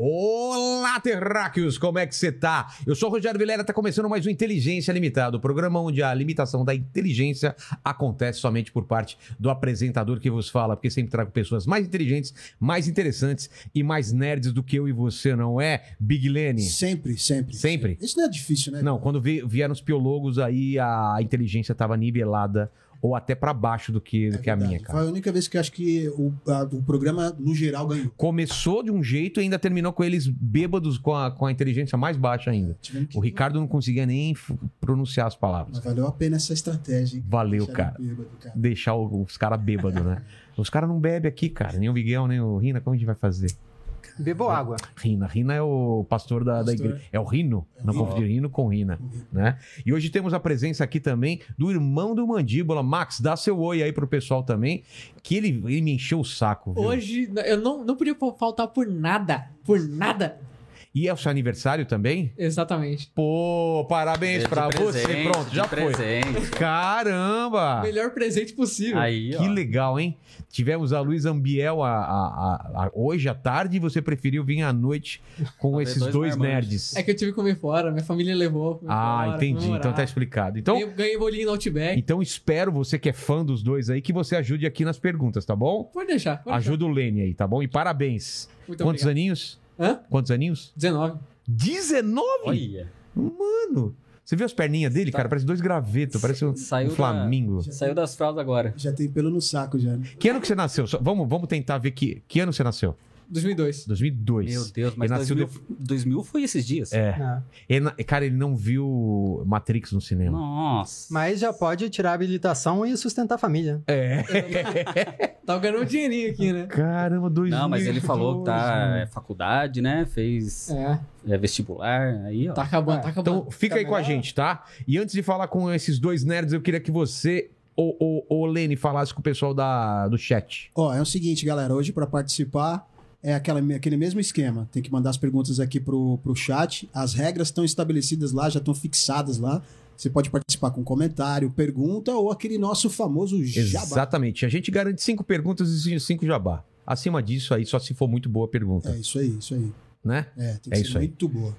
Olá, terráqueos! Como é que você tá? Eu sou o Rogério Vilela, tá começando mais um Inteligência Limitada, o programa onde a limitação da inteligência acontece somente por parte do apresentador que vos fala, porque sempre trago pessoas mais inteligentes, mais interessantes e mais nerds do que eu e você, não é, Big Lene? Sempre, sempre. Sempre? Isso não é difícil, né? Não, quando vi- vieram os piologos aí, a inteligência tava nivelada ou até pra baixo do que, do É que a verdade. minha, cara. Foi a única vez que eu acho que o, a- o programa, no geral, ganhou. Começou de um jeito e ainda terminou com eles bêbados com a, com a inteligência mais baixa ainda. Tivemos que... O Ricardo não conseguia nem f- pronunciar as palavras. Mas valeu a pena essa estratégia, hein? Valeu, Deixaram cara. bêbado, cara. Deixar o- os caras bêbados, né? Os caras não bebem aqui, cara. Nem o Miguel, nem o Rina. Como a gente vai fazer? Bebo água. Rina. Rina é o pastor da, da Pastor. igreja. É o Rino. Não Rino. confundir Rino com Rina. Né? E hoje temos a presença aqui também do irmão do Mandíbula. Max, dá seu oi aí pro pessoal também, que ele, ele me encheu o saco. viu? Hoje eu não, não podia faltar por nada. Por nada. E é o seu aniversário também? Exatamente. Pô, parabéns De pra você. presente, Pronto, de já foi. presente. Caramba! Ah. Melhor presente possível. Aí, ó. Que legal, hein? Tivemos a Luiz Ambiel a, a- a- a- hoje à tarde e você preferiu vir à noite com Fazer esses dois dois marmanjos. nerds. É que eu tive que comer fora, minha família levou. comer Ah, fora, entendi. comemorar. Então tá explicado. Então, Ganhei, ganhei bolinho no Outback. então espero você que é fã dos dois aí que você ajude aqui nas perguntas, tá bom? Pode é. deixar. Pode Ajuda o Lene aí, tá bom? E parabéns. deixar. Muito Quantos obrigado. aninhos? Hã? Quantos aninhos? 19. 19? Olha. Mano, você viu as perninhas dele, cara? Parece dois gravetos, parece um, Tá. Saiu um flamingo. da- Saiu das fraldas agora. Já tem pelo no saco, já. né? Que ano que você nasceu? Só- vamos, vamos tentar ver que, que ano você nasceu. 2002. 2002. Meu Deus, mas Ele nasceu 2000, 2000 foi esses dias? É. Ah, Ele na- cara, ele não viu Matrix no cinema. Nossa. Mas já pode tirar a habilitação e sustentar a família. É. Tava ganhando um dinheirinho aqui, né? Caramba, dois Não, mas ele falou que tá é, faculdade, né? Fez É. é, vestibular, aí, ó. Tá acabando, Ah, tá acabando. Então fica aí com a gente, tá? E antes de falar com esses dois nerds, eu queria que você, o, o, o Lene, falasse com o pessoal da, do chat. Ó, é o seguinte, galera. Hoje, pra participar, é aquela, aquele mesmo esquema. Tem que mandar as perguntas aqui pro, pro chat. As regras estão estabelecidas lá, já estão fixadas lá. Você pode participar com comentário, pergunta ou aquele nosso famoso jabá. Exatamente. A gente garante cinco perguntas e cin- cinco jabá. Acima disso aí, só se for muito boa a pergunta, É isso aí, isso aí. né? É, tem que É ser isso aí. muito boa.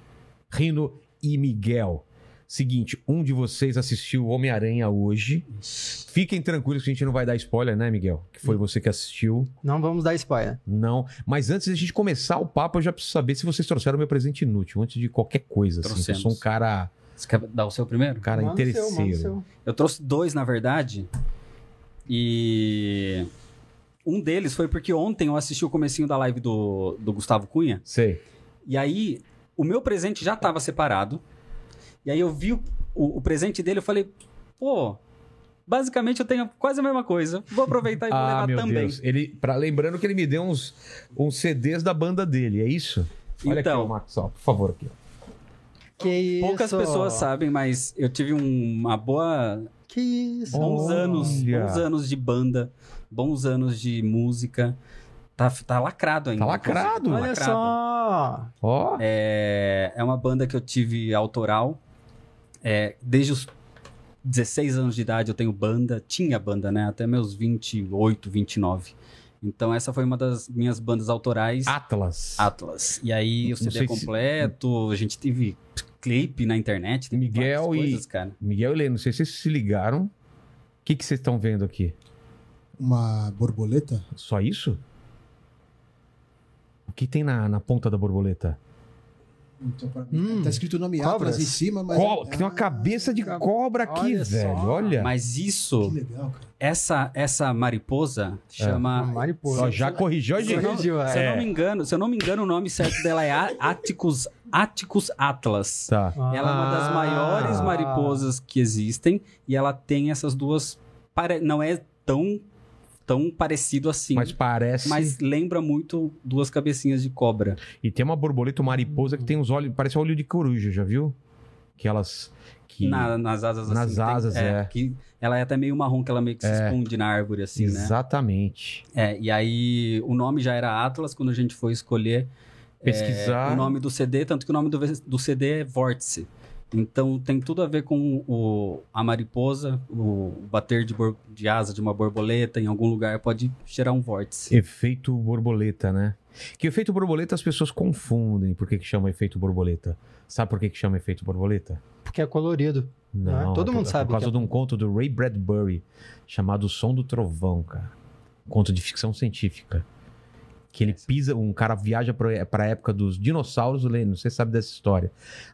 Rino e Miguel. Seguinte, um de vocês assistiu Homem-Aranha hoje. Fiquem tranquilos que a gente não vai dar spoiler, né, Miguel? Que foi você que assistiu. Não vamos dar spoiler. Não. Mas antes da gente começar o papo, eu já preciso saber se vocês trouxeram meu presente inútil, antes de qualquer coisa. Assim, eu Trouxemos. sou um cara, Você quer dar o seu primeiro? um cara Manda o seu, manda o interesseiro. seu. Eu trouxe dois, na verdade. E... Um deles foi porque ontem eu assisti o comecinho da live do, do Gustavo Cunha. Sei. E aí, o meu presente já estava separado. E aí eu vi o, o- o presente dele, eu falei, pô, basicamente eu tenho quase a mesma coisa. Vou aproveitar e vou Ah, levar meu também. Deus. Ele, pra, lembrando que ele me deu uns, uns CDs da banda dele, é isso? Olha Então. aqui, ó, Max, ó, por favor. Aqui. ó. Que isso? Poucas pessoas sabem, mas eu tive um- uma boa. Que isso? Bons Olha. anos. Bons anos de banda, bons anos de música. Tá, tá lacrado ainda. Tá lacrado. Olha só. Ó, É, é uma banda que eu tive autoral. É, desde os 16 anos de idade eu tenho banda, tinha banda, né? Até meus 28, 29. Então essa foi uma das minhas bandas autorais, Atlas. Atlas. E aí o Ah, Não CD sei se- completo, a gente teve clipe na internet, teve Miguel várias e- coisas, cara. Miguel e Lê, não sei se vocês se ligaram. O que que vocês estão vendo aqui? Uma borboleta? Só isso? O que tem na, na ponta da borboleta? Então, pra Hum. tá escrito o nome Cobras. Atlas em cima, mas. Cobra, é que tem uma Ah, cabeça de cab- cobra aqui, Olha só. velho. Olha. Mas Que isso, legal, cara. essa essa mariposa Ah, chama Mariposa. Ó, é já corrigiu a Se eu gente. não, se eu Corrigiu, é. não me engano, se eu não me engano, o nome certo dela é A- Atticus, Atticus Atlas. Tá. Ah. Ela é uma das Ah. maiores mariposas que existem e ela tem essas duas. pare- Não é tão, tão parecido assim, Mas mas... parece. lembra muito duas cabecinhas de cobra. E tem uma borboleta uma mariposa que tem uns olhos. Parece óleo de coruja, já viu? que elas. Que... Na- nas asas Nas assim. tem- asas, é. Que ela é até meio marrom, que ela meio que se É. esconde na árvore, assim, né? Exatamente. É, e aí o nome já era Atlas quando a gente foi escolher é, Pesquisar. o nome do CD, tanto que o nome do, ve- do CD é Vórtice. Então tem tudo a ver com o, a mariposa, o bater de, bor- de asa de uma borboleta em algum lugar pode gerar um vórtice. Efeito borboleta, né? Que efeito borboleta as pessoas confundem. Por que, que chama efeito borboleta? Sabe por que, que chama efeito borboleta? Ah, porque é colorido. Não, todo é mundo por, sabe Por causa que de é- um conto do Ray Bradbury chamado O Som do Trovão, cara. Um conto de ficção científica. Que ele pisa, um cara viaja pra, pra época dos dinossauros, Lênin, você sabe dessa história.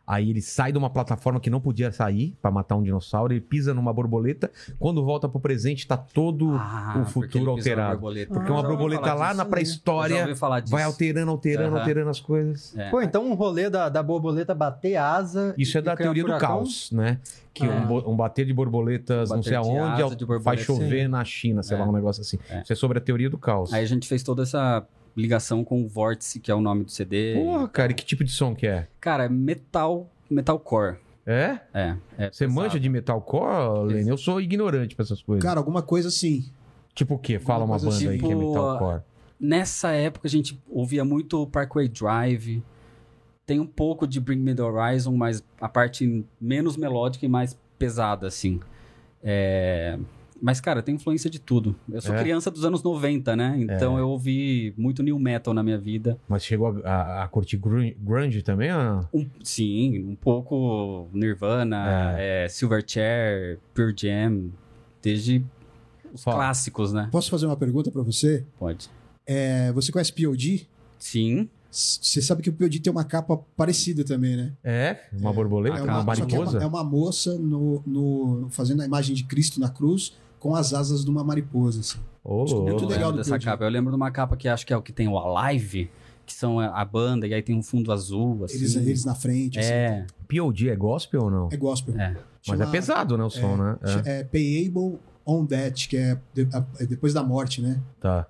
Aí ele sai de uma plataforma que não podia sair pra matar um dinossauro, ele pisa numa borboleta, quando volta pro presente tá todo... Ah, o futuro porque ele pisou na alterado. borboleta. Porque é uma Já ouvi borboleta falar lá disso, na né? pré-história Já ouvi falar disso. Vai alterando, alterando, Aham. alterando as coisas. É. Pô, então um rolê da, da borboleta bater asa. Isso é e da criar teoria do furacão? caos, né? Que Ah. um, bo- um bater de borboletas, Um não sei bater de aonde, asa de vai borboleta, chover na China, sei É. lá, um negócio assim. É. Isso é sobre a teoria do caos. Aí a gente fez toda essa ligação com o vórtice, que é o nome do CD. Porra, cara, e que tipo de som que é? Cara, é metal, metalcore. É? É, é Você pesado. manja de metalcore, Lene? Eu sou ignorante pra essas coisas. Cara, alguma coisa assim. tipo o quê? Fala uma banda alguma coisa aí assim. que é Tipo, metalcore. Nessa época a gente ouvia muito Parkway Drive. Tem um pouco de Bring Me The Horizon, mas a parte menos melódica e mais pesada, assim. É, Mas, cara, tem influência de tudo. Eu sou É. criança dos anos 90, né? Então eu ouvi muito new metal na minha vida. Mas chegou a, a- a curtir grunge, grunge também? Ah, Um- sim, um pouco Nirvana, é, Silverchair, Pure Jam, desde os Fala. clássicos, né? Posso fazer uma pergunta pra você? Pode. É, você conhece POD? Sim. S- Você sabe que o POD tem uma capa parecida também, né? é? Uma borboleta? É uma, uma, só que é mariposa? uma, é uma moça no, no- fazendo a imagem de Cristo na cruz com as asas de uma mariposa. assim. Ô, Descobriu louco. Muito Eu legal lembro do dessa Pearl Jam. capa. Eu lembro de uma capa que acho que é o que tem o Alive, que são a a banda, e aí tem um fundo azul, assim. Eles, eles na frente. assim. É, P.O.D. é gospel ou não? É gospel. É. Mas é Chama- pesado, né, o som, né? É. É Payable on Death, que é, de- a- é depois da morte, né? Tá.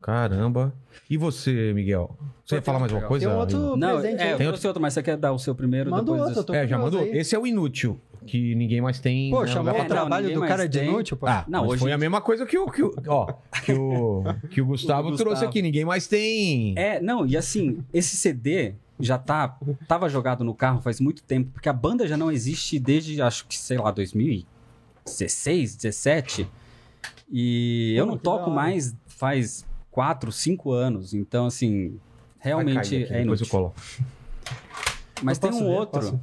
Caramba. E você, Miguel? Você ia falar mais alguma coisa? Tem um Igor? outro Não, presente é, aí. eu Tem trouxe outro, mas você quer dar o seu primeiro? Manda depois outro, eu tô É, já curioso mandou? aí. Esse é o inútil, que ninguém mais tem. Pô, né, chamou lugar o pra- tra- trabalho ninguém do mais cara de tem. inútil, pô. Ah, Não, mas hoje- foi a mesma coisa que o, que o, ó, que o, que o Gustavo, Gustavo. trouxe aqui. Ninguém mais tem. É, não, e assim, esse CD já tá, tava jogado no carro faz muito tempo, porque a banda já não existe desde, acho que, sei lá, 2016, 17. E Pô, eu não que da toco hora. mais faz 4, 5 anos. Então, assim, Vai cair realmente aqui, é Depois eu inútil. coloco. Mas Eu tem posso um ver, outro. posso.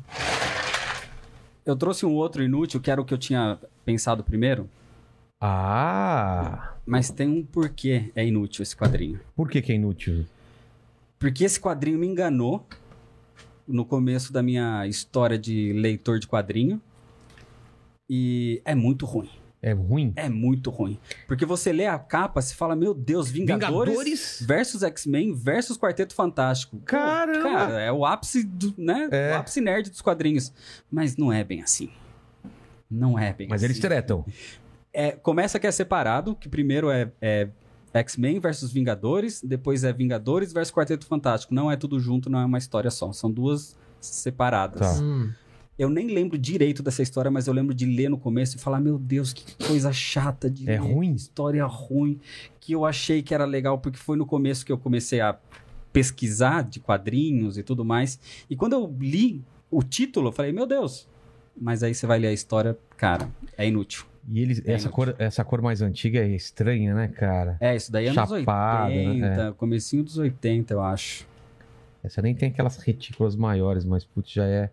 Eu trouxe um outro inútil, que era o que eu tinha pensado primeiro, Ah, mas tem um porquê é inútil esse quadrinho. por que que é inútil? Porque esse quadrinho me enganou no começo da minha história de leitor de quadrinho. E é muito ruim. É ruim? É muito ruim. Porque você lê a capa, se fala, meu Deus, Vingadores, Vingadores? versus X-Men versus Quarteto Fantástico. Pô, Caramba! Cara, é o ápice do, né? É. O ápice nerd dos quadrinhos. Mas não é bem assim. Não é bem Mas assim. eles tretam. É, começa que é separado, que primeiro é, é X-Men versus Vingadores, depois é Vingadores versus Quarteto Fantástico. Não é tudo junto, não é uma história só. São duas separadas. Tá. Hum. Eu nem lembro direito dessa história, mas eu lembro de ler no começo e falar: Meu Deus, que coisa chata de É ler, ruim? que história ruim, que eu achei que era legal, porque foi no começo que eu comecei a pesquisar de quadrinhos e tudo mais. E quando eu li o título, eu falei: Meu Deus. Mas aí você vai ler a história, cara, é inútil. E eles, É essa, inútil. cor, essa cor mais antiga é estranha, né, cara? É, isso daí é anos Chapada, 80, né? comecinho dos 80, eu acho. Essa nem tem aquelas retículas maiores, mas putz, já é.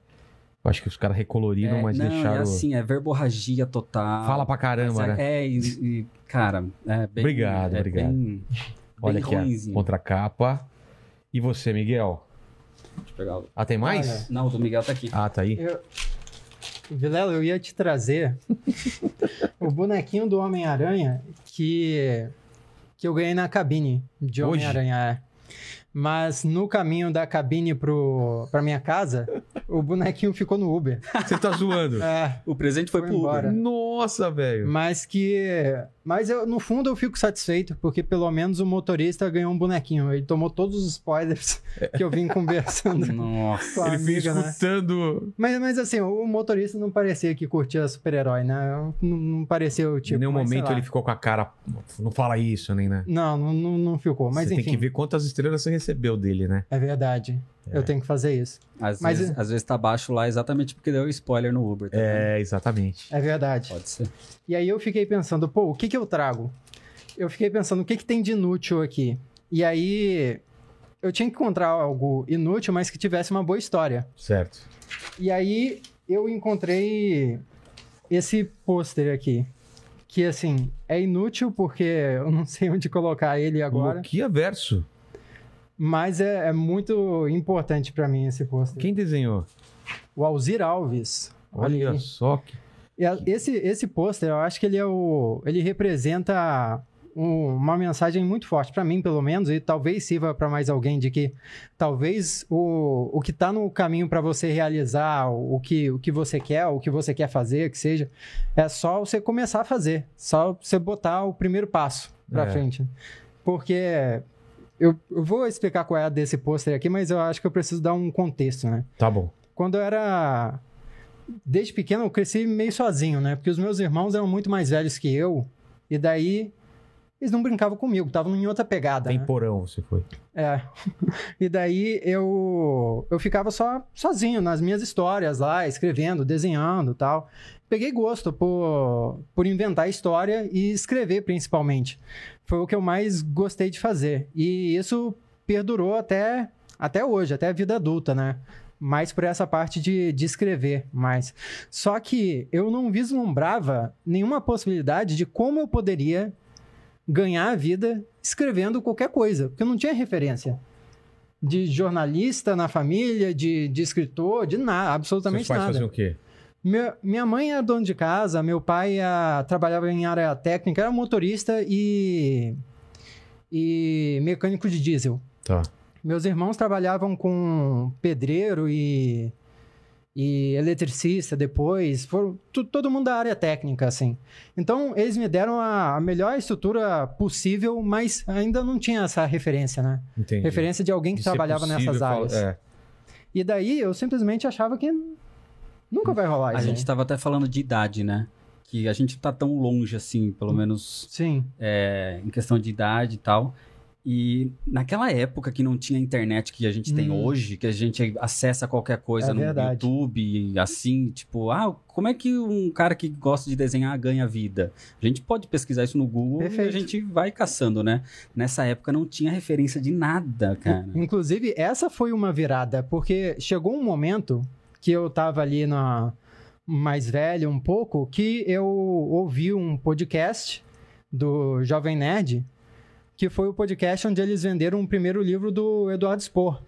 Eu acho que os caras recoloriram, é, mas não, deixaram. é assim, é verborragia total. Fala pra caramba, né? É, e, e, cara, é bem... Obrigado, é obrigado. Bem, Olha bem aqui a ruinzinho. contracapa. E você, Miguel? Deixa eu pegar o- Ah, tem mais? Olha. Não, o do Miguel tá aqui. Ah, tá aí. Vilela, eu ia te trazer o bonequinho do Homem-Aranha que, que eu ganhei na cabine de Hoje? Homem-Aranha. é. Mas no caminho da cabine pro, pra minha casa, o bonequinho ficou no Uber. Você tá zoando. É, O presente foi, Foi pro Uber. embora. Nossa, velho. mas que Mas eu, no fundo eu fico satisfeito, porque pelo menos o motorista ganhou um bonequinho. Ele tomou todos os spoilers que eu vim conversando Nossa. com a É. Ele fica amiga, né? escutando Mas, mas assim, o motorista não parecia que curtia super-herói, né? Não, não parecia o tipo. em nenhum mas sei momento lá. ele ficou com a cara. Não fala isso, nem, né? Não, não, não, não ficou. Mas você enfim, tem que ver quantas estrelas você recebeu dele, né? é verdade. Eu tenho que fazer isso. Às, Mas- vezes, às vezes tá baixo lá exatamente porque deu spoiler no Uber. Tá vendo? É, exatamente. É verdade. Pode ser. E aí eu fiquei pensando, pô, o que que eu trago? Eu fiquei pensando, o que que tem de inútil aqui? E aí eu tinha que encontrar algo inútil, mas que tivesse uma boa história. Certo. E aí eu encontrei esse pôster aqui, que assim, é inútil porque eu não sei onde colocar ele agora, Loquia é Verso. mas é, é muito importante pra mim esse pôster. Quem desenhou? O Alzir Alves. Olha aí. só que. E a- Esse, esse pôster, eu acho que ele é o. Ele representa um- uma mensagem muito forte, para mim, pelo menos, e talvez sirva para mais alguém, de que talvez o, o que tá no caminho para você realizar o, o que, o que você quer, o que você quer fazer, que seja, é só você começar a fazer. Só você botar o primeiro passo para É. frente. Porque. Eu, eu vou explicar qual é a desse pôster aqui, mas eu acho que eu preciso dar um contexto, né? Tá bom. quando eu era. Desde pequeno eu cresci meio sozinho, né? Porque os meus irmãos eram muito mais velhos que eu. E daí. Eles não brincavam comigo, estavam em outra pegada. Tem né? porão você foi. É. E daí eu eu ficava só sozinho nas minhas histórias lá, escrevendo, desenhando, e tal. Peguei gosto por por inventar história e escrever principalmente. Foi o que eu mais gostei de fazer. E isso perdurou até até hoje, até a vida adulta, né? Mais por essa parte de, de escrever mais. Só que eu não vislumbrava nenhuma possibilidade de como eu poderia ganhar a vida escrevendo qualquer coisa, porque eu não tinha referência de jornalista na família, de, de escritor, de nada, absolutamente Seus pais nada. faziam o quê? Meu- minha mãe era dona de casa, meu pai ah, trabalhava em área técnica, era motorista e, e mecânico de diesel. Tá. Meus irmãos trabalhavam com pedreiro e, e eletricista depois, foram to- todo mundo da área técnica, assim. Então, eles me deram a, a melhor estrutura possível, mas ainda não tinha essa referência, né? Entendi. Referência de alguém que De ser trabalhava possível nessas falar- áreas. É. E daí, eu simplesmente achava que nunca vai rolar A é. isso. gente tava até falando de idade, né? Que a gente tá tão longe assim, pelo Hum. menos Sim. é, em questão de idade e tal. E naquela época que não tinha internet que a gente tem Hum. hoje, que a gente acessa qualquer coisa É no verdade. YouTube, assim, tipo, ah, como é que um cara que gosta de desenhar ganha vida? A gente pode pesquisar isso no Google Perfeito. e a gente vai caçando, né? Nessa época não tinha referência de nada, cara. Uhum. Inclusive, essa foi uma virada, porque chegou um momento que eu tava ali na mais velho um pouco, que eu ouvi um podcast do Jovem Nerd, que foi o podcast onde eles venderam o primeiro livro do Eduardo Spohr,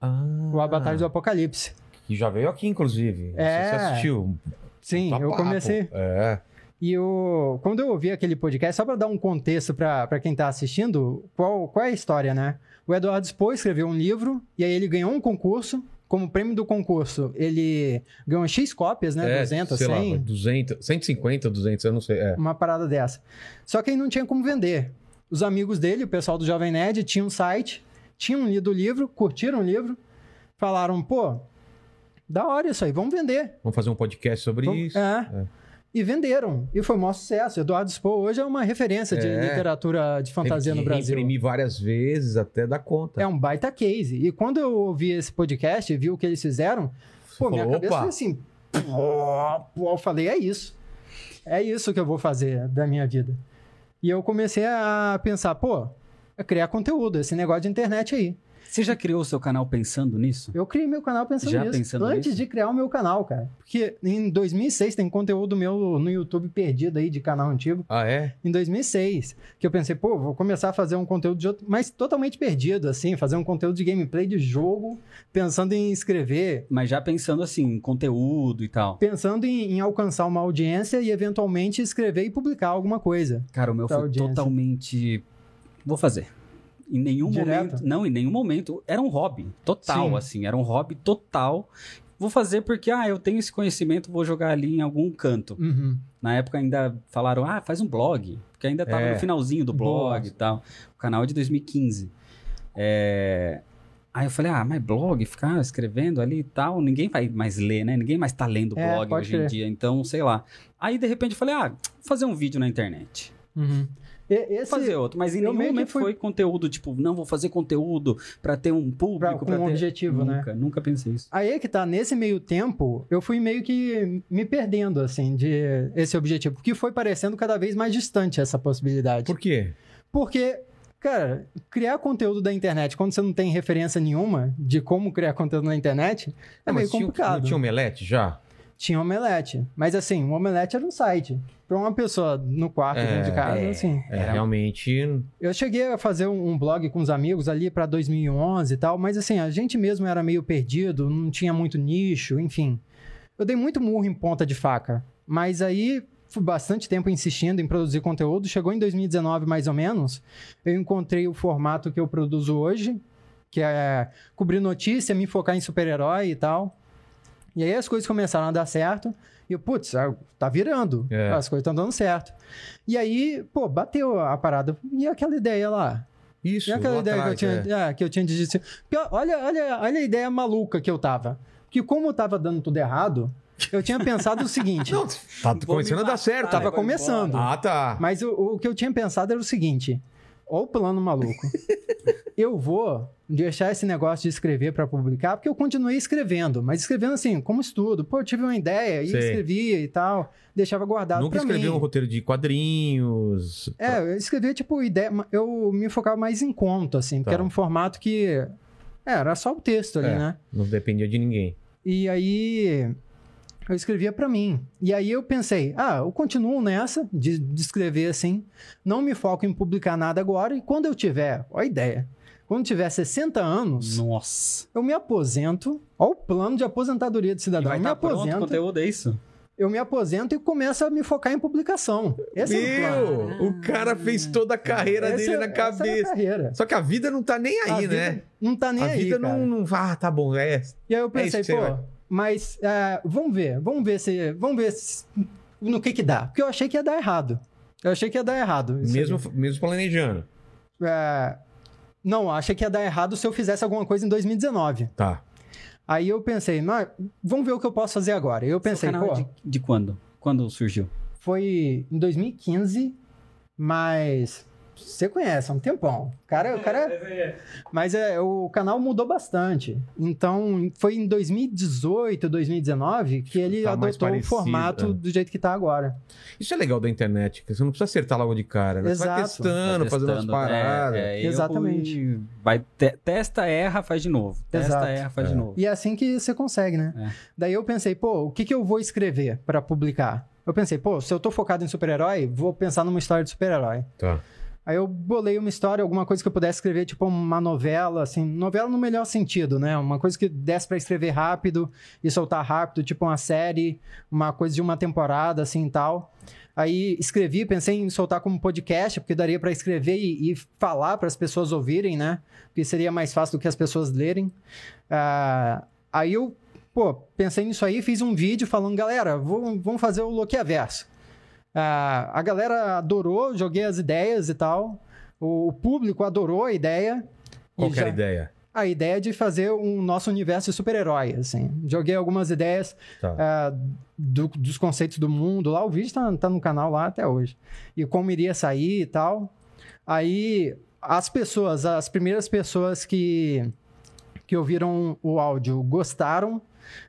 Ah, O A Batalha do Apocalipse. Que já veio aqui, inclusive. É. Você assistiu. Sim, Tá eu papo. comecei. É. E eu, quando eu ouvi aquele podcast, só para dar um contexto para quem tá assistindo, qual, qual é a história, né? O Eduardo Spohr escreveu um livro e aí ele ganhou um concurso. Como prêmio do concurso, ele ganhou X cópias, né? é 200, sei 100, Lá, 200, 150, 200, eu não sei. É. uma parada dessa. Só que aí não tinha como vender. Os amigos dele, o pessoal do Jovem Nerd, tinha um site, tinham lido o livro, curtiram o livro, falaram, pô, da hora isso aí, vamos vender. Vamos fazer um podcast sobre Vamos- isso. É. É. E venderam. E foi um maior sucesso. Eduardo Spohr hoje é uma referência de É. literatura de fantasia Teve no que Brasil. Imprimi várias vezes até dar conta. É um baita case. E quando eu ouvi esse podcast e vi o que eles fizeram, Você pô, minha falou, cabeça "Opa, foi assim. pô, pô, eu falei, é isso. É isso que eu vou fazer da minha vida. E eu comecei a pensar, pô, é criar conteúdo, esse negócio de internet aí. Você já criou o seu canal pensando nisso? Eu criei meu canal pensando Já nisso. pensando antes nisso? de criar o meu canal, cara. Porque em 2006 tem conteúdo meu no YouTube perdido aí de canal antigo. Ah, é? em 2006, que eu pensei, pô, vou começar a fazer um conteúdo de outro, mas totalmente perdido, assim, fazer um conteúdo de gameplay de jogo, pensando em escrever, Mas já pensando assim, em conteúdo e tal. pensando em, em alcançar uma audiência e eventualmente escrever e publicar alguma coisa. Cara, o meu Da foi audiência. totalmente. Vou fazer. Em nenhum Direto? momento. Não, em nenhum momento. Era um hobby total, Sim. assim. Era um hobby total. Vou fazer porque, ah, eu tenho esse conhecimento, vou jogar ali em algum canto. Uhum. Na época ainda falaram, ah, faz um blog. Porque ainda tava É. no finalzinho do blog Boa. e tal. O canal é de 2015. É, Aí eu falei, ah, mas blog, ficar escrevendo ali e tal, ninguém vai mais ler, né? Ninguém mais tá lendo É, blog pode hoje em crer. dia, então sei lá. Aí de repente eu falei, ah, vou fazer um vídeo na internet. Uhum. E- Vou esse, é fazer outro, mas em eu nenhum meio que momento fui- foi conteúdo, tipo, não, vou fazer conteúdo pra ter um pra, público, com pra um ter... objetivo, né? Nunca, nunca pensei isso. Aí é que tá, nesse meio tempo, eu fui meio que me perdendo, assim, de esse objetivo. Porque foi parecendo cada vez mais distante essa possibilidade. Por quê? Porque, cara, criar conteúdo da internet quando você não tem referência nenhuma de como criar conteúdo na internet é Não, meio mas tinha- complicado. Não tinha um- omelete já? Tinha um omelete. Mas assim, um omelete era um site. Pra uma pessoa no quarto, É, dentro de casa, assim. É, realmente. Eu cheguei a fazer um um blog com os amigos ali pra 2011 e tal, mas assim, a gente mesmo era meio perdido, não tinha muito nicho, enfim. Eu dei muito murro em ponta de faca, mas aí fui bastante tempo insistindo em produzir conteúdo. Chegou em 2019 mais ou menos, eu encontrei o formato que eu produzo hoje, que é cobrir notícia, me focar em super-herói e tal. E aí as coisas começaram a dar certo. E eu, putz, ah, tá virando. É. As coisas estão dando certo. E aí, pô, bateu a parada. E aquela ideia lá? Isso, E é aquela lá ideia atrás, que, eu é. tinha, é, que eu tinha de dizer. Porque Olha, olha, olha a ideia maluca que eu tava. Que como eu tava dando tudo errado, eu tinha pensado o seguinte. Não, tá começando a dar certo. tava começando. Ah, tá. Mas o, o que eu tinha pensado era o seguinte: ó o plano maluco. eu vou deixar esse negócio de escrever para publicar, porque eu continuei escrevendo, mas escrevendo assim, como estudo. Pô, eu tive uma ideia e Sei. escrevia e tal, deixava guardado Nunca para mim. escreveu um roteiro de quadrinhos. É, eu escrevia tipo ideia, eu me focava mais em conto assim, porque Tá. era um formato que é, era só o texto ali, É. né? Não dependia de ninguém. E aí eu escrevia pra mim. E aí eu pensei, ah, eu continuo nessa de, de escrever assim, não me foco em publicar nada agora e quando eu tiver, ó a ideia. Quando tiver 60 anos, Nossa. eu me aposento. Ó o plano de aposentadoria do E cidadão. vai Eu um me tá estar pronto o aposento. conteúdo, é isso? Eu me aposento e começo a me focar em publicação. Esse é o plano. é Meu, o cara fez toda a carreira Essa- dele na essa era a cabeça. carreira. Só que a vida não tá nem A aí, vida né? Não tá nem a aí, vida cara. não, não. Ah, tá bom, é. E aí É eu isso pensei, que você pô, vai. mas é, vamos ver, vamos ver se. Vamos ver se- no que que dá. Porque eu achei que ia dar errado. Eu achei que ia dar errado. isso Mesmo, aqui. mesmo planejando. É, não, eu achei que ia dar errado se eu fizesse alguma coisa em 2019. Tá. Aí eu pensei, mas vamos ver o que eu posso fazer agora. Eu pensei, Seu canal pô, é de, de quando? Quando surgiu? foi em 2015, mas. Você conhece há um tempão. O cara, o cara Mas é, o canal mudou bastante. Então, foi em 2018, 2019 que ele Tá mais adotou o parecido, formato é. do jeito que tá agora. Isso é legal da internet, que você não precisa acertar logo de cara. Né? Você vai Exato. testando, Tá fazendo as testando, paradas. é, é erro Exatamente. e Vai, te- testa, erra, faz de novo. Testa, Exato. erra, faz É. de novo. E é assim que você consegue, né? É. Daí eu pensei, pô, o que, que eu vou escrever pra publicar? Eu pensei, pô, se eu tô focado em super-herói, vou pensar numa história de super-herói. Tá. Aí eu bolei uma história, alguma coisa que eu pudesse escrever, tipo uma novela, assim, novela no melhor sentido, né? Uma coisa que desse pra escrever rápido e soltar rápido, tipo uma série, uma coisa de uma temporada, assim, e tal. Aí escrevi, pensei em soltar como podcast, porque daria pra escrever e, e falar pras pessoas ouvirem, né? Porque seria mais fácil do que as pessoas lerem. Ah, aí eu, pô, pensei nisso aí, fiz um vídeo falando, galera, vamos vamos fazer o Loquiaverso. Ah, a galera adorou, joguei as ideias e tal. O, o público adorou a ideia. E Qual que era já- a ideia? A ideia de fazer um nosso universo de super-herói, assim. Joguei algumas ideias Tá. ah, do- dos conceitos do mundo lá. O vídeo tá, tá no canal lá até hoje. E como iria sair e tal. Aí, as pessoas, as primeiras pessoas que, que ouviram o áudio gostaram,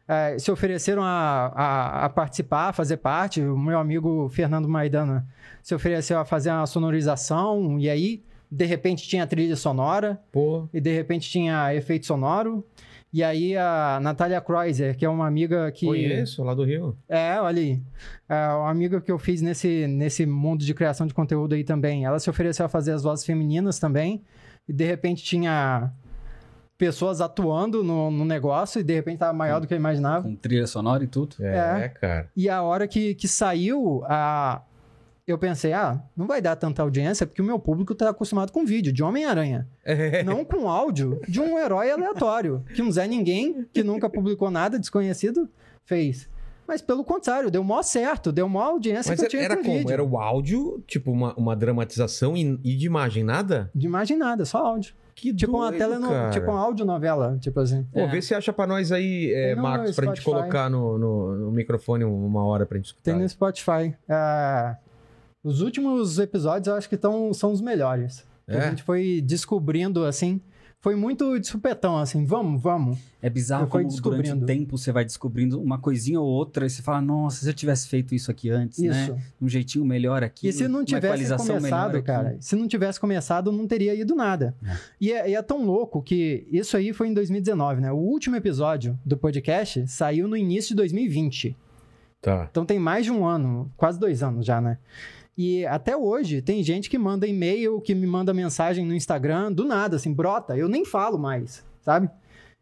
eh, se ofereceram a, a, a participar, a fazer parte. O meu amigo Fernando Maidana se ofereceu a fazer a sonorização, e aí, de repente, tinha trilha sonora Pô, e de repente tinha efeito sonoro. E aí a Natália Kreuser, que é uma amiga que. conheço lá do Rio. É, olha aí. É uma amiga que eu fiz nesse, nesse mundo de criação de conteúdo aí também. Ela se ofereceu a fazer as vozes femininas também. E de repente tinha pessoas atuando no, no negócio e de repente tava maior do que eu imaginava. É. Com trilha sonora e tudo. É, cara. E a hora que, que saiu, a, eu pensei, ah, não vai dar tanta audiência porque o meu público tá acostumado com vídeo de Homem-Aranha, É. não com áudio de um herói aleatório, que um Zé Ninguém, que nunca publicou nada, desconhecido, fez. Mas pelo contrário, deu mó certo, deu mó audiência Mas é que eu tinha era pro como? vídeo. Era o áudio, tipo uma, uma dramatização e, e de imagem, nada? De imagem nada, só áudio. Que Tipo uma doido, teleno... cara. É. tipo uma audionovela, tipo assim. É. Pô, vê se acha pra nós aí, é, Tem no Marcos, pra gente Spotify. colocar no, no- no microfone uma hora pra gente escutar. Tem no Spotify. Ah, os últimos episódios eu acho que tão, são os melhores. É? A gente foi descobrindo, assim. Foi muito de supetão, assim, vamos, vamos. É bizarro Eu como fui durante descobrindo. o tempo você vai descobrindo uma coisinha ou outra e você fala, nossa, se eu tivesse feito isso aqui antes, Isso. né? Um jeitinho melhor aqui. E se não tivesse começado, cara, se não tivesse começado, não teria ido nada. É. E, é, e é tão louco que isso aí foi em 2019, né? O último episódio do podcast saiu no início de 2020. Tá. Então tem mais de um ano, quase dois anos já, né? E até hoje tem gente que manda e-mail, que me manda mensagem no Instagram, do nada, assim, brota, eu nem falo mais, sabe?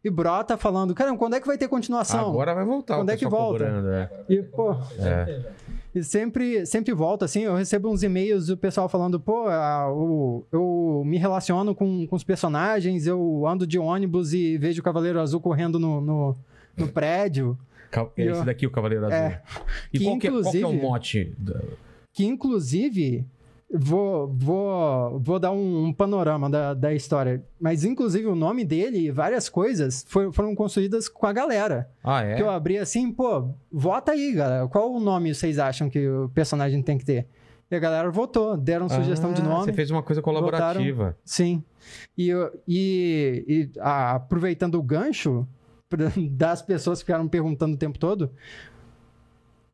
E brota falando, caramba, quando é que vai ter continuação? Agora vai voltar. Quando o é que pessoal volta? cobrando, é. E, pô, É. e sempre, sempre volta, assim, eu recebo uns e-mails do pessoal falando, pô, ah, o- eu me relaciono com, com os personagens, eu ando de ônibus e vejo o Cavaleiro Azul correndo no, no, no prédio. Cal- é E, ó, esse daqui, o Cavaleiro Azul. é. E Que, qual, que, é- qual que é o inclusive- mote? da- que inclusive vou, vou, vou dar um, um panorama da, da história, mas inclusive o nome dele e várias coisas foi- foram construídas com a galera. Ah, é? Que eu abri assim, pô, vota aí, galera. Qual o nome vocês acham que o personagem tem que ter? E a galera votou, deram sugestão de Ah, nome. Você fez uma coisa colaborativa. Sim. E, eu- e- e, ah, aproveitando o gancho pra- das pessoas que ficaram me perguntando o tempo todo,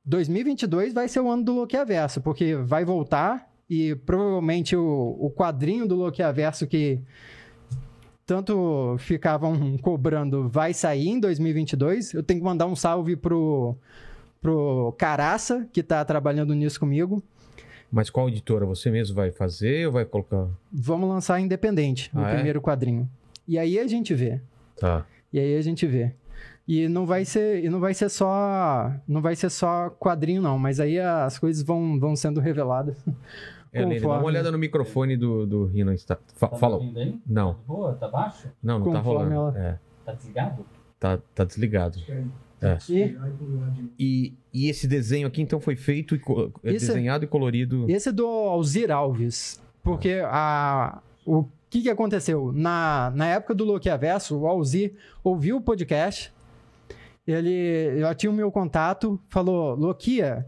2022 vai ser o ano do Loquiaverso, porque vai voltar e provavelmente o, o quadrinho do Loquiaverso que tanto ficavam cobrando vai sair em 2022. Eu tenho que mandar um salve pro, pro Caraça, que tá trabalhando nisso comigo. Mas qual editora? Você mesmo vai fazer ou vai colocar? Vamos lançar independente o Ah, é? primeiro quadrinho. E aí a gente vê. Tá. E aí a gente vê. E não vai ser, e não vai ser só, não vai ser só quadrinho não, mas aí as coisas vão, vão sendo reveladas. É, Lene, dá uma Conforme- olhada no microfone do, do Rino. Insta- Fa Tá fala. Não, Boa, tá baixo? não, não tá Conforme rolando. ela- É, Tá desligado? tá, tá desligado. E E, e esse desenho aqui, então, foi feito, e co- é Isso é- desenhado e colorido. esse é do Alzir Alves, porque a o que que aconteceu na, na época do Loquiaverso, o Alzir ouviu o podcast, ele já tinha o meu contato, falou: "Loquia,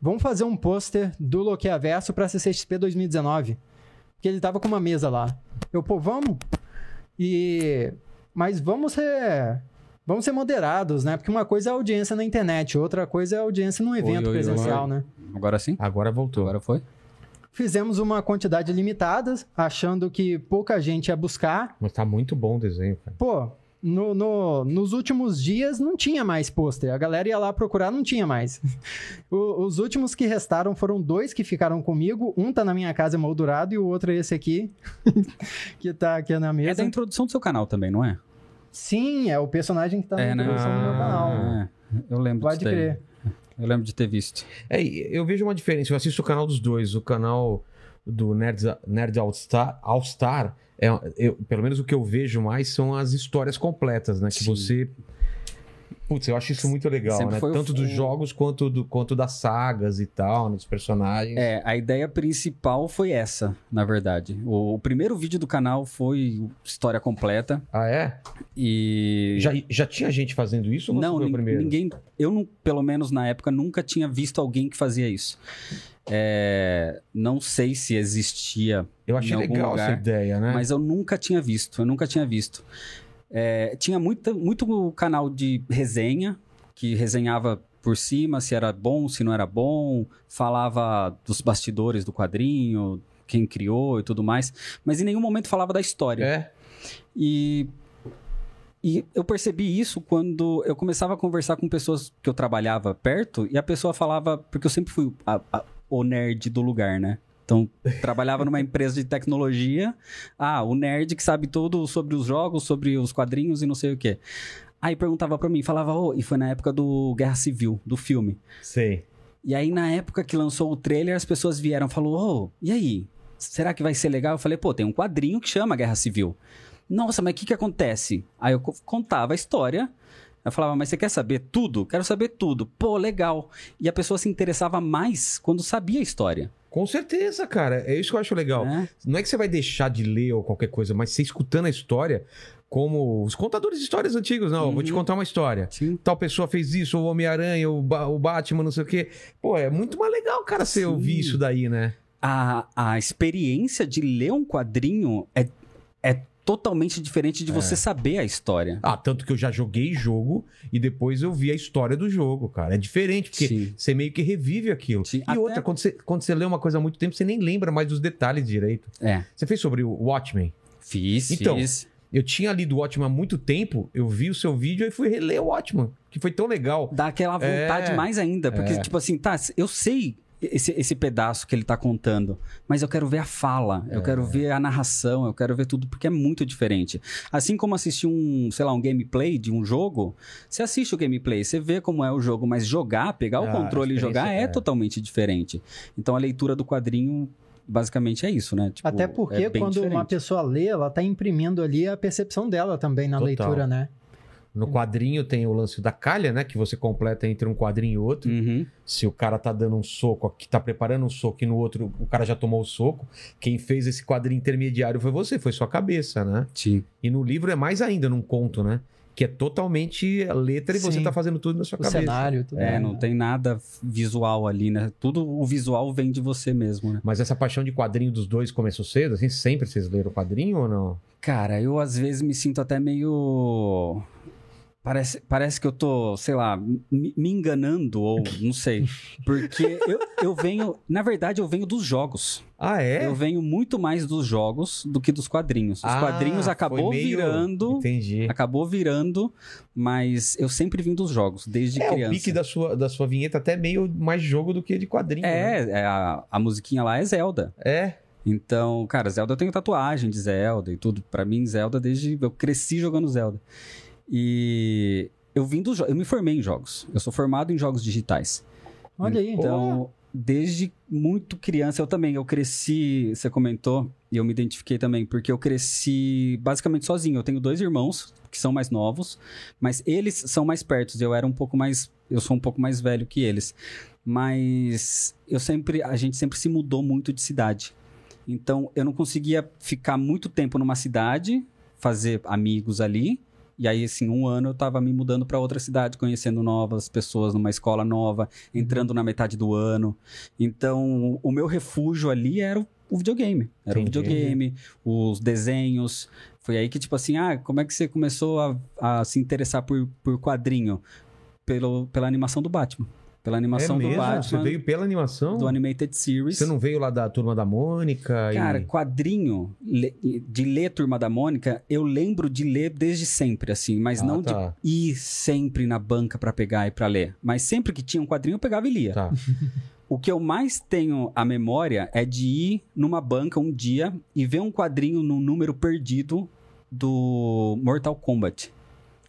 vamos fazer um pôster do Loquiaverso para CCXP 2019". Porque ele tava com uma mesa lá. Eu, pô, vamos. E mas vamos ser vamos ser moderados, né? Porque uma coisa é audiência na internet, outra coisa é audiência num evento oi, oi. presencial, né? Agora sim? Agora voltou. Agora foi? Fizemos uma quantidade limitada, achando que pouca gente ia buscar. Mas tá muito bom o desenho, cara. Pô, no- no- nos últimos dias não tinha mais pôster. A galera ia lá procurar, não tinha mais. O- os últimos que restaram foram dois que ficaram comigo. Um tá na minha casa emoldurado e o outro é esse aqui, que tá aqui na É mesa. da introdução do seu canal também, não é? Sim, é o personagem que tá na é, introdução do meu canal. Ah, é. Eu lembro Pode disso daí. crer. Eu lembro de ter visto. É, e eu vejo uma diferença. Eu assisto o canal dos dois. O canal do Nerds, Nerd All Star, All Star é, eu- pelo menos o que eu vejo mais são as histórias completas, né? Que Sim. você. Putz, eu acho isso muito legal, Sempre né? foi um o- Tanto dos o- jogos quanto, do, quanto das sagas e tal, né? dos personagens. É, a ideia principal foi essa, na verdade. O, o primeiro vídeo do canal foi história completa Ah, é? e Já, já tinha gente fazendo isso ou você não, foi o nin- primeiro? ninguém. Eu, não- pelo menos na época, nunca tinha visto alguém que fazia isso. É, não sei se existia, Eu achei em algum legal essa lugar, ideia, né? mas eu nunca tinha visto. Eu nunca tinha visto. É, tinha muita, muito canal de resenha, que resenhava por cima se era bom, se não era bom, falava dos bastidores do quadrinho, quem criou e tudo mais, mas em nenhum momento falava da história. É? E, e eu percebi isso quando eu começava a conversar com pessoas que eu trabalhava perto e a pessoa falava, porque eu sempre fui a- a- o nerd do lugar, né? Então, trabalhava numa empresa de tecnologia. Ah, o nerd que sabe tudo sobre os jogos, sobre os quadrinhos e não sei o quê. Aí perguntava pra mim, falava, ô, e foi na época do Guerra Civil, do filme. Sei. E aí, na época que lançou o trailer, as pessoas vieram e falaram: Ô, e aí? Será que vai ser legal? Eu falei: pô, tem um quadrinho que chama Guerra Civil. Nossa, mas o que, que acontece? Aí eu co- contava a história. Eu falava, mas você quer saber tudo? Quero saber tudo. Pô, legal. E a pessoa se interessava mais quando sabia a história. Com certeza, cara. É isso que eu acho legal. né? Não é que você vai deixar de ler ou qualquer coisa, mas você escutando a história, como os contadores de histórias antigos, não, eu vou te Uhum. contar uma história. Sim. Tal pessoa fez isso, o Homem-Aranha, o, Ba- o Batman, não sei o quê. Pô, é muito mais legal, cara, você Sim. ouvir isso daí, né? a, a experiência de ler um quadrinho é, é totalmente diferente É. de você saber a história. Ah, tanto que eu já joguei jogo e depois eu vi a história do jogo, cara. É diferente, porque Sim. você meio que revive aquilo. Sim, E até- outra, quando você, quando você lê uma coisa há muito tempo, você nem lembra mais dos detalhes direito. É. Você fez sobre o Watchmen? Fiz, Então, fiz. Eu tinha lido o Watchmen há muito tempo, eu vi o seu vídeo e fui reler o Watchmen, que foi tão legal. Dá aquela vontade É. mais ainda. Porque, tipo assim, tá, eu sei esse, esse pedaço que ele tá contando, mas eu quero ver a fala, eu quero ver a narração, eu quero ver tudo, porque é muito diferente. Assim como assistir um, sei lá, um gameplay de um jogo, você assiste o gameplay, você vê como é o jogo, mas jogar, pegar Ah, o controle a e jogar experiência, é, é. totalmente diferente. Então a leitura do quadrinho. Basicamente é isso, né? Tipo, Até porque é bem quando uma diferente. pessoa lê, ela tá imprimindo ali a percepção dela também na Total. leitura, né? No Hum. quadrinho tem o lance da calha, né? Que você completa entre um quadrinho e outro. Uhum. Se o cara tá dando um soco aqui, tá preparando um soco e no outro o cara já tomou o soco, quem fez esse quadrinho intermediário foi você, foi sua cabeça, né? Sim. E no livro é mais ainda, num conto, né? Que é totalmente a letra e você Sim. tá fazendo tudo na sua O cabeça. cenário, tudo. É, né? não tem nada visual ali, né? Tudo o visual vem de você mesmo, né? Mas essa paixão de quadrinho dos dois começou cedo, assim? Sempre vocês leram quadrinho ou não? Cara, eu às vezes me sinto até meio. Parece, parece que eu tô, sei lá, me, me enganando, ou não sei. Porque eu, eu venho. Na verdade, eu venho dos jogos. Ah, é? Eu venho muito mais dos jogos do que dos quadrinhos. Os Ah, quadrinhos foi acabou meio- virando. Entendi. Acabou virando, mas eu sempre vim dos jogos, desde é, criança. o pique da sua, da sua vinheta até meio mais jogo do que de quadrinho. né? É, é a, a musiquinha lá é Zelda. É. Então, cara, Zelda eu tenho tatuagem de Zelda e tudo. Pra mim, Zelda desde eu cresci jogando Zelda. E eu vim do jo- eu me formei em jogos. Eu sou formado em jogos digitais. Olha aí. Então, desde muito criança eu também eu cresci, você comentou, e eu me identifiquei também, porque eu cresci basicamente sozinho. Eu tenho dois irmãos que são mais novos, mas eles são mais pertos. Eu era um pouco mais, eu sou um pouco mais velho que eles. Mas eu sempre, a gente sempre se mudou muito de cidade. Então, eu não conseguia ficar muito tempo numa cidade, fazer amigos ali. E aí, assim, um ano eu tava me mudando pra outra cidade, conhecendo novas pessoas, numa escola nova, Uhum. entrando na metade do ano. Então, o meu refúgio ali era o o videogame. Era Entendi. o videogame, os desenhos. Foi aí que, tipo assim, ah, como é que você começou a, a se interessar por, por quadrinho? Pelo, pela animação do Batman. Pela animação é do mesmo? Você Batman, veio pela animação? do Animated Series. Você não veio lá da turma da Mônica? e- Cara, quadrinho le- de ler Turma da Mônica, eu lembro de ler desde sempre, assim, mas Ah, não tá. de ir sempre na banca pra pegar e pra ler. Mas sempre que tinha um quadrinho, eu pegava e lia. Tá. O que eu mais tenho a memória é de ir numa banca um dia e ver um quadrinho num número perdido do Mortal Kombat.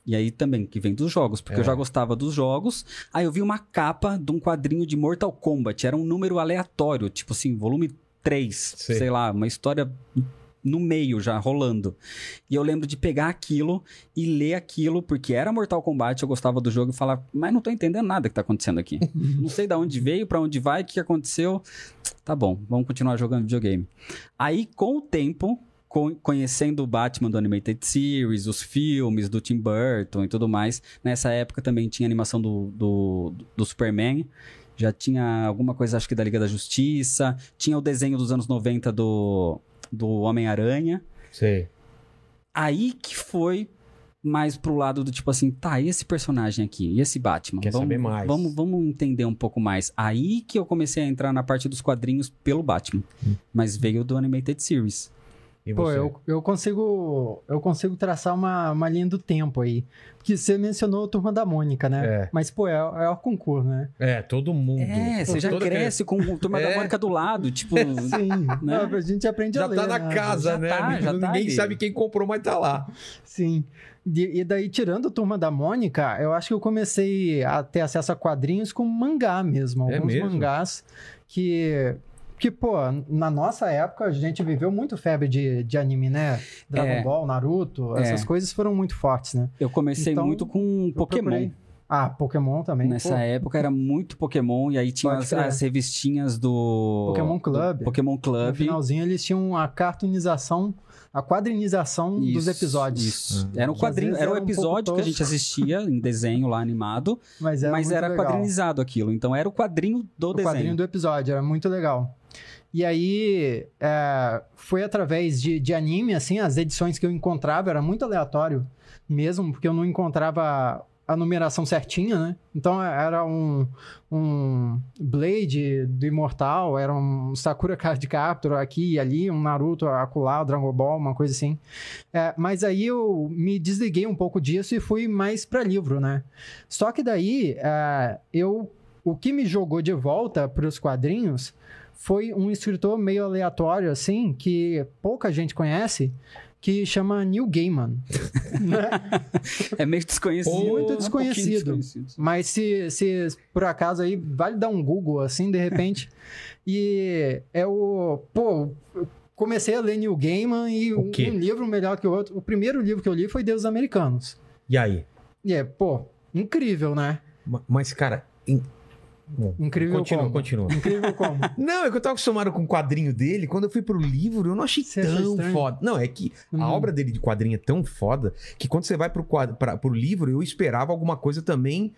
E aí também, que vem dos jogos, É. porque eu já gostava dos jogos. Aí eu vi uma capa de um quadrinho de Mortal Kombat. Era um número aleatório, tipo assim, volume 3, Sei. sei lá, uma história no meio já rolando. E eu lembro de pegar aquilo e ler aquilo, porque era Mortal Kombat, eu gostava do jogo e falar, mas não tô entendendo nada que tá acontecendo aqui. não sei da onde veio, pra onde vai, o que que aconteceu. Tá bom, vamos continuar jogando videogame. Aí, com o tempo, co- conhecendo o Batman do Animated Series, os filmes do Tim Burton e tudo mais, nessa época também tinha animação do, do, do Superman. Já tinha alguma coisa, acho que da Liga da Justiça. Tinha o desenho dos anos 90 do, do Homem-Aranha. Sei. Aí que foi mais pro lado do tipo assim, tá, e esse personagem aqui, e esse Batman? Quer saber mais. Vamos, vamos entender um pouco mais. Aí que eu comecei a entrar na parte dos quadrinhos pelo Batman, mas veio do Animated Series. E Pô, você? eu, eu consigo eu consigo traçar uma, uma linha do tempo aí. Porque você mencionou a Turma da Mônica, né? É. Mas, pô, é, é o concurso, né? É, todo mundo. É, você já Todo aquele- cresce com o Turma É. da Mônica do lado, tipo... Sim. Não, a gente aprende a Já ler. tá na né? casa, Já né? tá, já tá Ninguém ali. sabe quem comprou, mas tá lá. Sim. De- e daí, tirando a Turma da Mônica, eu acho que eu comecei a ter acesso a quadrinhos com mangá mesmo. É Alguns mesmo? mangás que... Que, pô, na nossa época a gente viveu muito febre de, de anime, né? Dragon É. Ball, Naruto, É. essas coisas foram muito fortes, né? Eu comecei Então, muito com Eu Pokémon. procurei. Ah, Pokémon também. Nessa pô. época era muito Pokémon, e aí tinha Pode as, crer. as revistinhas do... Pokémon Club. do Pokémon No Club. finalzinho eles tinham a cartoonização, a quadrinização dos Isso, episódios. Isso. Era um Às quadrinho, vezes era um era um pouco episódio que a tosco. gente assistia em desenho lá animado, Mas era, mas muito era legal. quadrinizado aquilo. Então era o quadrinho do O desenho. quadrinho do episódio, era muito legal. E aí, é, foi através de, de anime, assim, as edições que eu encontrava, era muito aleatório mesmo, porque eu não encontrava a numeração certinha, né? Então era um, um Blade do Imortal, era um Sakura Card Captor aqui e ali, um Naruto acolá, Dragon Ball, uma coisa assim. É, mas aí eu me desliguei um pouco disso e fui mais pra livro, né? Só que daí é, eu o que me jogou de volta para os quadrinhos foi um escritor meio aleatório, assim, que pouca gente conhece, que chama Neil Gaiman. É meio desconhecido. Muito um pouquinho desconhecido. Mas se, se por acaso aí, vale dar um Google, assim, de repente. e é o... Pô, eu comecei a ler Neil Gaiman e O um, quê? um livro melhor que o outro. O primeiro livro que eu li foi Deus Americanos. E aí? E é, pô, incrível, né? Ma- Mas, cara. in- Bom, Incrível Continua, como. continua. Incrível como. Não, é que eu tava acostumado com o quadrinho dele. Quando eu fui pro livro, eu não achei Você achou tão estranho? foda. Não, é que Hum. a obra dele de quadrinho é tão foda que quando você vai pro, quadro, pra, pro livro, eu esperava alguma coisa também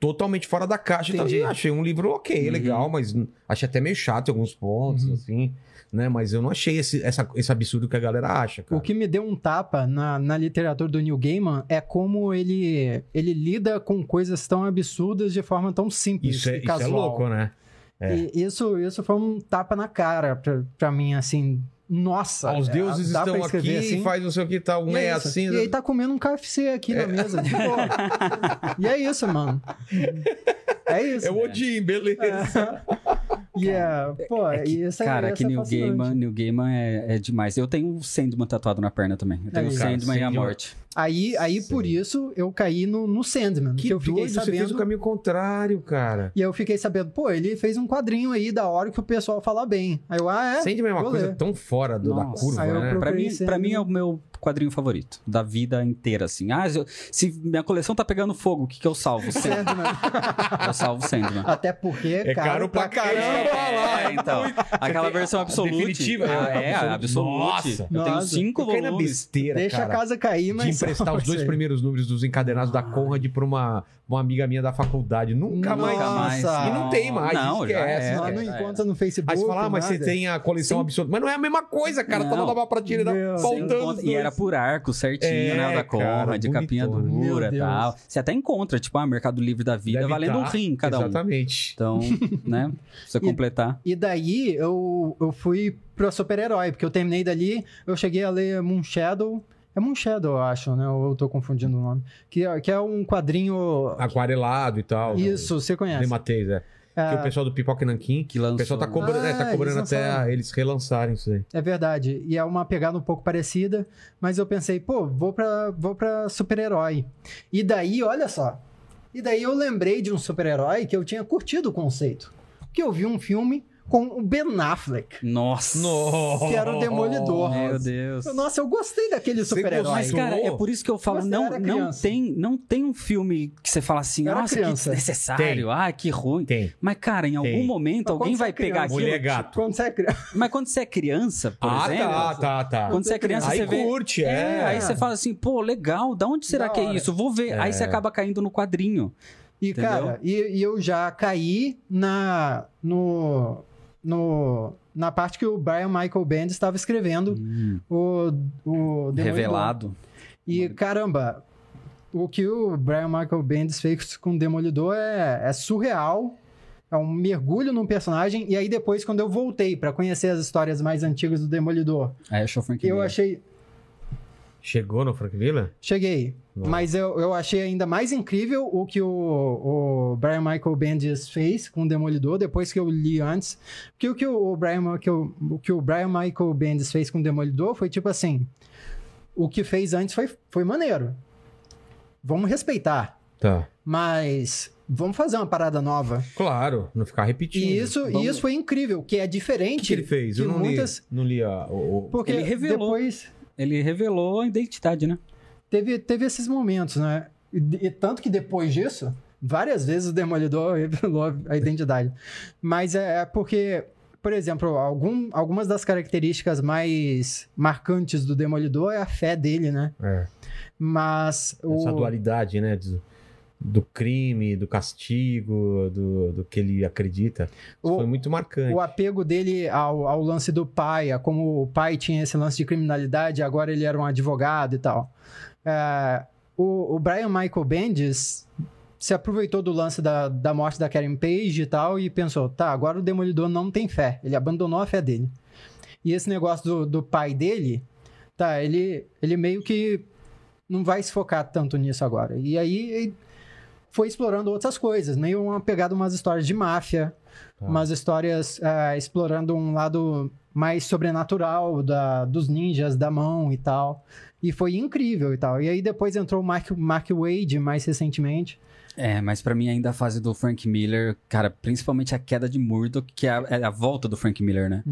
totalmente fora da caixa. Então, Entendi. eu achei um livro ok, Uhum. legal, mas n- achei até meio chato em alguns pontos, Uhum. assim, né? Mas eu não achei esse, essa- esse absurdo que a galera acha, cara. O que me deu um tapa na, na literatura do Neil Gaiman é como ele, ele lida com coisas tão absurdas de forma tão simples Isso, é, e isso é casual. louco, né? é. E isso, isso foi um tapa na cara pra, pra mim, assim. Nossa! Os é, deuses dá pra estão aqui, escrever assim? faz não sei o que tal, um E é, isso. assim. É. E aí tá comendo um KFC aqui na mesa. de boa. e é isso, mano. É isso. É o Odin, beleza. E é, pô, É que, isso é cara, isso que é New fascinante. Gaiman, New Gaiman é, é demais. Eu tenho o Sandman tatuado na perna também. Eu tenho o Aí, cara, Sandman e a Sandman. morte. Aí, aí por Sim. isso, eu caí no, no Sandman. Que, Que eu fiquei doido, você fez sabendo o caminho contrário, cara. E aí eu fiquei sabendo, pô, ele fez um quadrinho aí da hora que o pessoal fala bem. Aí eu, ah, é? Sente mesmo uma vou coisa ler. tão fora do- da Nossa, curva, aí eu né? procurei Pra mim, Sandman. pra mim é o meu quadrinho favorito da vida inteira, assim. Ah, se eu- se minha coleção tá pegando fogo, o que, que eu salvo? Sandman. Sandman. Eu salvo Sandman. tá né?" Até porque é caro, pra caramba. É, então. Aquela versão absoluta. Definitiva, é, Ah, é, absolute. absolute. Nossa. Eu tenho Nossa. cinco Eu caí na volumes. besteira, Deixa cara. a casa cair, mas... de emprestar os dois primeiros números dos encadernados Ah. da Conrad pra uma, uma amiga minha da faculdade. Nunca mais. Nossa. E não tem mais, Não, já é. esquece, era, Lá não já era. encontra no Facebook, É, Aí você fala, ah, mas você nada. tem a coleção absurda. Mas não é a mesma coisa, cara. Tá Não. lá na prateleira Meu Deus. Você faltando. os encontra- dois. e era por arco, certinho, É, né? o Da cara, Coma, de capinha bonitona. dura Meu e Deus. tal. Você até encontra, tipo, ah, Mercado Livre da Vida, Deve valendo um tá, rim cada um. Exatamente. Então, né? Pra você E- completar. E daí eu, eu fui pra super-herói, porque eu terminei dali, eu cheguei a ler Moon Shadow. É Moon Shadow, eu acho, né? Ou eu tô confundindo o nome. Que, é- que é um quadrinho... Aquarelado e tal. Isso, você Né? De conhece. Mateus, é. É, Que o pessoal do Pipoca Nanquim. Que O lançou, pessoal tá né? cobrando, é, tá Ah, cobrando eles até lançaram. eles relançarem isso aí. É verdade. E é uma pegada um pouco parecida, mas eu pensei, pô, vou pra, vou pra super-herói. E daí, olha só. E daí eu lembrei de um super-herói que eu tinha curtido o conceito. Porque eu vi um filme com o Ben Affleck, Nossa! que era o Demolidor. Meu Deus. Eu, Nossa, eu gostei daquele Você super-herói. Mas, Isso. cara, é por isso que eu falo, Você não, era não, criança. tem, não tem um filme que você fala assim, Eu era nossa, criança. que desnecessário, Tem. ah, que ruim. Tem. Mas, cara, em algum Tem. momento Mas alguém quando vai você é pegar criança, aquilo. Mulher gato. Quando você é criança. Mas quando você é criança, por ah, exemplo. tá, tá, tá. Quando você é criança, Aí você vê. curte, é. É, aí você fala assim, pô, legal, da onde será Da que é hora. isso? Vou ver. É. Aí você acaba caindo no quadrinho. E, Entendeu? cara, e, e eu já caí na, no, no, na parte que o Brian Michael Bendis estava escrevendo Hum, o, o Demolidor. Revelado. E caramba, o que o Brian Michael Bendis fez com o Demolidor é, é surreal. É um mergulho num personagem. E aí depois, quando eu voltei pra conhecer as histórias mais antigas do Demolidor, É, Aí achou Frank eu Miller. achei. Chegou no Frank Villa? Cheguei. Não. Mas eu, eu achei ainda mais incrível o que o, o Brian Michael Bendis fez com o Demolidor, depois que eu li antes. Porque o que o, Brian, Ma- que o, o que o Brian Michael Bendis fez com o Demolidor foi tipo assim: o que fez antes foi, foi maneiro. Vamos respeitar, Tá. mas vamos fazer uma parada nova. Claro, não ficar repetindo. E isso, Vamos- e isso foi incrível, que é diferente. O que ele fez? de Eu não muitas- li, não li a, o, o- Porque Ele revelou. depois. Ele revelou a identidade, né? teve, teve esses momentos, né? E, de- e tanto que depois disso, várias vezes o Demolidor revelou a- a identidade. Mas é, é porque, por exemplo, algum, algumas das características mais marcantes do Demolidor é a fé dele, né? É. Mas o, Essa dualidade, né? Do, do crime, do castigo, do, do que ele acredita. Isso O- foi muito marcante. o apego dele ao, ao lance do pai, a como o pai tinha esse lance de criminalidade, agora ele era um advogado e tal. É, o, o Brian Michael Bendis se aproveitou do lance da, da morte da Karen Page e tal e pensou, tá, agora o Demolidor não tem fé. Ele abandonou a fé dele. E esse negócio do, do pai dele, tá, ele, ele meio que não vai se focar tanto nisso agora. E aí... ele Foi explorando outras coisas, meio uma pegada umas histórias de máfia, É. Tá. umas histórias ah, explorando um lado mais sobrenatural da, dos ninjas, da mão e tal. E foi incrível e tal. E aí depois entrou o Mark, Mark Wade mais recentemente. É, mas pra mim ainda a fase do Frank Miller, cara, principalmente a queda de Murdoch, que é a, é a volta do Frank Miller, né?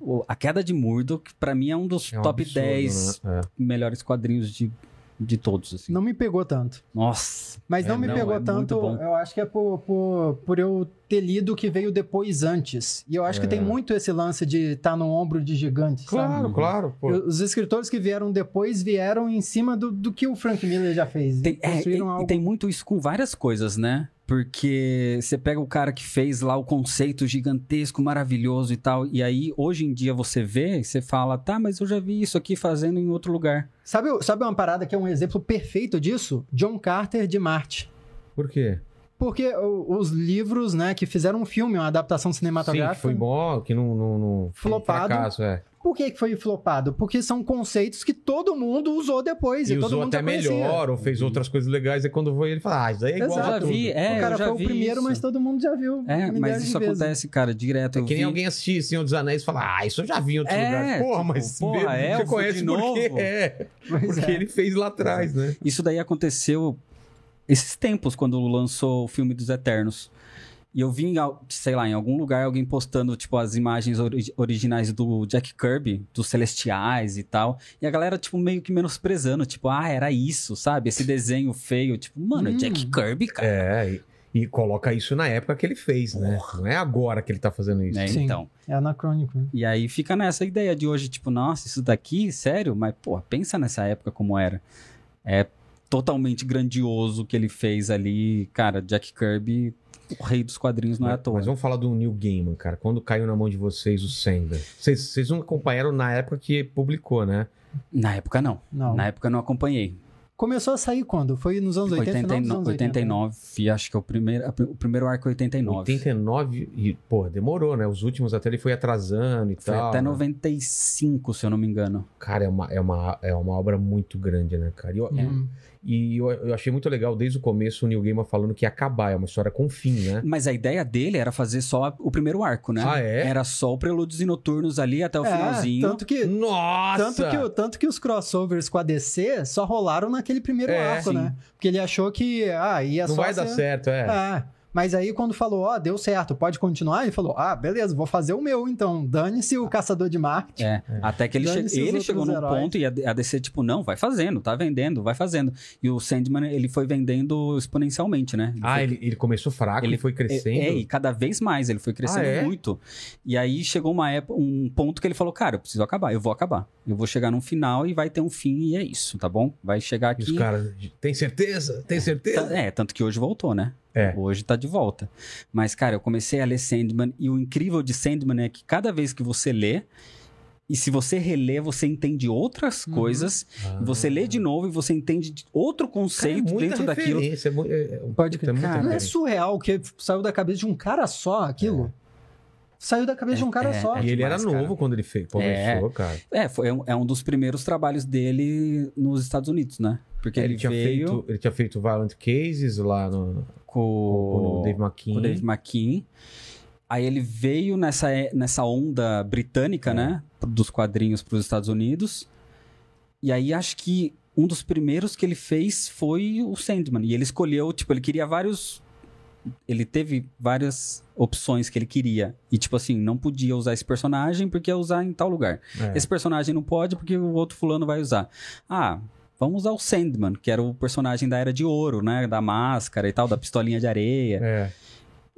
O- a queda de Murdoch, pra mim, é um dos É um top absurdo, 10 né? É. melhores quadrinhos de, de todos, assim. Não me pegou tanto. Nossa, Mas É, não me não, pegou é muito tanto, bom. eu acho que é por, por, por eu ter lido o que veio depois antes. E eu acho que É. tem muito esse lance de estar no ombro de gigantes, sabe? Claro, claro. pô. E Os escritores que vieram depois vieram em cima do, do que o Frank Miller já fez. Tem- é, e, construíram e algo tem muito isso com várias coisas, né? Porque você pega o cara que fez lá o conceito gigantesco, maravilhoso e tal, e aí hoje em dia você vê e você fala, tá, mas eu já vi isso aqui fazendo em outro lugar. Sabe, o- sabe uma parada que é um exemplo perfeito disso? John Carter de Marte. Por quê? Porque o- os livros, né, que fizeram um filme, uma adaptação Sim, que cinematográfica. foi bom, que não. não, não foi um Flopado. Fracasso, é. Por que que foi flopado? Porque são conceitos que todo mundo usou depois. E, E todo usou mundo até já conhecia. melhor, ou fez outras coisas legais, e quando foi ele fala, ah, isso daí é igual Exato. a já tudo. vi, é, o eu cara já foi o vi primeiro, isso. mas todo mundo já viu. É, milhares mas isso de vezes. acontece, cara, direto. É eu que nem vi- alguém assistir Senhor dos Anéis e falar, ah, isso eu já vi em outro É, lugar. Porra, mas tipo, porra, mesmo, você elfo conhece de porque novo? é. Pois Porque é. ele fez lá atrás, né? Isso daí aconteceu esses tempos, quando lançou o filme dos Eternos. E eu vi, em al- sei lá, em algum lugar alguém postando, tipo, as imagens ori- originais do Jack Kirby, dos Celestiais e tal. E a galera, tipo, meio que menosprezando, tipo, ah, era isso, sabe? Esse desenho feio. Tipo, mano, é Hum. Jack Kirby, cara. É, e, e coloca isso na época que ele fez, né? Não é agora que ele tá fazendo isso. Né? Sim. Então. É anacrônico. né? E aí fica nessa ideia de hoje, tipo, nossa, isso daqui, sério? Mas, pô, pensa nessa época como era. É totalmente grandioso o que ele fez ali. Cara, Jack Kirby, o rei dos quadrinhos, não é à Mas, toa. mas vamos falar do Neil Gaiman, cara. Quando caiu na mão de vocês o Sender. Vocês, vocês não acompanharam na época que publicou, né? Na época não. Não. Na época eu não acompanhei. Começou a sair quando? Foi nos anos 80, final dos 89, anos 80. né? 89, acho que é o primeiro, a pri- o primeiro arco é 89. 89 e, pô, demorou, né? Os últimos até ele foi atrasando e Foi tal. até né? 95, se eu não me engano. Cara, é uma, é, uma, é uma obra muito grande, né, cara? E, eu, É. Hum. e eu, eu achei muito legal desde o começo o Neil Gaiman falando que ia acabar, é uma história com fim, né? Mas a ideia dele era fazer só o primeiro arco, né? Ah, é? Era só o Prelúdios e Noturnos ali até o É, finalzinho. tanto que Nossa! Tanto que, o- tanto que os crossovers com a DC só rolaram naquele primeiro É, arco, sim. né? Porque ele achou que ah, ia Não só vai dar ser- certo, é. Ah, mas aí quando falou, ó, deu certo, pode continuar, ele falou, ah, beleza, vou fazer o meu então. Dane-se o caçador de Marte. Ah. É, até que ele, Dane-se che- os ele outros chegou num heróis. ponto e a a DC, tipo, não, vai fazendo, tá vendendo, vai fazendo. E o Sandman, ele foi vendendo exponencialmente, né? Ele Ah, foi ele, ele começou fraco, ele, Ele- foi crescendo. É, é, e cada vez mais, ele foi crescendo Ah, é? muito. E aí chegou uma época, um ponto que ele falou: Cara, eu preciso acabar, eu vou acabar. Eu vou chegar num final e vai ter um fim, e é isso, tá bom? Vai chegar E aqui. os caras, tem certeza? Tem certeza? Tá- É, tanto que hoje voltou, né? É. Hoje tá de volta. Mas, cara, eu comecei a ler Sandman, e o incrível de Sandman é que cada vez que você lê, E se você relê, você entende outras Uhum. coisas. Você lê de novo e você entende de- outro Ah, Cara, é conceito muita dentro daquilo. referência, é mu- é- é- puta, Pode é crer. muita Cara, é referência. surreal que saiu da cabeça de um cara só aquilo. Saiu da cabeça de um cara é, só. é. E ele era demais, novo cara. quando ele fez, começou, cara. É, foi um, é um dos primeiros trabalhos dele nos Estados Unidos, né? Porque É, ele, ele, tinha veio feito, ele tinha feito Violent Cases lá no, no- com com, o Dave McKean. com o Dave McKean. Aí ele veio nessa, nessa onda britânica, É. né? Dos quadrinhos para os Estados Unidos. E aí acho que um dos primeiros que ele fez foi o Sandman. E ele escolheu, tipo, ele queria vários. Ele teve várias opções que ele queria. E, tipo assim, não podia usar esse personagem porque ia usar em tal lugar. É. Esse personagem não pode porque o outro fulano vai usar. Ah, vamos usar o Sandman, que era o personagem da Era de Ouro, né? Da máscara e tal, da pistolinha de areia. É.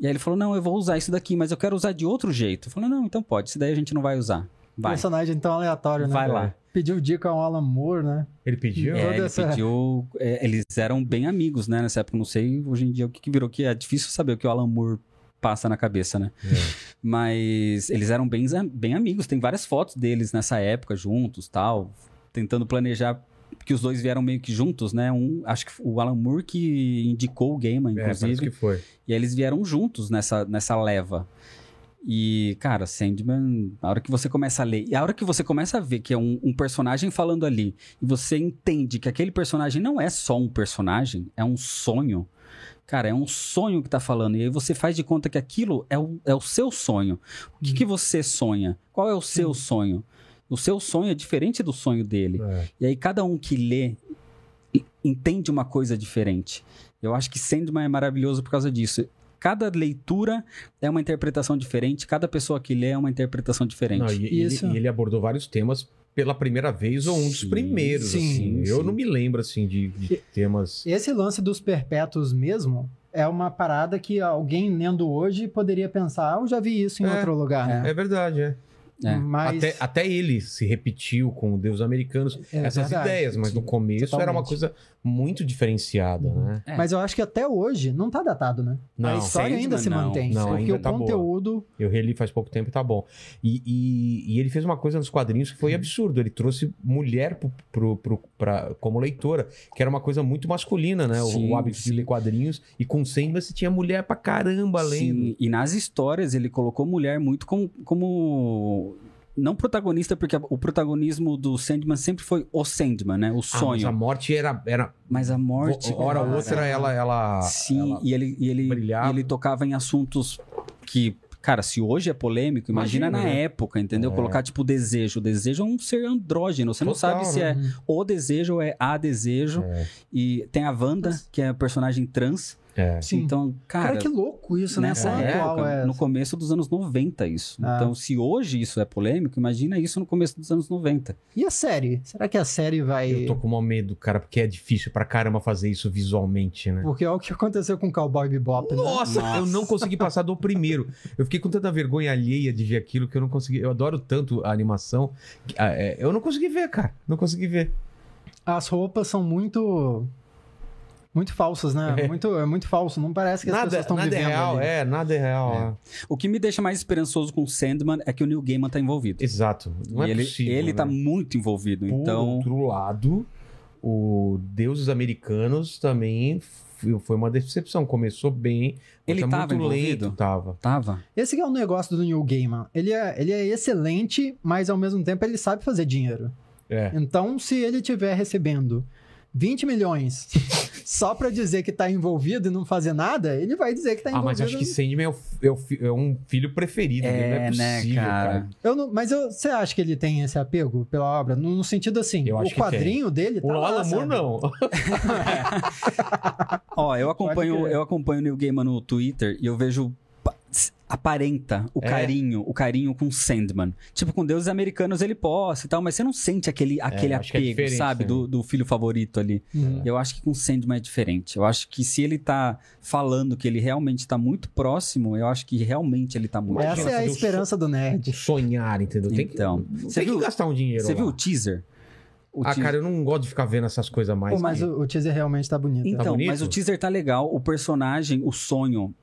E aí ele falou, não, eu vou usar isso daqui, mas eu quero usar de outro jeito. Eu falei, não, então pode, isso daí a gente não vai usar. Vai. Personagem tão aleatório, né? Vai cara? lá. Pediu dica ao Alan Moore, né? Ele pediu? É, Toda ele essa- pediu... é, eles eram bem amigos, né? Nessa época, não sei hoje em dia o que, que virou, que é difícil saber o que o Alan Moore passa na cabeça, né? É. Mas eles eram bem, bem amigos. Tem várias fotos deles nessa época, juntos, tal. Tentando planejar... Porque os dois vieram meio que juntos, né? Um, acho que o Alan Moore que indicou o Gaiman, É, parece inclusive. que foi. E aí eles vieram juntos nessa, nessa leva. E, cara, Sandman, a hora que você começa a ler, e a hora que você começa a ver que é um, um personagem falando ali, e você entende que aquele personagem não é só um personagem, é um sonho. Cara, é um sonho que tá falando. E aí você faz de conta que aquilo é o, é o seu sonho. O que, que você sonha? Qual é o seu sonho? O seu sonho é diferente do sonho dele. É. E aí cada um que lê e- entende uma coisa diferente. Eu acho que Sandman é maravilhoso por causa disso. Cada leitura é uma interpretação diferente, cada pessoa que lê é uma interpretação diferente. Não, e, e Isso. ele, e ele abordou vários temas pela primeira vez ou um dos Sim, primeiros, sim, assim. Eu sim. não me lembro, assim, de, de temas... Esse lance dos perpétuos mesmo é uma parada que alguém lendo hoje poderia pensar, ah, eu já vi isso em É, outro lugar, né? É verdade, é. é. Mas Até, até ele se repetiu com Deus Americanos É essas verdade. ideias, mas no começo era uma Totalmente. coisa muito diferenciada, Uhum. né? É. mas eu acho que até hoje não tá datado, né? Não, a história Sandman ainda se não. mantém, Não, porque ainda o tá boa. conteúdo eu reli faz pouco tempo e tá bom. E, e- e ele fez uma coisa nos quadrinhos Uhum. que foi absurdo. Ele trouxe mulher pro, pro- pro- pra- como leitora, que era uma coisa muito masculina, né? O- o, Sim, hábito de sim. ler quadrinhos. E com Sandman você tinha mulher pra caramba lendo. Sim, e nas histórias ele colocou mulher muito com- como. Não protagonista, porque a- o protagonismo do Sandman sempre foi o Sandman, né? O Ah, mas sonho. a morte era. era mas, a... morte. hora ou cara, outra, ela. ela Sim, Ah, ela- e ele, e ele, brilhava. e ele tocava em assuntos que, cara, se hoje é polêmico, imagina, Imagina, na né? época, entendeu? É. Colocar, tipo, desejo. O desejo é um ser andrógeno. Você não Total, sabe se né? é o desejo ou é a desejo. É. E tem a Wanda, que é a personagem trans. É. Sim. Então, cara. Cara, que louco isso, né? Nessa Qual é época, atual é no começo dos anos 90, isso. Ah. Então, se hoje isso é polêmico, imagina isso no começo dos anos 90. E a série? Será que a série vai. Eu tô com um medo, cara, porque é difícil pra caramba fazer isso visualmente, né? Porque é o que aconteceu com o Cowboy Bebop, né? Nossa, Nossa. eu não consegui passar do primeiro. Eu fiquei com tanta vergonha alheia de ver aquilo que eu não consegui. Eu adoro tanto a animação. que, ah, é, eu não consegui ver, cara. Não consegui ver. As roupas são muito. Muito falsas, né? É. Muito, é muito falso. Não parece que as Nada, pessoas estão nada é vivendo. real, ali. é, nada é real. O que me deixa mais esperançoso com Sandman é que o Neil Gaiman tá envolvido. é. Exato. Não é E ele, possível. ele né? tá muito envolvido, Por então... outro lado, o Deuses Americanos também f- foi uma decepção. Começou bem. Ele mas tá tava muito envolvido? lento, tava. Tava. Esse que é o negócio do Neil Gaiman. Ele é, ele é excelente, mas ao mesmo tempo ele sabe fazer dinheiro. É. Então, se ele estiver recebendo 20 milhões só pra dizer que tá envolvido e não fazer nada, ele vai dizer que tá Ah, envolvido. mas acho que Sandman é, o fi- é o fi- é um filho preferido dele. Não é né, possível, cara. Eu não- mas eu- você acha que ele tem esse apego pela obra? No, no sentido assim, Eu acho que o tem. quadrinho dele tá O lá, Alan Moore sabe? não. Ó, eu acompanho, Ah, crer. eu acompanho o Neil Gaiman no Twitter e eu vejo pa- s- aparenta o É. carinho, o carinho com Sandman. Tipo, com deuses americanos ele possa e tal, mas você não sente aquele, aquele acho que é apego, diferente, sabe, né? do, do filho favorito ali. Uhum. Eu acho que com Sandman é diferente. Eu acho que se ele tá falando que ele realmente tá muito próximo, eu acho que realmente ele tá muito Imagina, Essa é a você viu esperança do de nerd. sonhar, entendeu? Tem que, É, Então, você você tem viu- que gastar um dinheiro. Você lá. viu o teaser? O Ah, teaser- cara, eu não gosto de ficar vendo essas coisas mais. Pô, mas que- o, o teaser realmente tá bonito. Então, bonito? mas o teaser tá legal, o personagem, o sonho.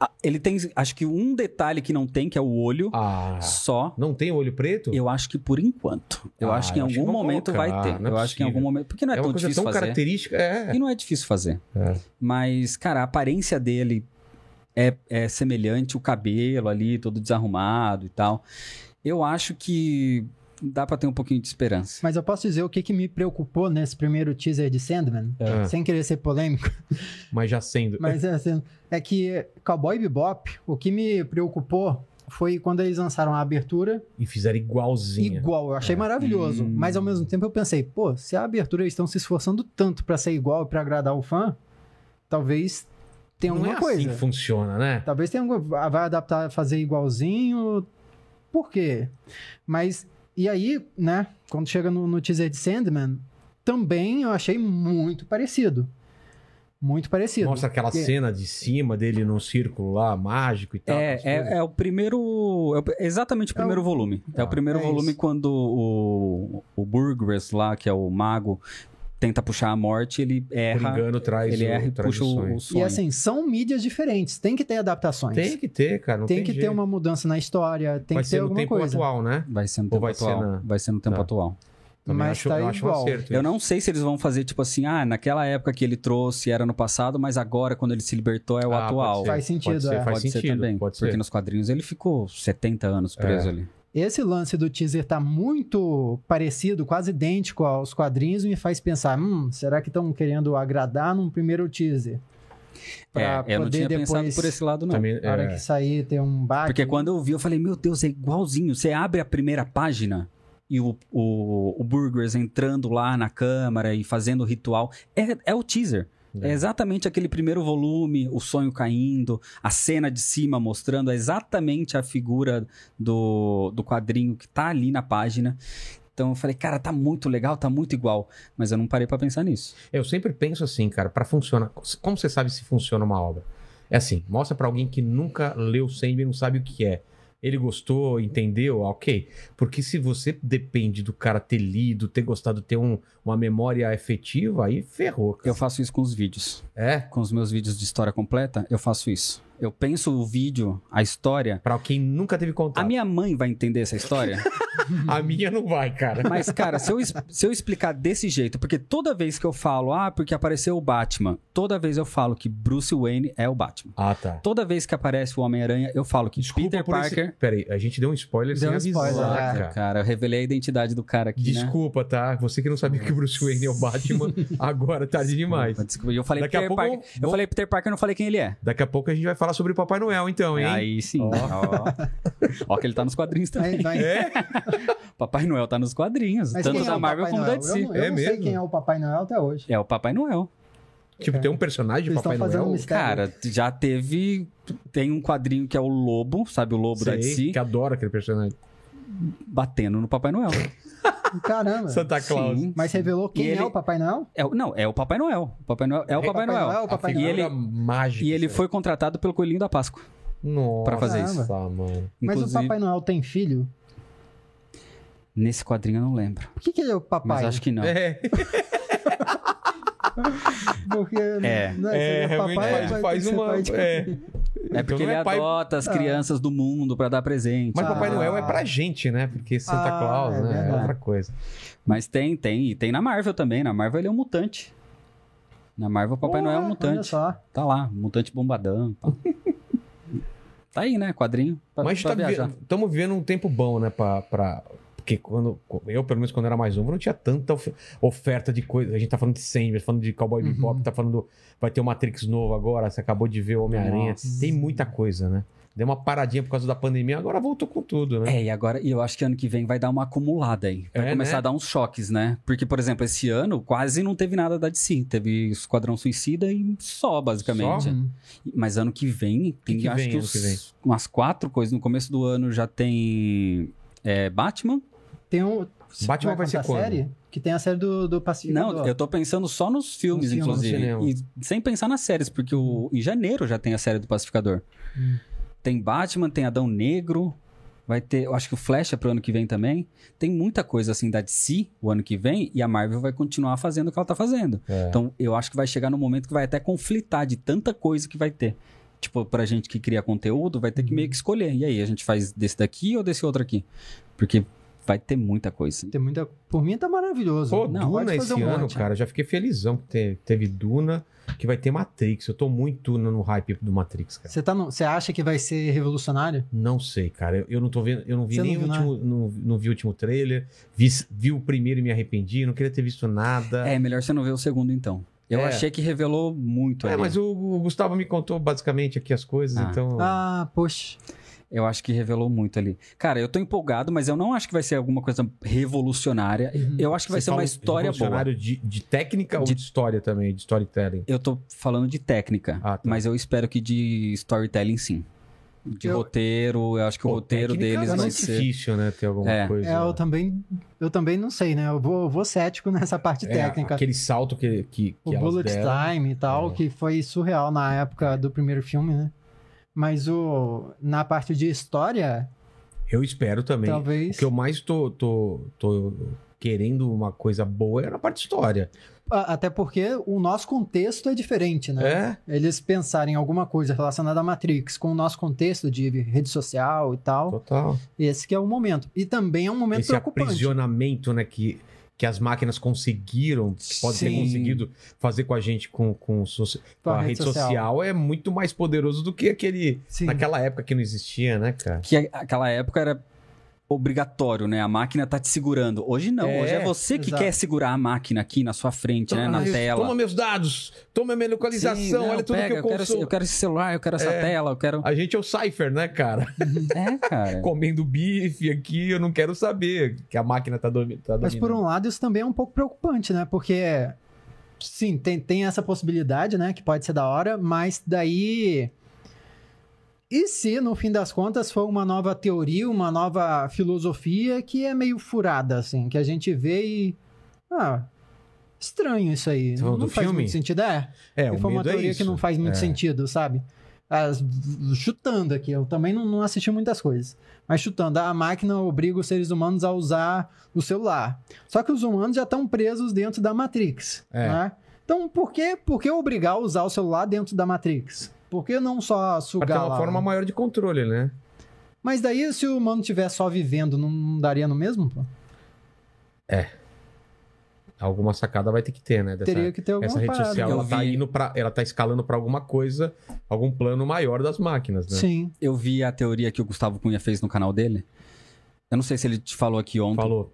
a- ele tem, acho que um detalhe que não tem, que é o olho, Ah, só. não tem olho preto? Eu acho que por enquanto. Eu Ah, acho que em eu acho que algum vão momento vai colocar, ter. não é eu acho que em algum possível. momento. Porque não é, é tão uma coisa difícil tão fazer. característica. É. E não é difícil fazer. É. Mas, cara, a aparência dele é, é semelhante, o cabelo ali, todo desarrumado e tal. Eu acho que dá pra ter um pouquinho de esperança. Mas eu posso dizer o que, que me preocupou nesse primeiro teaser de Sandman, É. sem querer ser polêmico, Mas já sendo. mas é, assim, é que Cowboy Bebop, o que me preocupou foi quando eles lançaram a abertura, E fizeram igualzinho. igual, eu É. achei maravilhoso, Hum. mas ao mesmo tempo eu pensei, pô, se a abertura eles estão se esforçando tanto pra ser igual e pra agradar o fã, talvez tenha Não alguma é assim coisa. que funciona, né? Talvez tenha algum- vai adaptar, fazer igualzinho. Por quê? Mas e aí, né, quando chega no, no teaser de Sandman, também eu achei muito parecido. Muito parecido. Mostra aquela É. Porque- cena de cima dele num círculo lá, mágico e Tá, tal. essas É, coisas. é, é o primeiro. é o- é exatamente o É o- primeiro volume. é Tá, o primeiro é volume isso. quando o, o Burgress lá, que é o mago, tenta puxar a morte, ele Por erra. engano, traz Ele o, erra e traz puxa o o, sonho. o E sonho. assim, são mídias diferentes, tem que ter adaptações. Tem que ter, cara. Não Tem tem que ter um jeito. uma mudança na história, tem Vai que ser ter no alguma tempo coisa. atual, né? Vai ser no Ou tempo vai ser atual. na- Vai ser no tempo Tá. atual. Também Mas acho, tá eu acho um igual. acerto. Eu não sei se eles vão fazer, tipo assim, ah, naquela época que ele trouxe era no passado, mas agora, quando ele se libertou, é o Ah, pode atual. ser, Faz sentido, Pode ser, é. faz pode sentido. ser também. pode Porque ser. É. nos quadrinhos ele ficou 70 anos preso ali. Esse lance do teaser tá muito parecido, quase idêntico aos quadrinhos, e me faz pensar, hum, será que estão querendo agradar num primeiro teaser? Pra É, eu não tinha pensado por esse lado, não. Também, Na hora é. que sair, ter um baque. Porque quando eu vi, eu falei, meu Deus, é igualzinho. Você abre a primeira página e o, o, o Burgers entrando lá na câmara e fazendo o ritual. É, é o teaser. É. É. exatamente aquele primeiro volume, o sonho caindo, a cena de cima mostrando exatamente a figura do, do quadrinho que tá ali na página. Então eu falei, cara, tá muito legal, tá muito igual. Mas eu não parei pra pensar nisso. Eu sempre penso assim, cara, pra funcionar. Como você sabe se funciona uma obra? É assim, mostra pra alguém que nunca leu Sandman e não sabe o que é. Ele gostou, entendeu? Ah, Ok. Porque se você depende do cara ter lido, ter gostado, ter um- uma memória efetiva, aí ferrou. cara. Eu faço isso com os vídeos. É? com os meus vídeos de história completa, eu faço isso. Eu penso o vídeo, a história. Pra quem nunca teve A contato. minha mãe vai entender essa história, A minha não vai, cara. mas, cara, se eu, es- se eu explicar desse jeito, porque toda vez que eu falo, ah, porque apareceu o Batman, toda vez eu falo que Bruce Wayne é o Batman. Ah, tá. Toda vez que aparece o Homem-Aranha, eu falo que Desculpa Peter por esse- Parker. Peraí, a gente deu um spoiler sem Deu um avisar, spoiler, é. cara. Cara, eu revelei a identidade do cara aqui, né? Desculpa, tá? Você que não sabia que o Bruce Wayne é o Batman, agora tarde demais. Desculpa, Desculpa. E Eu falei Daqui a Peter pouco Parker. Eu falei Peter Parker, eu não falei quem ele é. Daqui a pouco a gente vai falar sobre Papai Noel, então, hein? Aí sim. Ó. Ó que ele tá nos quadrinhos também. Vai- vai- É, Papai Noel tá nos quadrinhos. Mas tanto quem é da o Marvel Papai como da Noel? DC. Eu não, eu É não sei mesmo? quem é o Papai Noel até hoje. É o Papai Noel. tipo, tem um personagem de Eles Papai estão fazendo Noel. um mistério. Cara, já teve. Tem um quadrinho que é o Lobo, sabe? O Lobo da Sei, DC, que adora aquele personagem. batendo no Papai Noel. Caramba. Santa Claus. Sim. Mas revelou quem E ele- é o Papai Noel? É o- não, é o Papai Noel. O Papai Noel é o É Papai, Papai Noel. Noel, Papai e Noel. ele, mágica. e ele foi contratado pelo Coelhinho da Páscoa. Nossa, pra fazer isso. mano. Mas o Inclusive, Papai Noel tem filho? nesse quadrinho eu não lembro. Por que, que ele é o Mas papai? acho que não. É, Porque. É. né, é, se ele realmente papai, faz, vai faz ter que ser uma... pai de- é. É porque Então não ele é pai- adota as Ah. crianças do mundo pra dar presente. Mas Ah. Papai Noel é pra gente, né? Porque Santa Ah, Claus, é né? É verdade. outra coisa. Mas tem, tem. E tem na Marvel também. Na Marvel ele é um mutante. Na Marvel o Papai Porra, Noel é um Olha mutante. só. Tá lá, mutante bombadão. pá. tá aí, né? Quadrinho. Pra, Mas tá pra viajar. estamos vivendo um tempo bom, né? Pra, pra- Porque quando. Eu, pelo menos, quando era mais novo, não tinha tanta of- oferta de coisa. A gente tá falando de Sandman, falando de Cowboy Uhum. Bebop, tá falando. Vai ter o Matrix novo agora, você acabou de ver o Homem-Aranha. Nossa. Tem muita coisa, né? Deu uma paradinha por causa da pandemia, agora voltou com tudo, né? É, e agora, e eu acho que ano que vem vai dar uma acumulada aí. Vai É, começar né? a dar uns choques, né? Porque, por exemplo, esse ano quase não teve nada da DC. Teve Esquadrão Suicida e só, basicamente. Só? Uhum. Mas ano que vem tem, Que que acho vem que, ano uns- que vem? umas quatro coisas. No começo do ano já tem é, Batman. Tem um. Batman vai ser contar a quando? série? Que tem a série do, do Pacificador. Não, eu tô pensando só nos filmes, filmes, inclusive. no cinema. E sem pensar nas séries, porque o, em janeiro já tem a série do Pacificador. Hum. Tem Batman, tem Adão Negro. Vai ter, eu acho que o Flash é pro ano que vem também. Tem muita coisa assim da DC o ano que vem e a Marvel vai continuar fazendo o que ela tá fazendo. É. Então eu acho que vai chegar num momento que vai até conflitar de tanta coisa que vai ter. tipo, pra gente que cria conteúdo, vai ter que meio que escolher. E aí, a gente faz desse daqui ou desse outro aqui? Porque vai ter muita coisa. Tem muita... Por mim tá maravilhoso. Pô, Não, Duna pode esse fazer um ano, monte. cara. eu Já fiquei felizão que te- teve Duna, que vai ter Matrix. Eu tô muito no, no hype do Matrix, cara. Você tá no- você acha que vai ser revolucionário? Não sei, cara. Eu, eu não tô vendo, eu não vi Você não nem o viu último, não, não vi o último trailer. Vi, vi o primeiro e me arrependi. Não queria ter visto nada. É, melhor você não ver o segundo, então. Eu É. achei que revelou muito. É, ali. mas o, o Gustavo me contou basicamente aqui as coisas, então, Ah. então. Ah, poxa. Eu acho que revelou muito ali. Cara, eu tô empolgado, mas eu não acho que vai ser alguma coisa revolucionária. Uhum. Eu acho que vai Você ser uma fala história boa. revolucionário um De, de técnica ou De- de história também, de storytelling? Eu tô falando de técnica, Ah, tá. mas eu espero que de storytelling sim. De Eu- roteiro, eu acho que o Pô, roteiro técnica deles é vai muito ser. difícil, né? Ter alguma É. coisa. É, eu também, eu também não sei, né? Eu vou, eu vou cético nessa parte É, técnica. Aquele salto que, que, que O elas Bullet deram. Time e tal, É. que foi surreal na época do primeiro filme, né? Mas o, na parte de história, Eu espero também. O talvez. que eu mais tô, tô, tô querendo uma coisa boa é na parte de história. a- Até porque o nosso contexto é diferente, né? É? Eles pensarem em alguma coisa relacionada à Matrix com o nosso contexto de rede social e tal. Total. Esse que é o momento. E também é um momento Esse preocupante. aprisionamento, né, que, que as máquinas conseguiram, pode ter Sim. conseguido fazer com a gente com, com, soci- com a, rede social. é muito mais poderoso do que aquele. Sim. Naquela época que não existia, né, cara? Que a- aquela época era obrigatório, né? A máquina tá te segurando. Hoje não, É, hoje é você que exato. Então, quer segurar a máquina aqui na sua frente, né? Toma Na meus- tela. Toma meus dados, toma minha localização, Sim, não, olha tudo pega, que eu eu quero, esse- consumo. eu quero esse celular, eu quero essa É. tela, eu quero. A gente é o Cypher, né, cara? É, cara. Comendo bife aqui, eu não quero saber que a máquina tá, domi tá Mas por dominando. um lado, isso também é um pouco preocupante, né? Porque, sim, tem, tem essa possibilidade, né? Que pode ser da hora, mas daí. E se, no fim das contas, for uma nova teoria, uma nova filosofia que é meio furada, assim, que a gente vê e. Ah, estranho isso aí. Você falou Não do faz filme? muito sentido. É, É, que o foi uma medo é teoria que isso. não faz muito É. sentido, sabe? As- chutando aqui, eu também não, não assisti muitas coisas. Mas chutando, a máquina obriga os seres humanos a usar o celular. Só que os humanos já estão presos dentro da Matrix, É. né? Então, por que, por que obrigar a usar o celular dentro da Matrix? Por que não só Pra sugar ter é uma lá? um? forma maior de controle, né? Mas daí, se o humano estiver só vivendo, não, não daria no mesmo? pô? Alguma sacada vai ter que ter, né? Dessa, Teria que ter alguma essa rede parada. social, Eu ela tá, vi- indo pra, ela tá escalando pra alguma coisa, algum plano maior das máquinas, né? Sim. Eu vi a teoria que o Gustavo Cunha fez no canal dele. Eu não sei se ele te falou aqui ontem. Falou.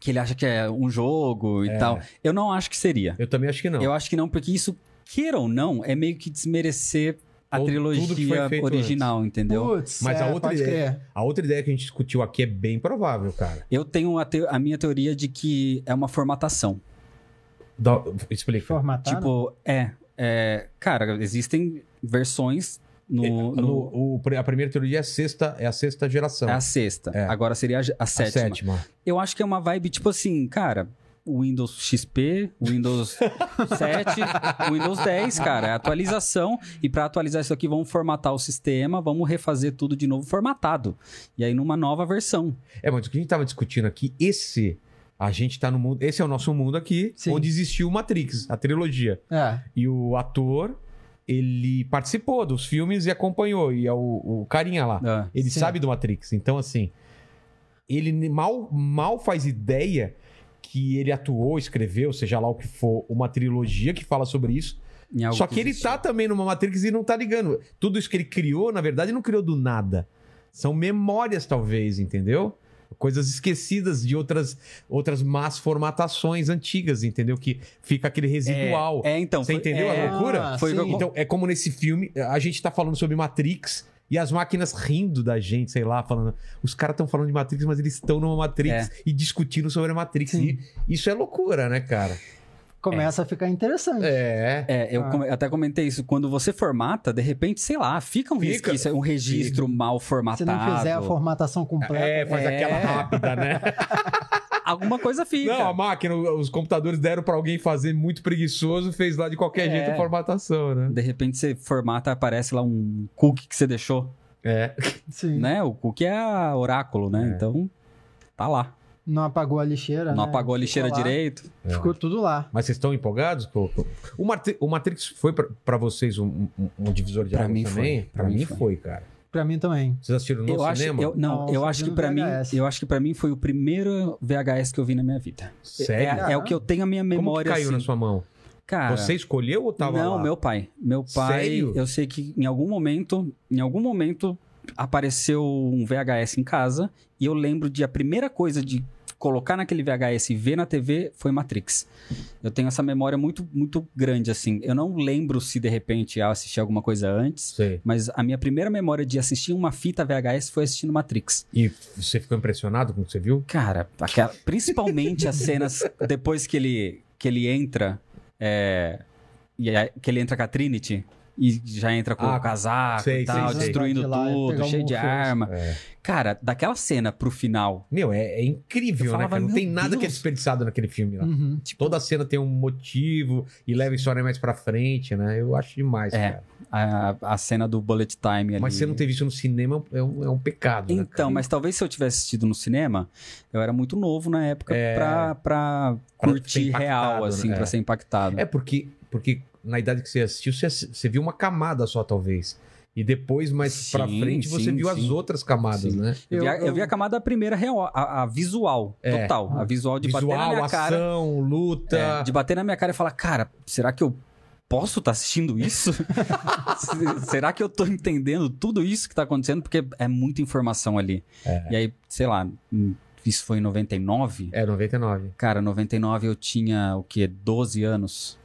que ele acha que é um jogo e É. tal. Eu não acho que seria. Eu também acho que não. Eu acho que não, porque isso, queira ou não, é meio que desmerecer a Ou tudo que foi trilogia feito original, entendeu? Putz, Mas é, a outra pode ideia- crer. A outra ideia que a gente discutiu aqui é bem provável, cara. Eu tenho a, te- a minha teoria de que é uma formatação. Ah, Dá- Explica. Formatar, né? tipo, é, é- Cara, existem versões no. É, no- no- o- a primeira teoria é a sexta, é a sexta geração. é a sexta. É. Agora seria a, a A sétima. Eu acho que é uma vibe tipo assim, cara. Windows XP, Windows 7, Windows 10, cara, é atualização. E pra atualizar isso aqui, vamos formatar o sistema, vamos refazer tudo de novo formatado. E aí numa nova versão. É, mas o que a gente tava discutindo aqui, esse. A gente tá no mundo. Esse é o nosso mundo aqui, Sim. onde existiu o Matrix, a trilogia. É. E o ator, ele participou dos filmes e acompanhou. E é o, o carinha lá. Ah, Ele Sim. sabe do Matrix. Então, assim, ele ne- mal, mal faz ideia que ele atuou, escreveu, seja lá o que for, uma trilogia que fala sobre isso. em algo Só que, ele existiu. tá também numa Matrix e não tá ligando. Tudo isso que ele criou, na verdade, ele não criou do nada. São memórias, talvez, entendeu? Coisas esquecidas de outras, outras más formatações antigas, entendeu? Que fica aquele residual. É, então. Você foi- entendeu a é, loucura? foi Ah, sim. o que eu- Então, é como nesse filme, a gente tá falando sobre Matrix e as máquinas rindo da gente, sei lá, falando. Os caras estão falando de Matrix, mas eles estão numa Matrix É. e discutindo sobre a Matrix. Sim. E isso é loucura, né, cara? começa a ficar interessante. É. É, eu Ah. come- até comentei isso. Quando você formata, de repente, sei lá, fica um Fica. resquício, um registro mal Se formatado. não fizer a formatação completa. É, faz É. aquela rápida, né? Alguma coisa fica. Não, a máquina, os computadores deram pra alguém fazer muito preguiçoso, fez lá de qualquer É. jeito a formatação, né? De repente você formata, aparece lá um cookie que você deixou, É. Sim. né? O cookie é a oráculo, né? Então, né? tá lá. Não apagou a lixeira. Não né? apagou a lixeira Ficou lá. direito. Ficou tudo lá. Mas vocês estão empolgados? com- com- O, Matri- o Matrix foi pra- pra vocês um, um- um divisor de Pra águas mim também? foi, Pra, mim foi. cara. Pra mim também. Vocês assistiram no eu acho, cinema? eu, não, Não, eu só acho vi que no para mim, VHS. eu acho que para mim foi o primeiro VHS que eu vi na minha vida. Sério? É, é o que eu tenho a minha Como que memória caiu na assim. sua mão? Cara, Você escolheu ou tava não, lá? meu pai. Meu pai, Sério? eu sei que em algum momento, em algum momento apareceu um VHS em casa e eu lembro de a primeira coisa de colocar naquele VHS e ver na TV foi Matrix. Eu tenho essa memória muito muito grande assim. Eu não lembro se de repente eu assisti alguma coisa antes, Sei. mas a minha primeira memória de assistir uma fita VHS foi assistindo Matrix. E você ficou impressionado com o que você viu? Cara, aquela- principalmente as cenas depois que ele, que ele entra. é, e aí- que ele entra com a Trinity e já entra com Ah, o casaco sei, e sei, tal, sei. destruindo Vai de lá e tudo, pegar um cheio de monstro. arma. É. Cara, daquela cena pro final. Meu, é, é incrível, Eu né, falava, cara? Não meu tem nada que é Deus. Hum. desperdiçado naquele filme lá. Uhum. Toda cena tem um motivo e leva a história mais pra frente, né? Eu acho demais, É, cara. A, a cena do bullet time ali. Mas você não ter visto no cinema é um, é um pecado, né? Então, mas talvez se eu tivesse assistido no cinema, eu era muito novo na época É. pra, pra Pra ser curtir real, impactado, assim, né? pra É. ser impactado. É porque, porque na idade que você assistiu, você, assi- você viu uma camada só, talvez. E depois, mais pra Sim, frente, você sim, viu as sim. outras camadas, Sim. né? Eu, vi a, Eu- eu vi a camada primeira real, a, a visual, É. total. A visual de bater na Visual, minha ação, cara. luta. É, de bater na minha cara e falar, cara, será que eu posso estar assistindo isso? Se- será que eu tô entendendo tudo isso que tá acontecendo? Porque é muita informação ali. E aí, sei lá, hum, isso foi em 99? É, 99. Cara, 99 eu tinha o quê? 12 anos?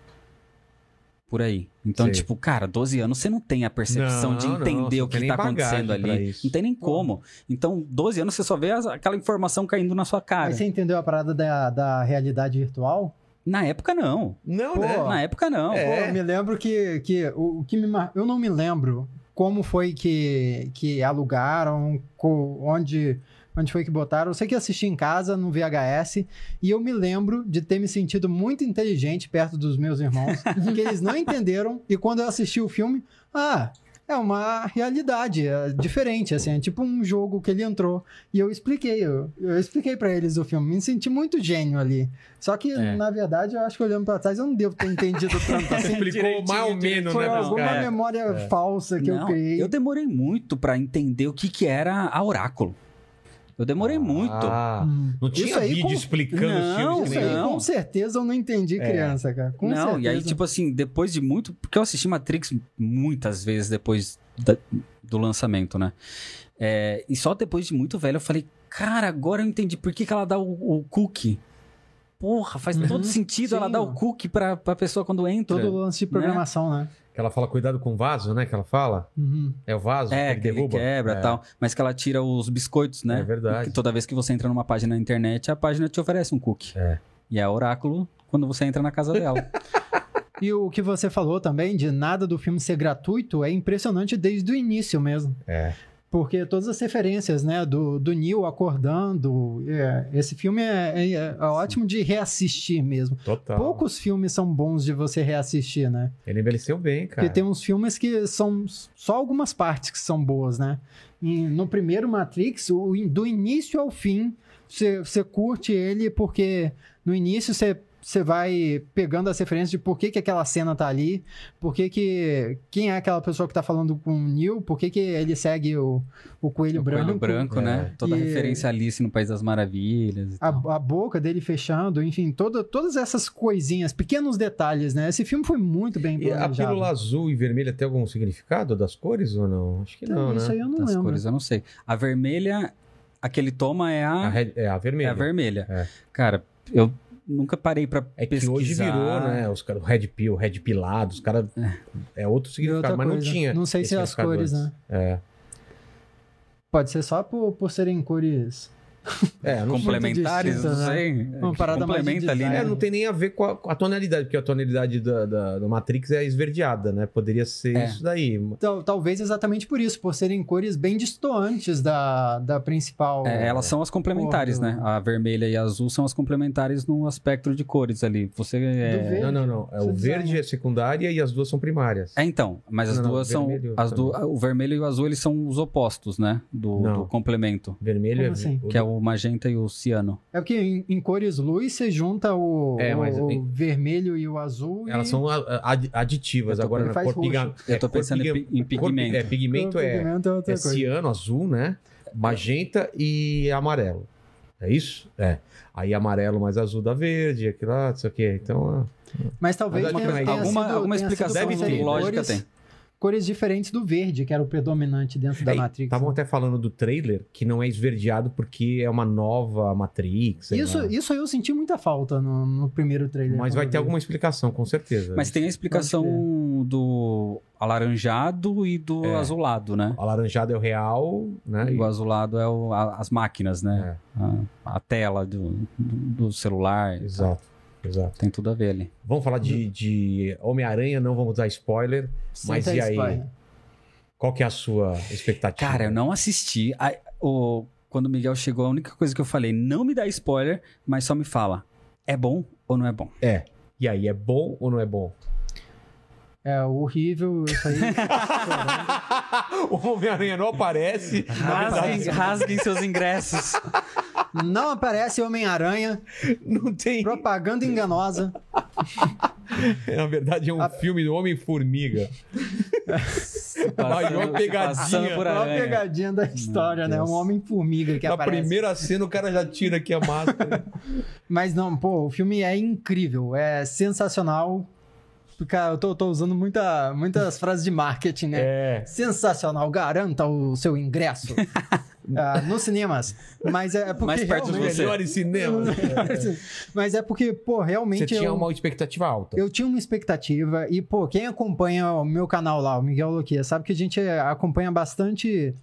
Por aí. Então, Sei. tipo, cara, 12 anos você não tem a percepção Não, de não, entender você o não tem que nem tá bagagem acontecendo pra ali. isso. Não tem nem como. Então, 12 anos você só vê as- aquela informação caindo na sua cara. Mas você entendeu a parada da, da realidade virtual? Na época, não. Não, Pô, né? Na época, não. É. Pô, eu me lembro que, que o, o que me mar- eu não me lembro como foi que, que alugaram, co- onde onde foi que botaram. Eu sei que eu assisti em casa no VHS e eu me lembro de ter me sentido muito inteligente perto dos meus irmãos, que eles não entenderam e quando eu assisti o filme, ah, é uma realidade é diferente, assim, é tipo um jogo que ele entrou. E eu expliquei, eu, eu expliquei pra eles o filme, me senti muito gênio ali. Só que, É. na verdade, eu acho que olhando pra trás, eu não devo ter entendido tanto assim. Explicou mais ou menos, Foi né? pros alguma caras? memória falsa que eu É. Não, criei. eu demorei muito pra entender o que, que era a Oráculo. Eu demorei muito. Ah, Hum. não tinha Isso aí vídeo com- explicando os Não, filmes que Isso nem- aí, Não. com certeza eu não entendi É. criança, cara. Com não, certeza. e aí, tipo assim, depois de muito. Porque eu assisti Matrix muitas vezes depois da- do lançamento, né? É, e só depois de muito velho eu falei, cara, agora eu entendi por que, que ela dá o, o cookie. Porra, faz Uhum, todo sentido ela sim. dar o cookie pra, pra pessoa quando entra. Todo lance de programação, né? Que ela fala, cuidado com o vaso, né? Que ela fala. Uhum. É o vaso É, que ele derruba. quebra e É. tal. Mas que ela tira os biscoitos, né? É verdade. Que toda vez que você entra numa página na internet, a página te oferece um cookie. É. E é oráculo quando você entra na casa dela. E o que você falou também de nada do filme ser gratuito é impressionante desde o início mesmo. É. Porque todas as referências, né, do, do Neil acordando, é, esse filme é, é- é ótimo de reassistir mesmo. Total. Poucos filmes são bons de você reassistir, né? Ele envelheceu bem, cara. Porque tem uns filmes que são só algumas partes que são boas, né? E no primeiro Matrix, o, in- do início ao fim, você você curte ele porque no início você você vai pegando as referências de por que, que aquela cena tá ali, por que, que quem é aquela pessoa que tá falando com o Neil, por que, que ele segue o, o coelho o branco. coelho branco, É. né? Toda E- referência a Alice no País das Maravilhas. e A, tal. a boca dele fechando, enfim, toda, todas essas coisinhas, pequenos detalhes, né? Esse filme foi muito bem E a planejado. pílula azul e vermelha tem algum significado das cores ou não? Acho que Então, não, né? isso aí eu não Das lembro. cores, eu não sei. A vermelha, aquele toma é a, A red- é a é vermelha. a vermelha. É. Cara, eu nunca parei pra É que pesquisar. hoje virou, né? Os caras, o red pill, red pilado, os caras. É outro E outra significado, mas não coisa, tinha. Não sei esse se é as significado cores, antes. É. né? Pode ser só por, por serem cores. É. É, não, Complementares, distinta, não né? sei. Uma parada mais de Complementa ali, design. né? é, não tem nem a ver com a, com a tonalidade, porque a tonalidade da, da- da Matrix é esverdeada, né? Poderia ser É. isso daí. Tal- Então, talvez exatamente por isso, por serem cores bem distantes da, da principal. É, elas são as complementares, Porra. né? A vermelha e a azul são as complementares no espectro de cores ali. Você Do é... verde. Não, não, não. É, Isso o é design, verde é secundária e as duas são primárias. é, então, mas as Não, não, duas são vermelho as du... também. o vermelho e o azul eles são os opostos, né? Do, Não. do complemento, Vermelho Como é assim? que é o o magenta e o ciano. É porque em, em cores luz você junta o, É, mas o- o em- vermelho e o azul. Elas e... são a- a- ad- aditivas. Eu tô- Agora, ele na faz cor roxo. piga- Eu é, tô cor pensando em piga- pi- em cor- pigmento. É, pigmento é, Pigmento é outra coisa. ciano, azul, né? Magenta e amarelo. É isso? É. Aí amarelo mais azul da verde, aquilo lá, não sei o quê. Então, Mas talvez Mas acho que tenha, não é tenha isso. Alguma- sido- alguma tenha sido explicação por serem lógica cores- tem. Cores diferentes do verde, que era o predominante dentro da Ei, tá Matrix. estavam até falando do trailer que não é esverdeado porque é uma nova Matrix. sei Isso, lá. isso eu senti muita falta no, no primeiro trailer. Mas quando vai eu ter vi. alguma explicação, com certeza. Mas tem a explicação do alaranjado e do É. azulado, né? O alaranjado é o real, né? O azulado é o- a- as máquinas, né? É. A, a tela do, do, do celular. Exato, exato. Tem tudo a ver ali. Vamos falar Uhum. de, de Homem-Aranha, não vamos dar spoiler. Mas Santa e aí? Spy. Qual que é a sua expectativa? Cara, eu não assisti. Ai, o- quando o Miguel chegou, a única coisa que eu falei, não me dá spoiler, mas só me fala, é bom ou não é bom? E aí, é bom ou não é bom? É horrível isso aí. o Homem-Aranha não aparece. Ah, Rasguem, rasguem seus ingressos. Não aparece Homem-Aranha, Não tem. propaganda enganosa. Na verdade, é um filme do Homem-Formiga. Maior pegadinha. Passando por É uma aranha. pegadinha da história, né? Deus. Um Homem-Formiga que Na aparece. primeira cena, o cara já tira aqui a máscara. Mas não, pô, o filme é incrível, é sensacional. Cara, eu tô, tô usando muita, muitas frases de marketing, né? é. Sensacional, garanta o seu ingresso ah, nos cinemas. Mas é porque. Mais perto de realmente- você. Melhores cinemas. Mas é porque, pô, Você realmente. é um tinha eu- uma expectativa alta. Eu tinha uma expectativa e, pô, quem acompanha o meu canal lá, o Miguel Loquia, sabe que a gente é, acompanha bastante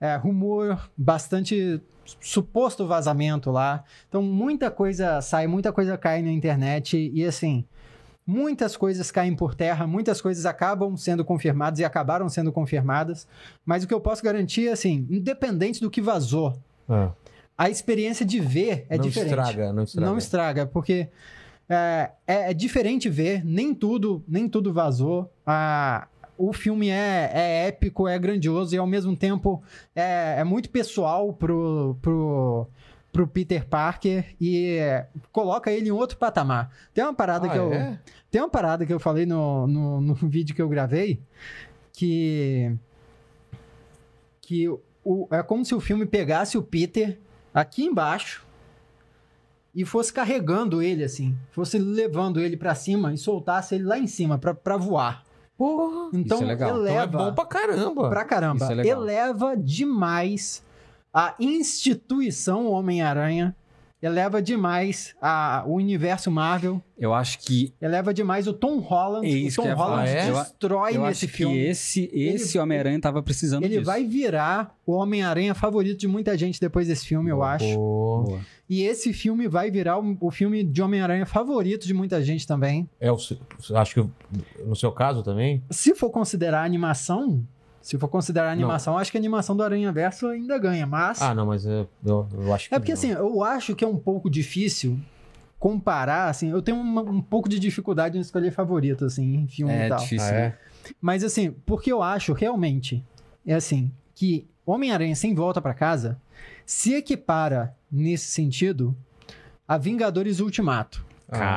é, rumor, bastante suposto vazamento lá. Então, muita coisa sai, muita coisa cai na internet e, assim, muitas coisas caem por terra, muitas coisas acabam sendo confirmadas e acabaram sendo confirmadas. Mas o que eu posso garantir, é, assim, independente do que vazou, Ah, a experiência de ver é não diferente. estraga, não estraga. Não estraga, porque é, é- é diferente ver, nem tudo, nem tudo vazou. Ah, o filme é, é épico, é grandioso e ao mesmo tempo é, é muito pessoal pro, pro, pro Peter Parker e é, coloca ele em outro patamar. Tem uma parada Ah, que eu. é? Tem uma parada que eu falei no, no, no vídeo que eu gravei que. que o, é como se o filme pegasse o Peter aqui embaixo e fosse carregando ele assim, fosse levando ele pra cima e soltasse ele lá em cima pra- pra voar. Porra. Então Isso é legal. Então eleva Então é bom pra caramba. pra caramba. Isso é legal. eleva demais a instituição Homem-Aranha, eleva demais a, o universo Marvel, Eu acho que eleva demais o Tom Holland. É isso o que eu Tom ia falar. Holland É? destrói eu nesse acho que filme. esse, esse Homem-Aranha tava precisando Ele disso. vai virar o Homem-Aranha favorito de muita gente depois desse filme, eu acho. Pô. Boa. E esse filme vai virar o, o filme de Homem-Aranha favorito de muita gente também. É o se- acho que no seu caso também. Se for considerar animação, se for considerar Não. animação, acho que a animação do Aranha Verso ainda ganha, mas Ah, não, mas é- eu, eu acho que. É porque não. Ah, assim, eu acho que é um pouco difícil comparar, assim, eu tenho uma- um pouco de dificuldade em escolher favorito, assim, em filme É e tal. difícil. Ah, né? é? Mas assim, porque eu acho realmente, é assim, que Homem-Aranha Sem Volta pra Casa se equipara, nesse sentido, a Vingadores Ultimato.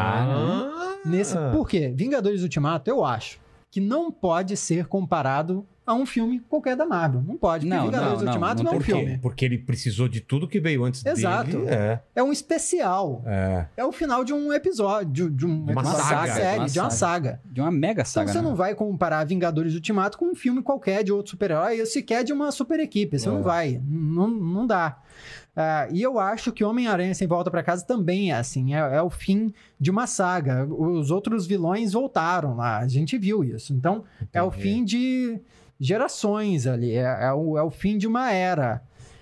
Cara. Nesse, por quê? Vingadores Ultimato, eu acho que não pode ser comparado a um filme qualquer da Marvel. Não pode, porque Não, Vingadores não, não, Ultimato não não, é um Por quê? filme. Porque ele precisou de tudo que veio antes Exato. dele. Exato. É um especial. É. é. é o final de um episódio, de, um, De uma episódio, saga, de uma série, de uma de uma saga. De uma mega Então saga. você né? não vai comparar Vingadores Ultimato com um filme qualquer de outro super-herói, ou sequer de uma super equipe. Você É. não vai, não, não dá. Ah, e eu acho que Homem-Aranha Sem Volta pra Casa também é assim, é, é o fim de uma saga. Os outros vilões voltaram lá, a gente viu isso. Então é o Entendi. fim de gerações ali, é, é o, é o fim de uma era.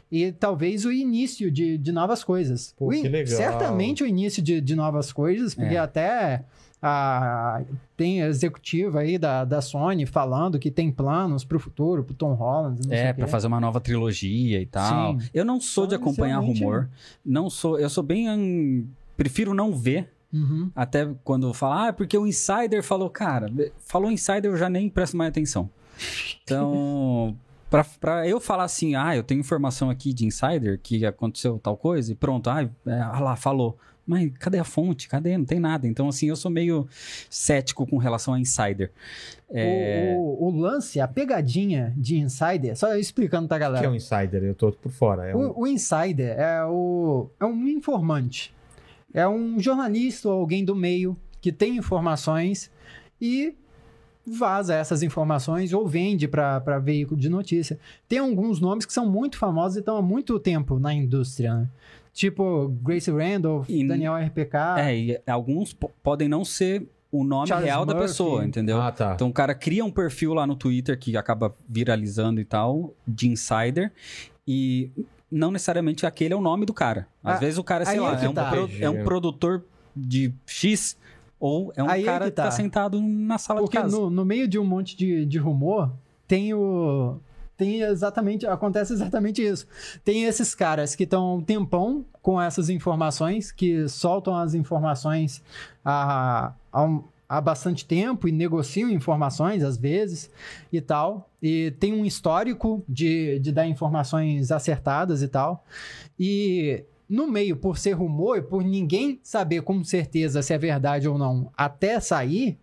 E talvez o início de, de novas coisas. Pô, O in- que legal. Certamente o início de, de novas coisas, porque É. até a, tem a executiva aí da, da Sony falando que tem planos pro futuro, pro Tom Holland. Não sei É, o pra quê. fazer uma nova trilogia e tal. né? Sim. Eu não sou de Então, acompanhar inicialmente- rumor. Não sou, eu sou bem hum, prefiro não ver. Uhum. Até quando falar, ah, porque o insider falou, cara, falou insider, eu já nem presto mais atenção. Então, Pra, pra eu falar assim, ah, eu tenho informação aqui de insider que aconteceu tal coisa, e pronto, ah, é, ah lá, falou. Mas cadê a fonte? Cadê? Não tem nada. Então, assim, eu sou meio cético com relação a insider. É, O, o- o lance, a pegadinha de insider, só eu explicando, tá, que é galera? um insider, eu tô por fora. É um... O, o insider é, o, é um informante. É um jornalista ou alguém do meio que tem informações e vaza essas informações ou vende para veículo de notícia. Tem alguns nomes que são muito famosos e estão há muito tempo na indústria, né? Tipo Grace Randolph, E- Daniel RPK. é, e alguns po- podem não ser o nome Charles real da Murphy. pessoa, entendeu? Ah, tá. Então o cara cria um perfil lá no Twitter que acaba viralizando e tal, de insider, e não necessariamente aquele é o nome do cara. Às Ah, vezes o cara, sei aí é lá, que é um, tá. pro- é um produtor de X ou é um Aí é cara que que tá. tá. sentado na sala Porque de casa. no, no meio de um monte de, de rumor, tem o. Tem exatamente. Acontece exatamente isso. Tem esses caras que estão um tempão com essas informações, que soltam as informações há, há, um- há bastante tempo e negociam informações, às vezes, e tal. E tem um histórico de, de dar informações acertadas e tal. E. No meio, por ser rumor e por ninguém saber com certeza se é verdade ou não até sair,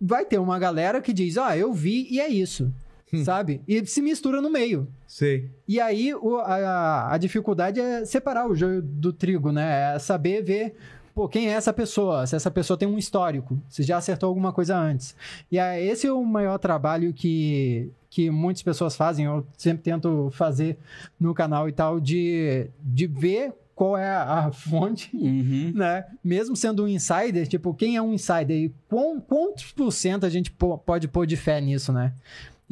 vai ter uma galera que diz, ah, eu vi e é isso, sabe? E se mistura no meio. Sei. E aí o- a, a dificuldade é separar o joio do trigo, né? É saber ver, pô, quem é essa pessoa? Se essa pessoa tem um histórico, se já acertou alguma coisa antes. E aí, esse é o maior trabalho que, que muitas pessoas fazem, eu sempre tento fazer no canal e tal, de, de ver qual é a a fonte Uhum. né? Mesmo sendo um insider, tipo, quem é um insider e quão- quantos por cento a gente pô- pode pôr de fé nisso, né?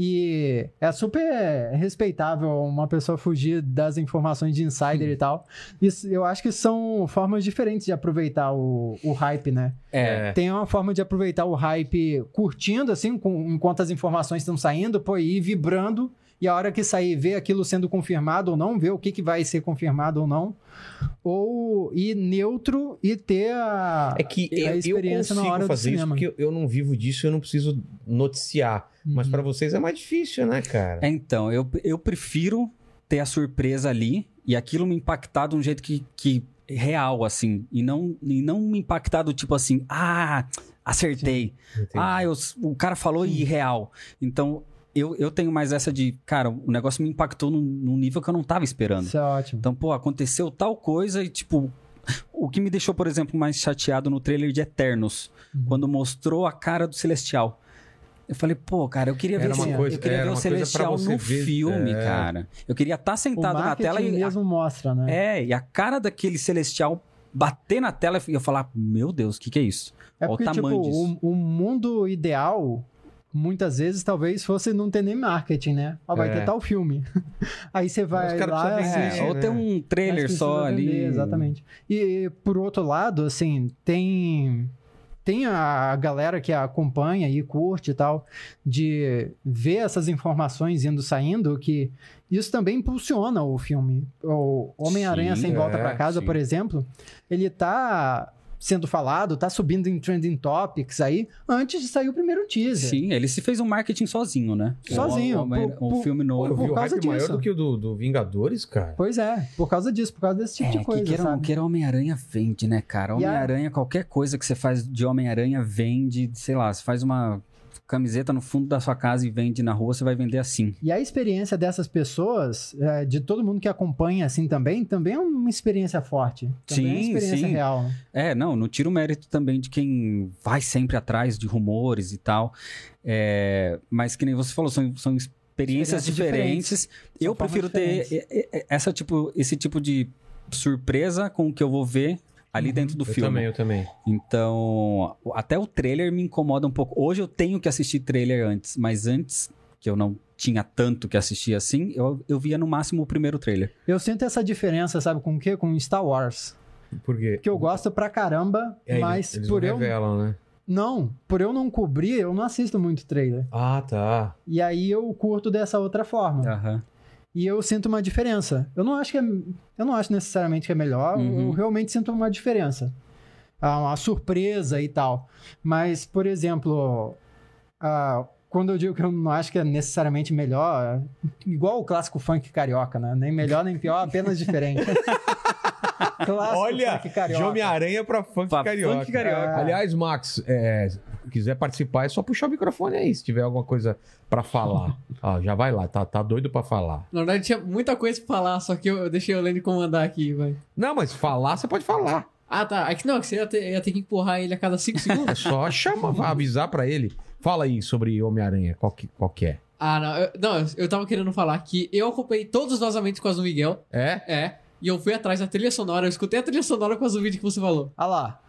E é super respeitável uma pessoa fugir das informações de insider e tal. Isso, eu acho que são formas diferentes de aproveitar o, o hype, né? É. Tem uma forma de aproveitar o hype curtindo, assim, com- enquanto as informações estão saindo, pô, e ir vibrando. E a hora que sair, ver aquilo sendo confirmado ou não, ver o que, que vai ser confirmado ou não. Ou ir neutro e ter a. É que a eu, eu experiência na hora consigo do fazer isso cinema. porque eu- eu não vivo disso, eu não preciso noticiar. Mas Uhum. pra vocês é mais difícil, né, cara? É, então, eu, eu prefiro ter a surpresa ali e aquilo me impactar de um jeito que, que real, assim, e não, e não me impactar do tipo assim, ah, acertei. Entendi. Ah, eu- o cara falou e real. Então, eu, eu tenho mais essa de, cara, o negócio me impactou num, num nível que eu não tava esperando. Isso é ótimo. Então, pô, aconteceu tal coisa e, tipo, o que me deixou, por exemplo, mais chateado no trailer de Eternos, Uhum. quando mostrou a cara do Celestial. Eu falei, pô, cara, eu queria Era ver, uma esse- coisa- eu queria era ver o uma coisa pra Celestial você no ver, filme, é. cara. Eu queria estar O sentado na marketing tela e. mesmo mostra, né? É, e a cara daquele Celestial bater na tela e eu falar, meu Deus, o que, que é isso? É Olha o porque, tipo, tamanho disso. o, o mundo ideal, muitas vezes, talvez fosse não ter nem marketing, né? Ó, vai É. ter tal filme. Aí você vai caras lá assim, precisam vender, assiste, É, ou né? tem um trailer mas só precisa ali. vender, Exatamente. E, por outro lado, assim, tem... Tem a galera que acompanha e curte e tal, de ver essas informações indo saindo, que isso também impulsiona o filme. O Homem-Aranha Sim, Sem Volta é, pra Casa, sim. por exemplo, ele tá sendo falado, tá subindo em trending topics aí, antes de sair o primeiro teaser. Sim, ele se fez um marketing sozinho, né? É. Sozinho, O, Homem- por- tipo um por- filme Pô, novo. eu vi por o causa hype maior disso. do que o do, do Vingadores, cara. Pois é, por causa disso, por causa desse tipo de coisa, É, que queira, ou não sabe? queira Homem-Aranha vende, né, cara? E a- Homem-Aranha, qualquer coisa que você faz de Homem-Aranha vende, sei lá, você faz uma camiseta no fundo da sua casa e vende na rua, você vai vender assim. E a experiência dessas pessoas, é, de todo mundo que acompanha assim também, também é uma experiência forte. Também é uma Sim, experiência sim. real. É, não, não tira o mérito também de quem vai sempre atrás de rumores e tal. É, mas que nem você falou, são, são experiências Experiências diferentes. Eu formas prefiro ter e- e- essa tipo, esse tipo de surpresa com o que eu vou ver ali dentro do eu filme. também, eu também. Então, o- até o trailer me incomoda um pouco. Hoje eu tenho que assistir trailer antes, mas antes, que eu não tinha tanto que assistir assim, eu, eu via no máximo o primeiro trailer. Eu sinto essa diferença, sabe com o quê? Com Star Wars. Porque. Que eu gosto pra caramba, É, eles- mas eles por não eu. revelam, né? Não, por eu não cobrir, eu não assisto muito trailer. Ah, tá. E aí eu curto dessa outra forma. E eu sinto uma diferença. Eu não acho que é, eu não acho necessariamente que é melhor, Uhum. eu realmente sinto uma diferença. Ah, Uma surpresa e tal. Mas, por exemplo, ah, quando eu digo que eu não acho que é necessariamente melhor, é igual o clássico funk carioca, né? Nem melhor nem pior, apenas diferente. clássico Olha, funk carioca. de Homem-Aranha pra funk Pra carioca. funk carioca. Aliás, Max, é, quiser participar, é só puxar o microfone aí, se tiver alguma coisa pra falar. Ó, já vai lá, tá, tá doido pra falar. Na verdade, tinha muita coisa pra falar, só que eu, eu deixei o Lane comandar aqui, vai. não Não, mas falar, você pode falar. Ah, tá. É que não, é que você ia ter, ia ter que empurrar ele a cada 5 É segundos. só chamar, avisar pra ele. Fala aí sobre Homem-Aranha, qual que, qual que é. ah, não. Eu, não, eu tava querendo falar que eu acompanhei todos os vazamentos com a do Miguel. É? É. E eu fui atrás da trilha sonora, eu escutei a trilha sonora com as do vídeo que você falou. Ah lá.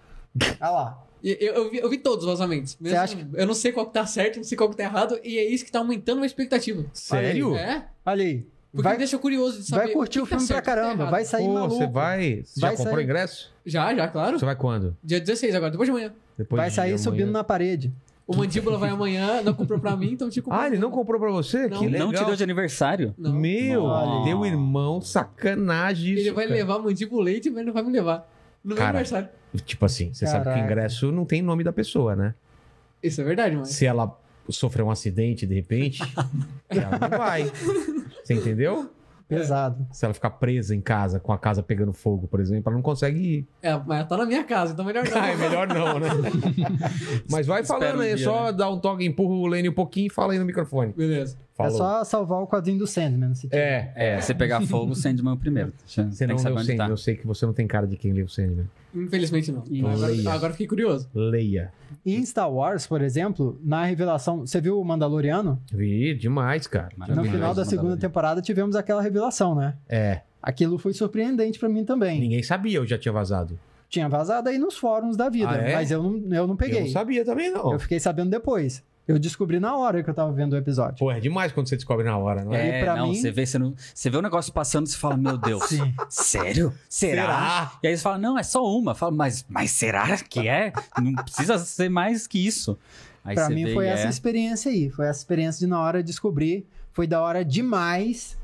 Ah lá. E eu, eu vi, eu vi todos os vazamentos. Mesmo- acha que- Eu não sei qual que tá certo, não sei qual que tá errado, e é isso que tá aumentando a expectativa. Sério? É? Olha aí. Porque Vai- me deixa curioso de saber. Vai curtir o que que tá filme pra certo, o que tá caramba. errado. Vai sair Pô, maluco. você vai. Você Vai já comprou sair- ingresso? Já, já, claro. Você vai quando? Dia 16 agora, depois de amanhã. Depois Vai de sair amanhã. subindo na parede. O Mandíbula vai amanhã, não comprou pra mim, então te comprou. Ah, ele não comprou pra você? Não. Que legal. Não te deu de aniversário? Não. Meu, Olha. teu irmão, sacanagem isso. Ele vai cara. levar a mandibulete, mas não vai me levar. No meu Cara. aniversário. Tipo assim, você sabe que Caraca. o ingresso não tem nome da pessoa, né? Isso é verdade, mano. Se ela sofrer um acidente de repente, ela não vai. Você entendeu? Pesado. Se ela ficar presa em casa, com a casa pegando fogo, por exemplo, ela não consegue ir. É, mas tá na minha casa, então melhor não. Ah, é melhor não, né? Mas vai Espera falando um aí, dia, só dá um toque, empurra o Lênin um pouquinho e fala aí no microfone. Beleza. Falou. É só salvar o quadrinho do Sandman. assim. Se tiver. É. É, você pegar fogo, Sandman é o primeiro. Você não Você tem que leu saber onde Sandman. tá. Eu sei que você não tem cara de quem leu né? Sandman. Infelizmente não. Ih. Agora, Leia. agora fiquei curioso. Leia. Em Star Wars, por exemplo, na revelação. Você viu o Mandaloriano? Vi, demais, cara. No Maravilhoso, final da segunda Mandaloriano. temporada tivemos aquela revelação, né? É. Aquilo foi surpreendente pra mim também. Ninguém sabia, eu já tinha vazado. Tinha vazado aí nos fóruns da vida, Ah, é? mas eu não, eu não peguei. Eu não sabia também, não. Eu fiquei sabendo depois. Eu descobri na hora que eu tava vendo o episódio. Pô, é demais quando você descobre na hora, não é? E É, pra não, mim- você, vê, você não- você vê o negócio passando e você fala, meu Deus, Sim. sério? É. Será? E aí você fala, não, é só uma. Fala, mas, mas será que é? Não precisa ser mais que isso. Aí pra você mim vê foi e essa é. experiência aí. Foi essa experiência de na hora descobrir. Foi da hora demais,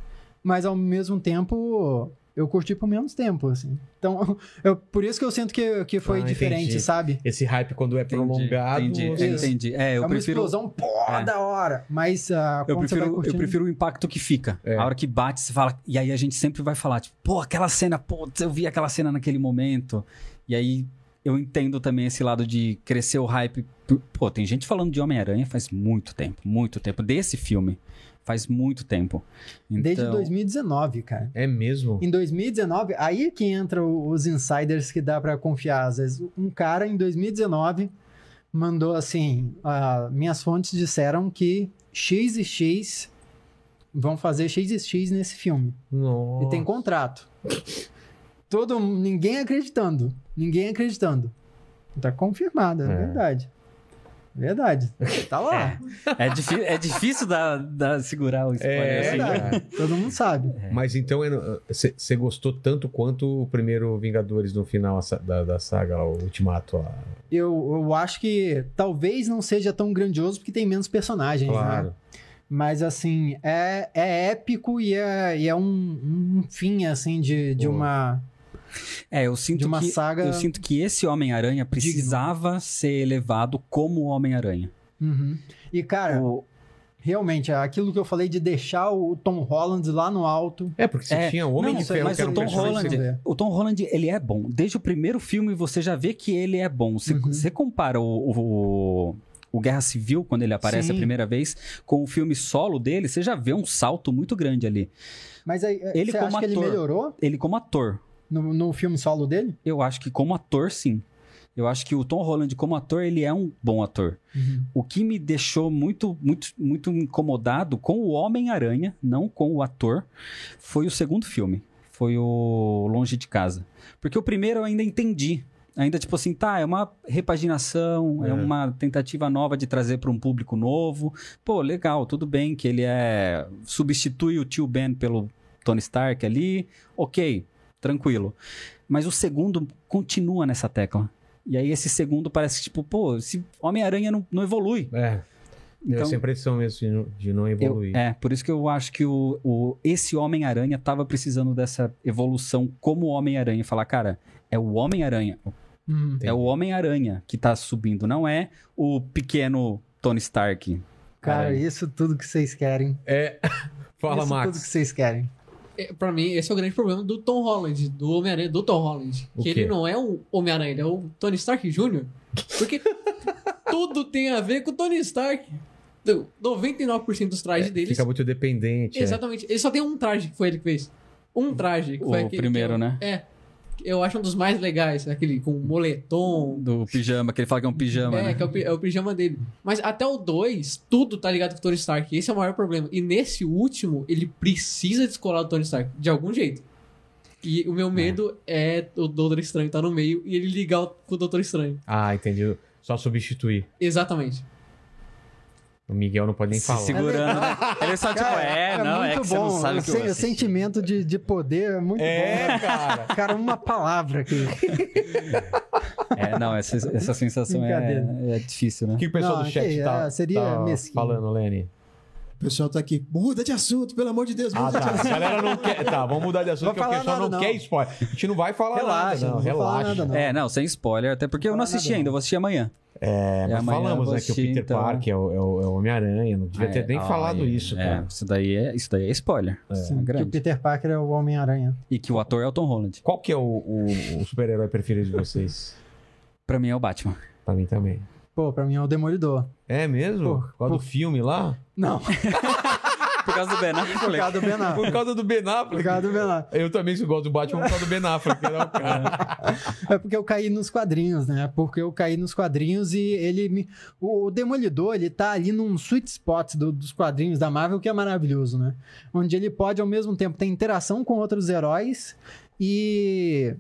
mas ao mesmo tempo eu curti por menos tempo, assim. Então, eu- por isso que eu sinto que, que foi Ah, diferente, entendi. sabe? Esse hype quando é prolongado. Entendi, você- entendi. entendi. É, eu é uma prefiro. explosão pô, É. da hora. Mas ah, Eu quando você vai prefiro, eu curtindo- prefiro o impacto que fica. É. A hora que bate, você fala. E aí a gente sempre vai falar, tipo, pô, aquela cena, pô, eu vi aquela cena naquele momento. E aí eu entendo também esse lado de crescer o hype. Pô, tem gente falando de Homem-Aranha faz muito tempo, muito tempo. Desse filme. Faz muito tempo. Então, Desde 2019, cara. É mesmo? Em 2019, aí é que entra o- os insiders que dá pra confiar. Às vezes, um cara em 2019 mandou assim: ah, minhas fontes disseram que X e X vão fazer X e X nesse filme. Nossa. E tem contrato. Todo ninguém acreditando, ninguém acreditando. Tá confirmado, é, É. verdade. Verdade. Tá lá. É, é, difí- é difícil da, da segurar o É, spoiler. assim. né? cara. Todo mundo sabe. Mas então você gostou tanto quanto o primeiro Vingadores no final essa- da, da saga, lá, o Ultimato. lá. Eu, eu acho que talvez não seja tão grandioso porque tem menos personagens, né? Claro. Mas assim, é, é épico e é, e é um, um fim assim de, de Boa. uma, É, eu sinto de uma que. saga. Eu sinto que esse Homem-Aranha precisava ser elevado como Homem-Aranha. Uhum. E cara, O- realmente, é aquilo que eu falei de deixar o Tom Holland lá no alto. É, porque você É. tinha o Homem Não, de Ferro, mas que era o um Tom personagem Holland- que- O Tom Holland, ele é bom. Desde o primeiro filme, você já vê que ele é bom. Você, Uhum. você compara o, o, o Guerra Civil, quando ele aparece a Sim. primeira vez, com o filme solo dele, você já vê um salto muito grande ali. Mas aí, Ele você como acha que ele ator. melhorou Ele como ator, no, no filme solo dele? eu acho que como ator, sim. Eu acho que o Tom Holland, como ator, ele é um bom ator. O que me deixou muito, muito, muito incomodado com o Homem-Aranha, não com o ator, foi o segundo filme. Foi o Longe de Casa. Porque o primeiro eu ainda entendi. Ainda, tipo assim, tá, é uma repaginação, é, É. uma tentativa nova de trazer para um público novo. Pô, legal, tudo bem que ele é. Substitui o tio Ben pelo Tony Stark ali. Ok, tranquilo. Mas o segundo continua nessa tecla. E aí esse segundo parece que, tipo, pô, esse Homem-Aranha não, não evolui. É, deu Então, essa impressão um mesmo de não, de não eu- evoluir. é, por isso que eu acho que o, o- esse Homem-Aranha tava precisando dessa evolução como Homem-Aranha. Falar, cara, é o Homem-Aranha. Uhum. Hum. É o Homem-Aranha que tá subindo, não é o pequeno Tony Stark. Cara, Caralho. isso tudo que vocês querem. É. Fala, isso Max. tudo que vocês querem. É, Pra mim, esse é o grande problema do Tom Holland, do Homem-Aranha, do Tom Holland. O que quê? ele não é o Homem-Aranha, ele é o Tony Stark Jr. Porque tudo tem a ver com o Tony Stark. Do- 99% dos trajes deles. Fica muito dependente. é. Exatamente. Ele só tem um traje que foi ele que fez. Um traje. Que O foi aquele, primeiro, que eu- né? É. Eu acho um dos mais legais, aquele com moletom. Do pijama, que ele fala que é um pijama, É, né? que é o, pi- é o pijama dele. Mas até o 2, tudo tá ligado com o Tony Stark. Esse é o maior problema. E nesse último, ele precisa descolar o Tony Stark, de algum jeito. E o meu medo é, o Doutor Estranho tá no meio e ele ligar o- com o Doutor Estranho. Ah, entendi. Só substituir. Exatamente. O Miguel não pode nem Se falar. segurando. Ele só, tipo, Cara, é, não, é que você não sabe o que eu Sen- o assisti. sentimento de, de poder é muito bom. É, cara. Cara, uma palavra aqui. É, não, essa, essa sensação é, Brincadeira. é difícil, né? O que o pessoal Não, do que chat tá, é, seria tá mesquinho. falando, Lenny? O pessoal tá aqui, muda de assunto, pelo amor de Deus, muda Ah, de tá. assunto. A galera não quer. Tá, vamos mudar de assunto, Vou porque o falar pessoal nada, não, não. quer spoiler. A gente não vai falar Relaxa, nada, não. não vou falar Relaxa. nada, não. É, não, sem spoiler, até porque eu não Fala assisti nada, ainda, eu vou assistir amanhã. É, nós amanhã eu falamos, vou né, que o assistir, Peter então. Parker é o, é o- é o Homem-Aranha. Não devia ter nem ah, É, falado olha, isso, é, cara. isso daí é, isso daí é spoiler. Isso é Que o grande. Peter Parker é o Homem-Aranha. E que o ator é o Tom Holland. Qual que é o, o- o super-herói preferido de vocês? Pra mim é o Batman. pra mim também. Pô, pra mim é o Demolidor. É mesmo? Por- Por causa do filme lá? Não, Por causa do Ben por Affleck. causa do Ben Affleck. Por causa do Ben Por Affleck. causa do Ben Affleck. Eu também se gosto do Batman por causa do Ben Affleck, que era o cara. É porque eu caí nos quadrinhos, né? Porque eu caí nos quadrinhos e ele me. O o Demolidor, ele tá ali num sweet spot do- dos quadrinhos da Marvel que é maravilhoso, né? Onde ele pode, ao mesmo tempo, ter interação com outros heróis e.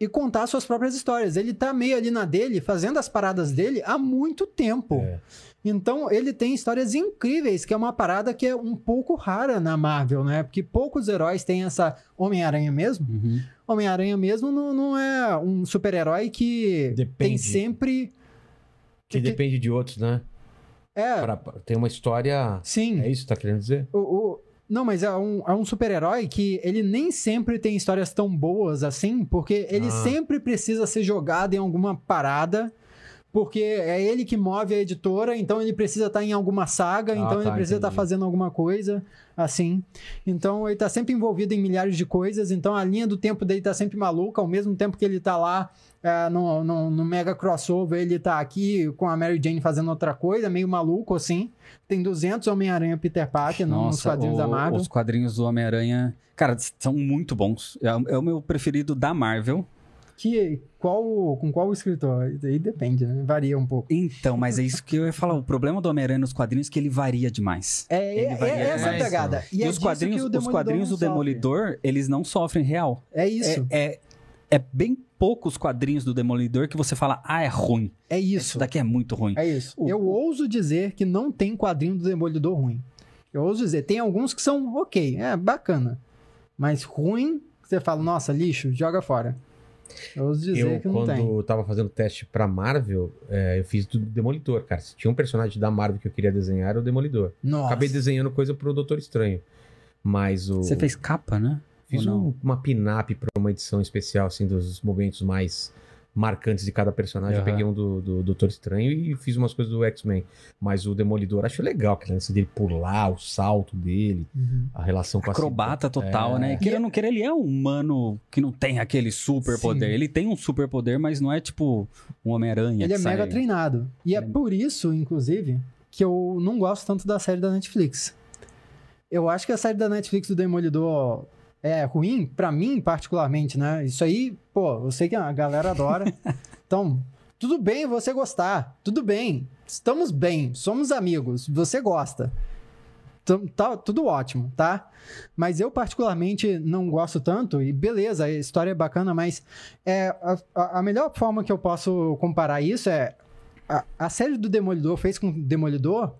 E contar suas próprias histórias. Ele tá meio ali na dele, fazendo as paradas dele há muito tempo. É. Então, ele tem histórias incríveis, que é uma parada que é um pouco rara na Marvel, né? Porque poucos heróis têm essa Homem-Aranha mesmo. Uhum. Homem-Aranha mesmo não, não é um super-herói que Depende. tem sempre. Que depende de outros, né? É, Pra- pra- tem uma história. sim. É isso que tá querendo dizer? O, o- não, mas é um, é um super-herói que ele nem sempre tem histórias tão boas assim, porque ele Ah. sempre precisa ser jogado em alguma parada. Porque é ele que move a editora, então ele precisa estar em alguma saga, Ah, então tá, ele precisa estar entendi. fazendo alguma coisa, assim. Então ele tá sempre envolvido em milhares de coisas, então a linha do tempo dele tá sempre maluca, ao mesmo tempo que ele tá lá é, no, no- no mega crossover, ele tá aqui com a Mary Jane fazendo outra coisa, meio maluco, assim. Tem 200 Homem-Aranha Peter Parker no- nos quadrinhos o- da Marvel. os quadrinhos do Homem-Aranha, cara, são muito bons. É, o- é o meu preferido da Marvel. Que, qual, com qual escritor? Aí depende, né? Varia um pouco. Então, mas é isso que eu ia falar. O problema do Homem-Aranha nos quadrinhos é que ele varia demais. É, Ele é- varia é essa a demais, né? pegada. E, E, é os disso quadrinhos, que o os Demolidor quadrinhos não do sofre. Demolidor, eles não sofrem real. É É- isso, É, é bem poucos quadrinhos do Demolidor que você fala, ah, é ruim. é, Isso isso. daqui é muito ruim. É isso. O- Eu ouso dizer que não tem quadrinho do Demolidor ruim. Eu ouso dizer. Tem alguns que são ok, é bacana. Mas ruim, você fala, nossa, lixo, joga fora. Eu ouso dizer eu, que não quando tem. eu tava fazendo teste pra Marvel, é, eu fiz do Demolidor, cara. Se tinha um personagem da Marvel que eu queria desenhar, era o Demolidor. Nossa. Acabei desenhando coisa pro Doutor Estranho. Mas o. Você fez capa, né? Fiz ou não? um- uma pin-up pra uma edição especial, assim, dos momentos mais marcantes de cada personagem. Eu Aham. peguei um do, do Doutor Estranho e fiz umas coisas do X-Men. Mas o Demolidor, acho legal aquele lance dele pular, o salto dele, Uhum. a relação com a Acrobata total, né? Queira ou não queira, ele é um humano que não tem aquele super poder. Sim. Ele tem um super poder, mas não é tipo um Homem-Aranha. Ele que é sai- mega treinado. E é Ele- por isso, inclusive, que eu não gosto tanto da série da Netflix. Eu acho que a série da Netflix do Demolidor é ruim, pra mim, particularmente, né? Isso aí, pô, eu sei que a galera adora. então, tudo bem você gostar. Tudo bem. Estamos bem. Somos amigos. Você gosta. Tam- Tá, tudo ótimo, tá? Mas eu, particularmente, não gosto tanto. E beleza, a história é bacana, mas é, a- a, a melhor forma que eu posso comparar isso é a, a série do Demolidor fez com o Demolidor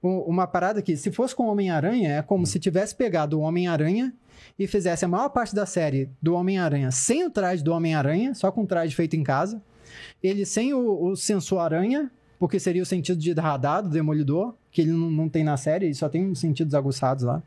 u- uma parada que, se fosse com o Homem-Aranha, é como se tivesse pegado o Homem-Aranha e fizesse a maior parte da série do Homem-Aranha sem o traje do Homem-Aranha, só com o traje feito em casa. Ele sem o, o sensor-aranha, porque seria o sentido de radar do Demolidor, que ele não, não tem na série, ele só tem uns sentidos aguçados lá.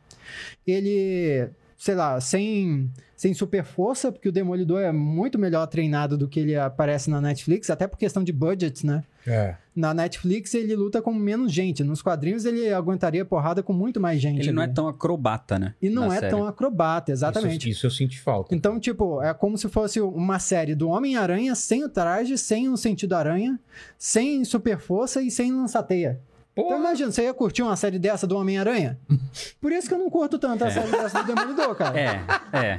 Ele sei lá, sem, sem super força, porque o Demolidor é muito melhor treinado do que ele aparece na Netflix, até por questão de budget, né? É. Na Netflix ele luta com menos gente. Nos quadrinhos ele aguentaria porrada com muito mais gente. Ele não é ali. tão acrobata, né? E não na é série. tão acrobata, exatamente. Isso, isso eu senti falta. Então, tipo, é como se fosse uma série do Homem-Aranha sem o traje, sem o sentido aranha, sem super força e sem lançateia. Então Porra, imagina, você ia curtir uma série dessa do Homem-Aranha? Por isso que eu não curto tanto a É. série dessa do Demolidor, cara. É, é.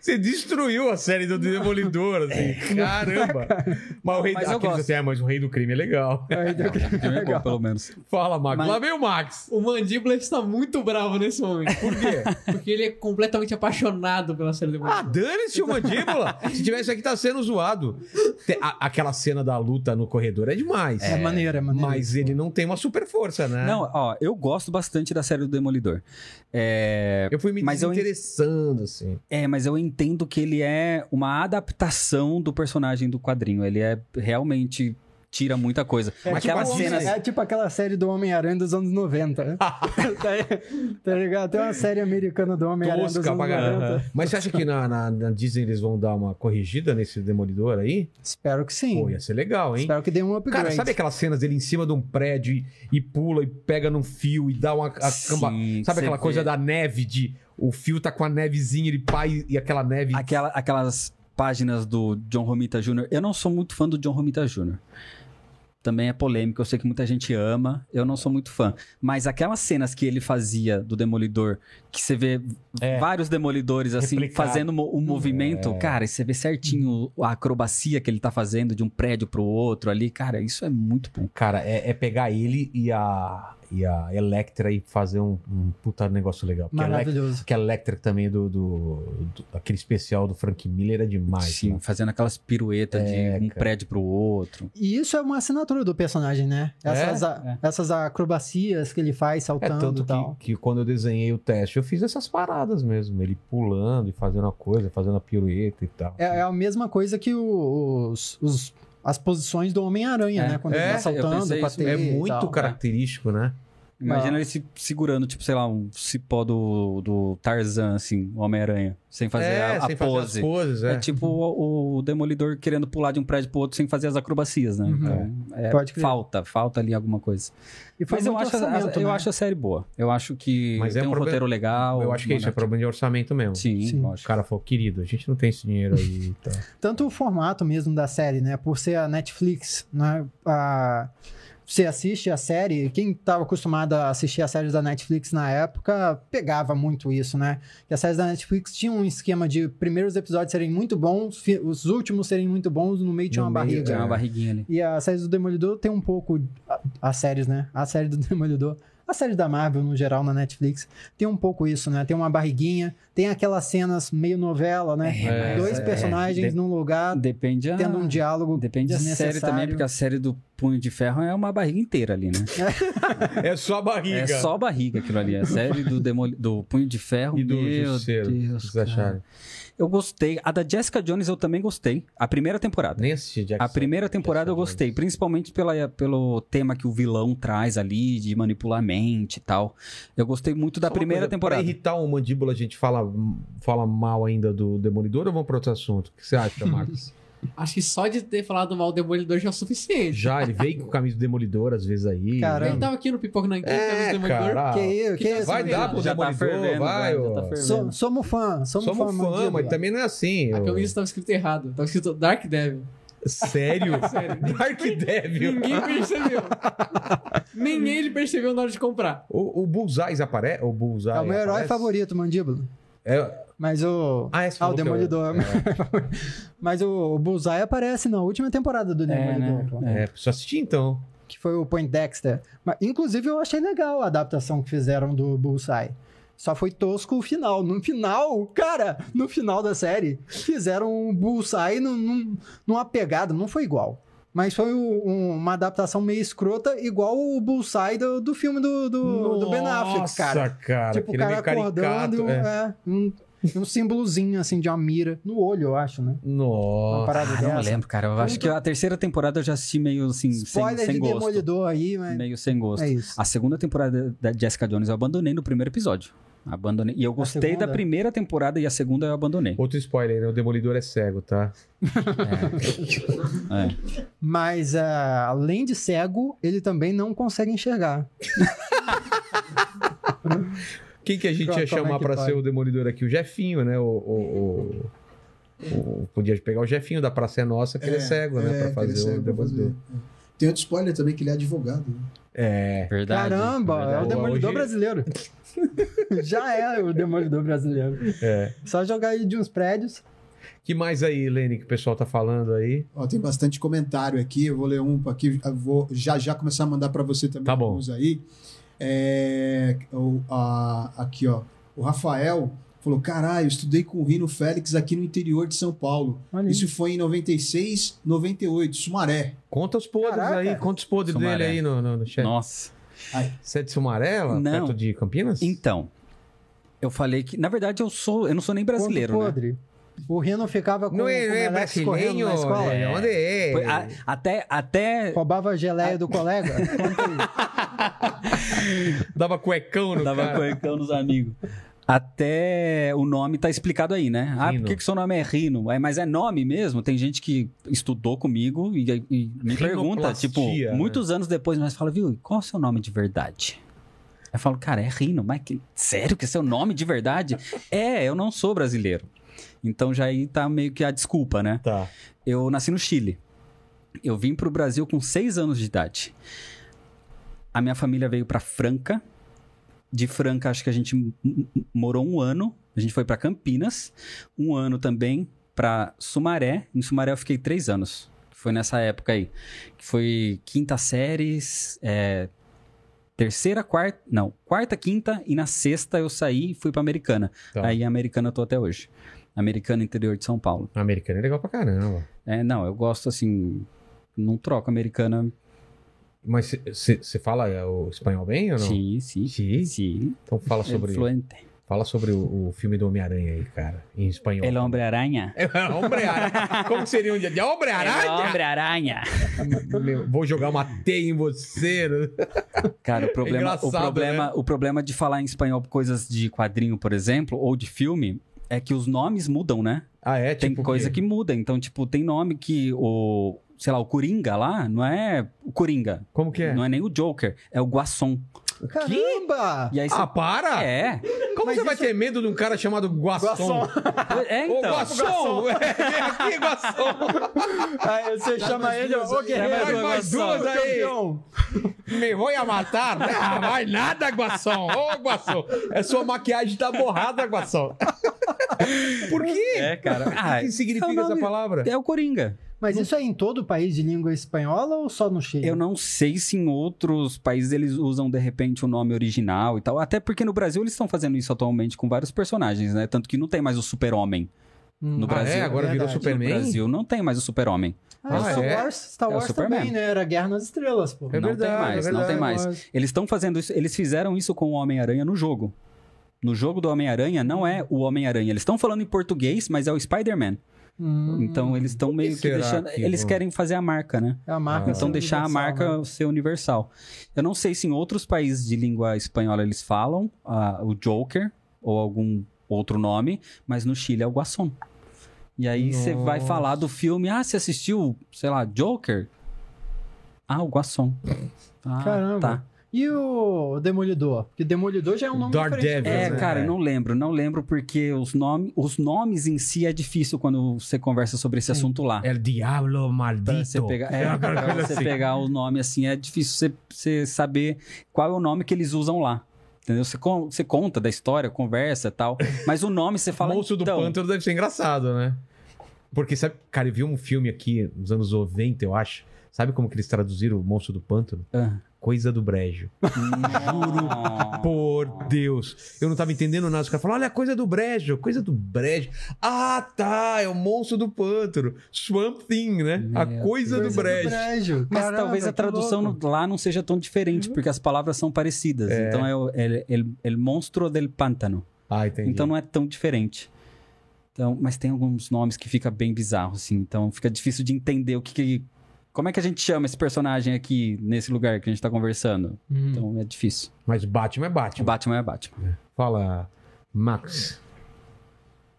você destruiu a série do Demolidor, assim. Caramba. Mas o rei É. Mas mas eu gosto. Assim, ah, mas o rei do crime é legal. Aí deu- Filme é bom, legal. pelo menos. Fala, Max. Mas- Lá vem o Max. O Mandíbula está muito bravo nesse momento. Por quê? Porque ele é completamente apaixonado pela série do Ah, ah, dane-se o mandíbula. Se tivesse aqui, tá sendo zoado. Te- a- aquela cena da luta no corredor é demais. É maneiro, é maneiro. Mas ele não tem uma super força, né? Não, ó, eu gosto bastante da série do Demolidor. É, Eu fui me Mas eu- desinteressando, assim. é, mas eu entendo que ele é uma adaptação do personagem do quadrinho. Ele é realmente tira muita coisa. É tipo, Aquelas o Homem- cenas. é tipo aquela série do Homem-Aranha dos anos 90. né? tá, tá ligado? Tem uma série americana do Homem-Aranha dos anos Tosca pra 90. caramba. Mas você acha que na, na- na Disney eles vão dar uma corrigida nesse Demolidor aí? Espero que sim. Pô, ia ser legal, hein? Espero que dê um upgrade. Cara, sabe aquelas cenas dele em cima de um prédio e, e pula e pega num fio e dá uma a camba- Sim, Sabe você aquela coisa vê. da neve de o fio tá com a nevezinha, ele pai e aquela neve. Aquela- aquelas páginas do John Romita Jr. Eu não sou muito fã do John Romita Jr. Também é polêmico, eu sei que muita gente ama, eu não sou muito fã. Mas aquelas cenas que ele fazia do Demolidor, que você vê É. vários demolidores assim Replicado. É. fazendo mo- o movimento, cara, e você vê certinho a acrobacia que ele tá fazendo de um prédio pro outro ali, cara, isso é muito bom. Cara, é, é pegar ele e a, e a Electra e fazer um, um puta negócio é legal. Porque a Electra, Maravilhoso. que a Electra também do, do, do- Aquele especial do Frank Miller é demais. Sim, né? fazendo aquelas piruetas É, de um cara. prédio pro outro. E isso é uma assinatura do personagem, né? É? Essas, a- essas acrobacias que ele faz É saltando tanto e tal. que, que quando eu desenhei o teste, eu fiz essas paradas mesmo. Ele pulando e fazendo a coisa, fazendo a pirueta e tal. É, é a mesma coisa que os, os- as posições do Homem-Aranha, É. né? Quando ele É, tá eu saltando pensei com a isso teia É e muito tal. característico, né? Imagina Ah. ele se segurando, tipo, sei lá, um cipó do, do Tarzan, assim, o Homem-Aranha, sem fazer é, a, a sem fazer as pose. poses, é. é. tipo o, o Demolidor querendo pular de um prédio pro outro sem fazer as acrobacias, né? Uhum. Então, é, Pode crer. falta, falta ali alguma coisa. E foi Mas eu muito acho, a, orçamento, eu né? acho a série boa. Eu acho que Mas é tem um um problema- roteiro legal. eu acho que isso é mano. problema de orçamento mesmo. Sim, Sim. O lógico. cara falou, querido, a gente não tem esse dinheiro aí. e tal. tanto o formato mesmo da série, né? Por ser a Netflix, né? A- Você assiste a série, quem estava acostumado a assistir as séries da Netflix na época pegava muito isso, né? Que as séries da Netflix tinham um esquema de primeiros episódios serem muito bons, fi- os últimos serem muito bons, no meio tinha No uma meio, barriga. Tem uma É. barriguinha ali. E a série do Demolidor tem um pouco. a- As séries, né? A série do Demolidor. A série da Marvel, no geral, na Netflix, tem um pouco isso, né? Tem uma barriguinha, tem aquelas cenas meio novela, né? É, Dois é. personagens De- num lugar, Depende a... tendo um diálogo Depende da série também, porque a série do Punho de Ferro é uma barriga inteira ali, né? É só a barriga. É só barriga aquilo ali. A série do, Demoli- do Punho de Ferro. E do meu Justiceiro, o que Deus, vocês cara. acharam? Eu gostei. A da Jessica Jones eu também gostei. A primeira temporada. Nem assisti Jackson. A primeira temporada eu gostei, principalmente pela, pelo tema que o vilão traz ali, de manipular a mente e tal. Eu gostei muito da Só uma primeira coisa, temporada. Pra irritar o mandíbula, a gente fala, fala mal ainda do Demolidor ou vamos pra outro assunto? O que você acha, Marcos? Acho que só de ter falado mal do Demolidor já é o suficiente. Já, ele veio com o camisa do Demolidor às vezes aí. Ele Caramba. tava aqui no Pipoca na Enquete, temos o É, Demolidor. cara. Que isso, que Que isso? Vai Esse dar pro já tá Demolidor, fervendo, vai. já ó. tá fervendo. So- somos fã, somos, Somos fã. fã, Mandíbula. mas também não é assim. A ó. camisa tava escrito errado. Tava escrito Dark Devil. Sério? Sério. Dark Devil. Ninguém percebeu. Hum. Nem ele percebeu na hora de comprar. O, o Bullseye aparece? O Bullseye É o meu herói aparece? favorito, Mandíbula. É- Mas o. né? Ah, esse Ah, o falou que eu- Demolidor. Mas o, o Bullseye aparece na última temporada do né? Demolidor. pô. É, preciso assistir então. que foi o Point Dexter. Mas, inclusive, eu achei legal a adaptação que fizeram do Bullseye. Só foi tosco o final. No final, cara, no final da série, fizeram o Bullseye num, num- numa pegada, não foi igual. Mas foi o- um- uma adaptação meio escrota, igual o Bullseye do, do filme do, do, do Ben Affleck, cara. Nossa, cara. Tipo, o aquele cara meio caricato. acordando, é. é, um, um símbolozinho, assim, de uma mira. No olho, eu acho, né? Uma Nossa. parada Ah, dessa. não lembro, cara. Eu acho que a terceira temporada eu já assisti meio assim, sem, Spoiler sem de gosto. Demolidor aí, mas Meio sem gosto. é isso. A segunda temporada da Jessica Jones eu abandonei no primeiro episódio. Abandonei. E eu gostei da segunda? primeira temporada e a segunda eu abandonei. Outro spoiler, né? O Demolidor é cego, tá? É. Mas ah, além de cego, ele também não consegue enxergar. Quem que a gente Co- ia como é chamar que pra vai? ser o Demolidor aqui? O Jefinho, né? O, o- o- o- podia pegar o Jefinho da Praça é Nossa, que ele é cego, né? Pra que fazer ele é o cego pra Demolidor. fazer. É. Tem outro spoiler também que ele é advogado. né? É. Verdade. Caramba, é o verdade. Boa, demolidor hoje- brasileiro. Já é o demolidor brasileiro. É. Só jogar ele de uns prédios. Que mais aí, Lene, que o pessoal tá falando aí? Ó, tem bastante comentário aqui, eu vou ler um aqui, eu vou já já começar a mandar para você também Tá bom. alguns aí. É, o- a- aqui, ó, o Rafael falou, caralho, eu estudei com o Rino Félix aqui no interior de São Paulo. Olha Isso foi em 96, 98, Sumaré. Conta os podres Caraca. aí, conta os podres Sumaré. dele aí no, no, no chat. Nossa. Você é de Sumaré, lá Não. perto de Campinas? Então, eu falei que, na verdade, eu sou, eu não sou nem Conto brasileiro, né? podre. O Rino ficava com é Não é, com é o Alex correndo brasileiro? na escola. né? Onde é? Ah, Foi a- até, até Roubava a geleia do colega. Conta aí. Dava cuecão no dava cara. cuecão nos amigos. Até o nome tá explicado aí, né? Ah, Rino. por que, que seu nome é Rino? É, mas é nome mesmo? Tem gente que estudou comigo e, e me pergunta, Rinoplastia, tipo, né? muitos anos depois, mas fala, viu, qual é o seu nome de verdade? Eu falo, cara, é Rino, mas que- sério que é seu nome de verdade? é, eu não sou brasileiro. Então já aí tá meio que a desculpa, né? Tá. Eu nasci no Chile. Eu vim para o Brasil com seis anos de idade. A minha família veio para Franca. De Franca, acho que a gente m- m- morou um ano. A gente foi para Campinas. Um ano também para Sumaré. Em Sumaré eu fiquei três anos. Foi nessa época aí. Que foi quinta série, é, terceira, quarta. Não, quarta, quinta. E na sexta eu saí e fui para Americana. Tá. Aí em Americana eu tô até hoje. Americana, interior de São Paulo. Americano é legal pra caramba. É, não, eu gosto assim. Não troco americana. Mas você fala é, o espanhol bem ou não? Sim, sim. Sim? Sim. Então fala É sobre, fluente. fala sobre o, o filme do Homem-Aranha aí, cara, em espanhol. El Hombre-Aranha. É, Homem-Aranha. Como seria um dia de El Homem-Aranha? Hombre-Aranha. Meu, Vou jogar uma teia em você. né? Cara, o problema, o, engraçado, né? problema, o problema de falar em espanhol coisas de quadrinho, por exemplo, ou de filme, é que os nomes mudam, né? Ah, é? tem Tipo o coisa quê? que muda. Então, tipo, tem nome que o. Sei lá, o Coringa lá, não é o Coringa. Como que é? Não é nem o Joker, é o Guasson. Caramba! E aí você. Ah, para! É. Como você vai ter medo de um cara chamado Guasson? É, Ô, então. Guasson! É, Vem aqui, Guasson! Ah, Aí você Tá chama ele, ó, ô Traz guerreiro, mais duas aí. campeão. Me vou a matar? Ah, vai nada, Guação. Ô, Guação. É sua maquiagem tá borrada, Guação. Por quê? É, cara. o Ah, que significa é o nome- essa palavra? É o Coringa. Mas isso é em todo o país de língua espanhola ou só no Chile? Eu não sei se em outros países eles usam de repente o nome original e tal. Até porque no Brasil eles estão fazendo isso atualmente com vários personagens, né? Tanto que não tem mais o Super-Homem. Hum. no Ah, Brasil, é? Agora é virou verdade. Superman? No Brasil não tem mais o Super-Homem. Ah, Ah, Star é? Wars, Star É o Wars Superman. Então, também, né? Era Guerra nas Estrelas, pô. É não verdade, tem mais, é não tem verdade. mais. Eles estão fazendo isso, eles fizeram isso com o Homem-Aranha no jogo. No jogo do Homem-Aranha não é o Homem-Aranha. Eles estão falando em português, mas é o Spider-Man. Hum, Então eles estão meio que será deixando. que eles vão- querem fazer a marca, né? é a marca. Ah. Então assim, deixar a universal, marca né? ser universal. Eu não sei se em outros países de língua espanhola eles falam ah, o Joker ou algum outro nome, mas no Chile é o Guasson. E aí você vai Nossa. falar do filme, ah, você assistiu, sei lá, Joker? Ah, o Guasson. Ah, Caramba. tá. E o Demolidor? Porque Demolidor já é um nome Daredevil, diferente. É, né? cara, É. eu não lembro, não lembro porque os, nome, os nomes em si é difícil quando você conversa sobre esse assunto lá. El diablo Pra você maldito. pegar, É é, uma pra coisa você assim. pegar o nome assim, é difícil você, você saber qual é o nome que eles usam lá. Entendeu? Você, con- você conta da história, conversa e tal. Mas o nome você fala. Monstro do então, Pântano deve ser engraçado, né? Porque, sabe, cara, eu vi um filme aqui nos anos 90, eu acho. Sabe como que eles traduziram o Monstro do Pântano? Ah. Coisa do Brejo. Juro Por Deus. Eu não tava entendendo nada. Os caras falaram, olha, coisa do brejo, coisa do brejo. Ah, tá, é o monstro do pântano. Swamp Thing, né? a Meu coisa, do Coisa brejo. brejo. Mas Caramba, talvez tá a que tradução louco. no- lá não seja tão diferente, porque as palavras são parecidas. Então é o el, el, el monstro del pântano. Ah, entendi. Então não é tão diferente. Então, mas tem alguns nomes que fica bem bizarro, assim. Então fica difícil de entender o que, que Como é que a gente chama esse personagem aqui nesse lugar que a gente tá conversando? Hum. Então é difícil. Mas Batman é O Batman. Batman é Batman. Fala, Max.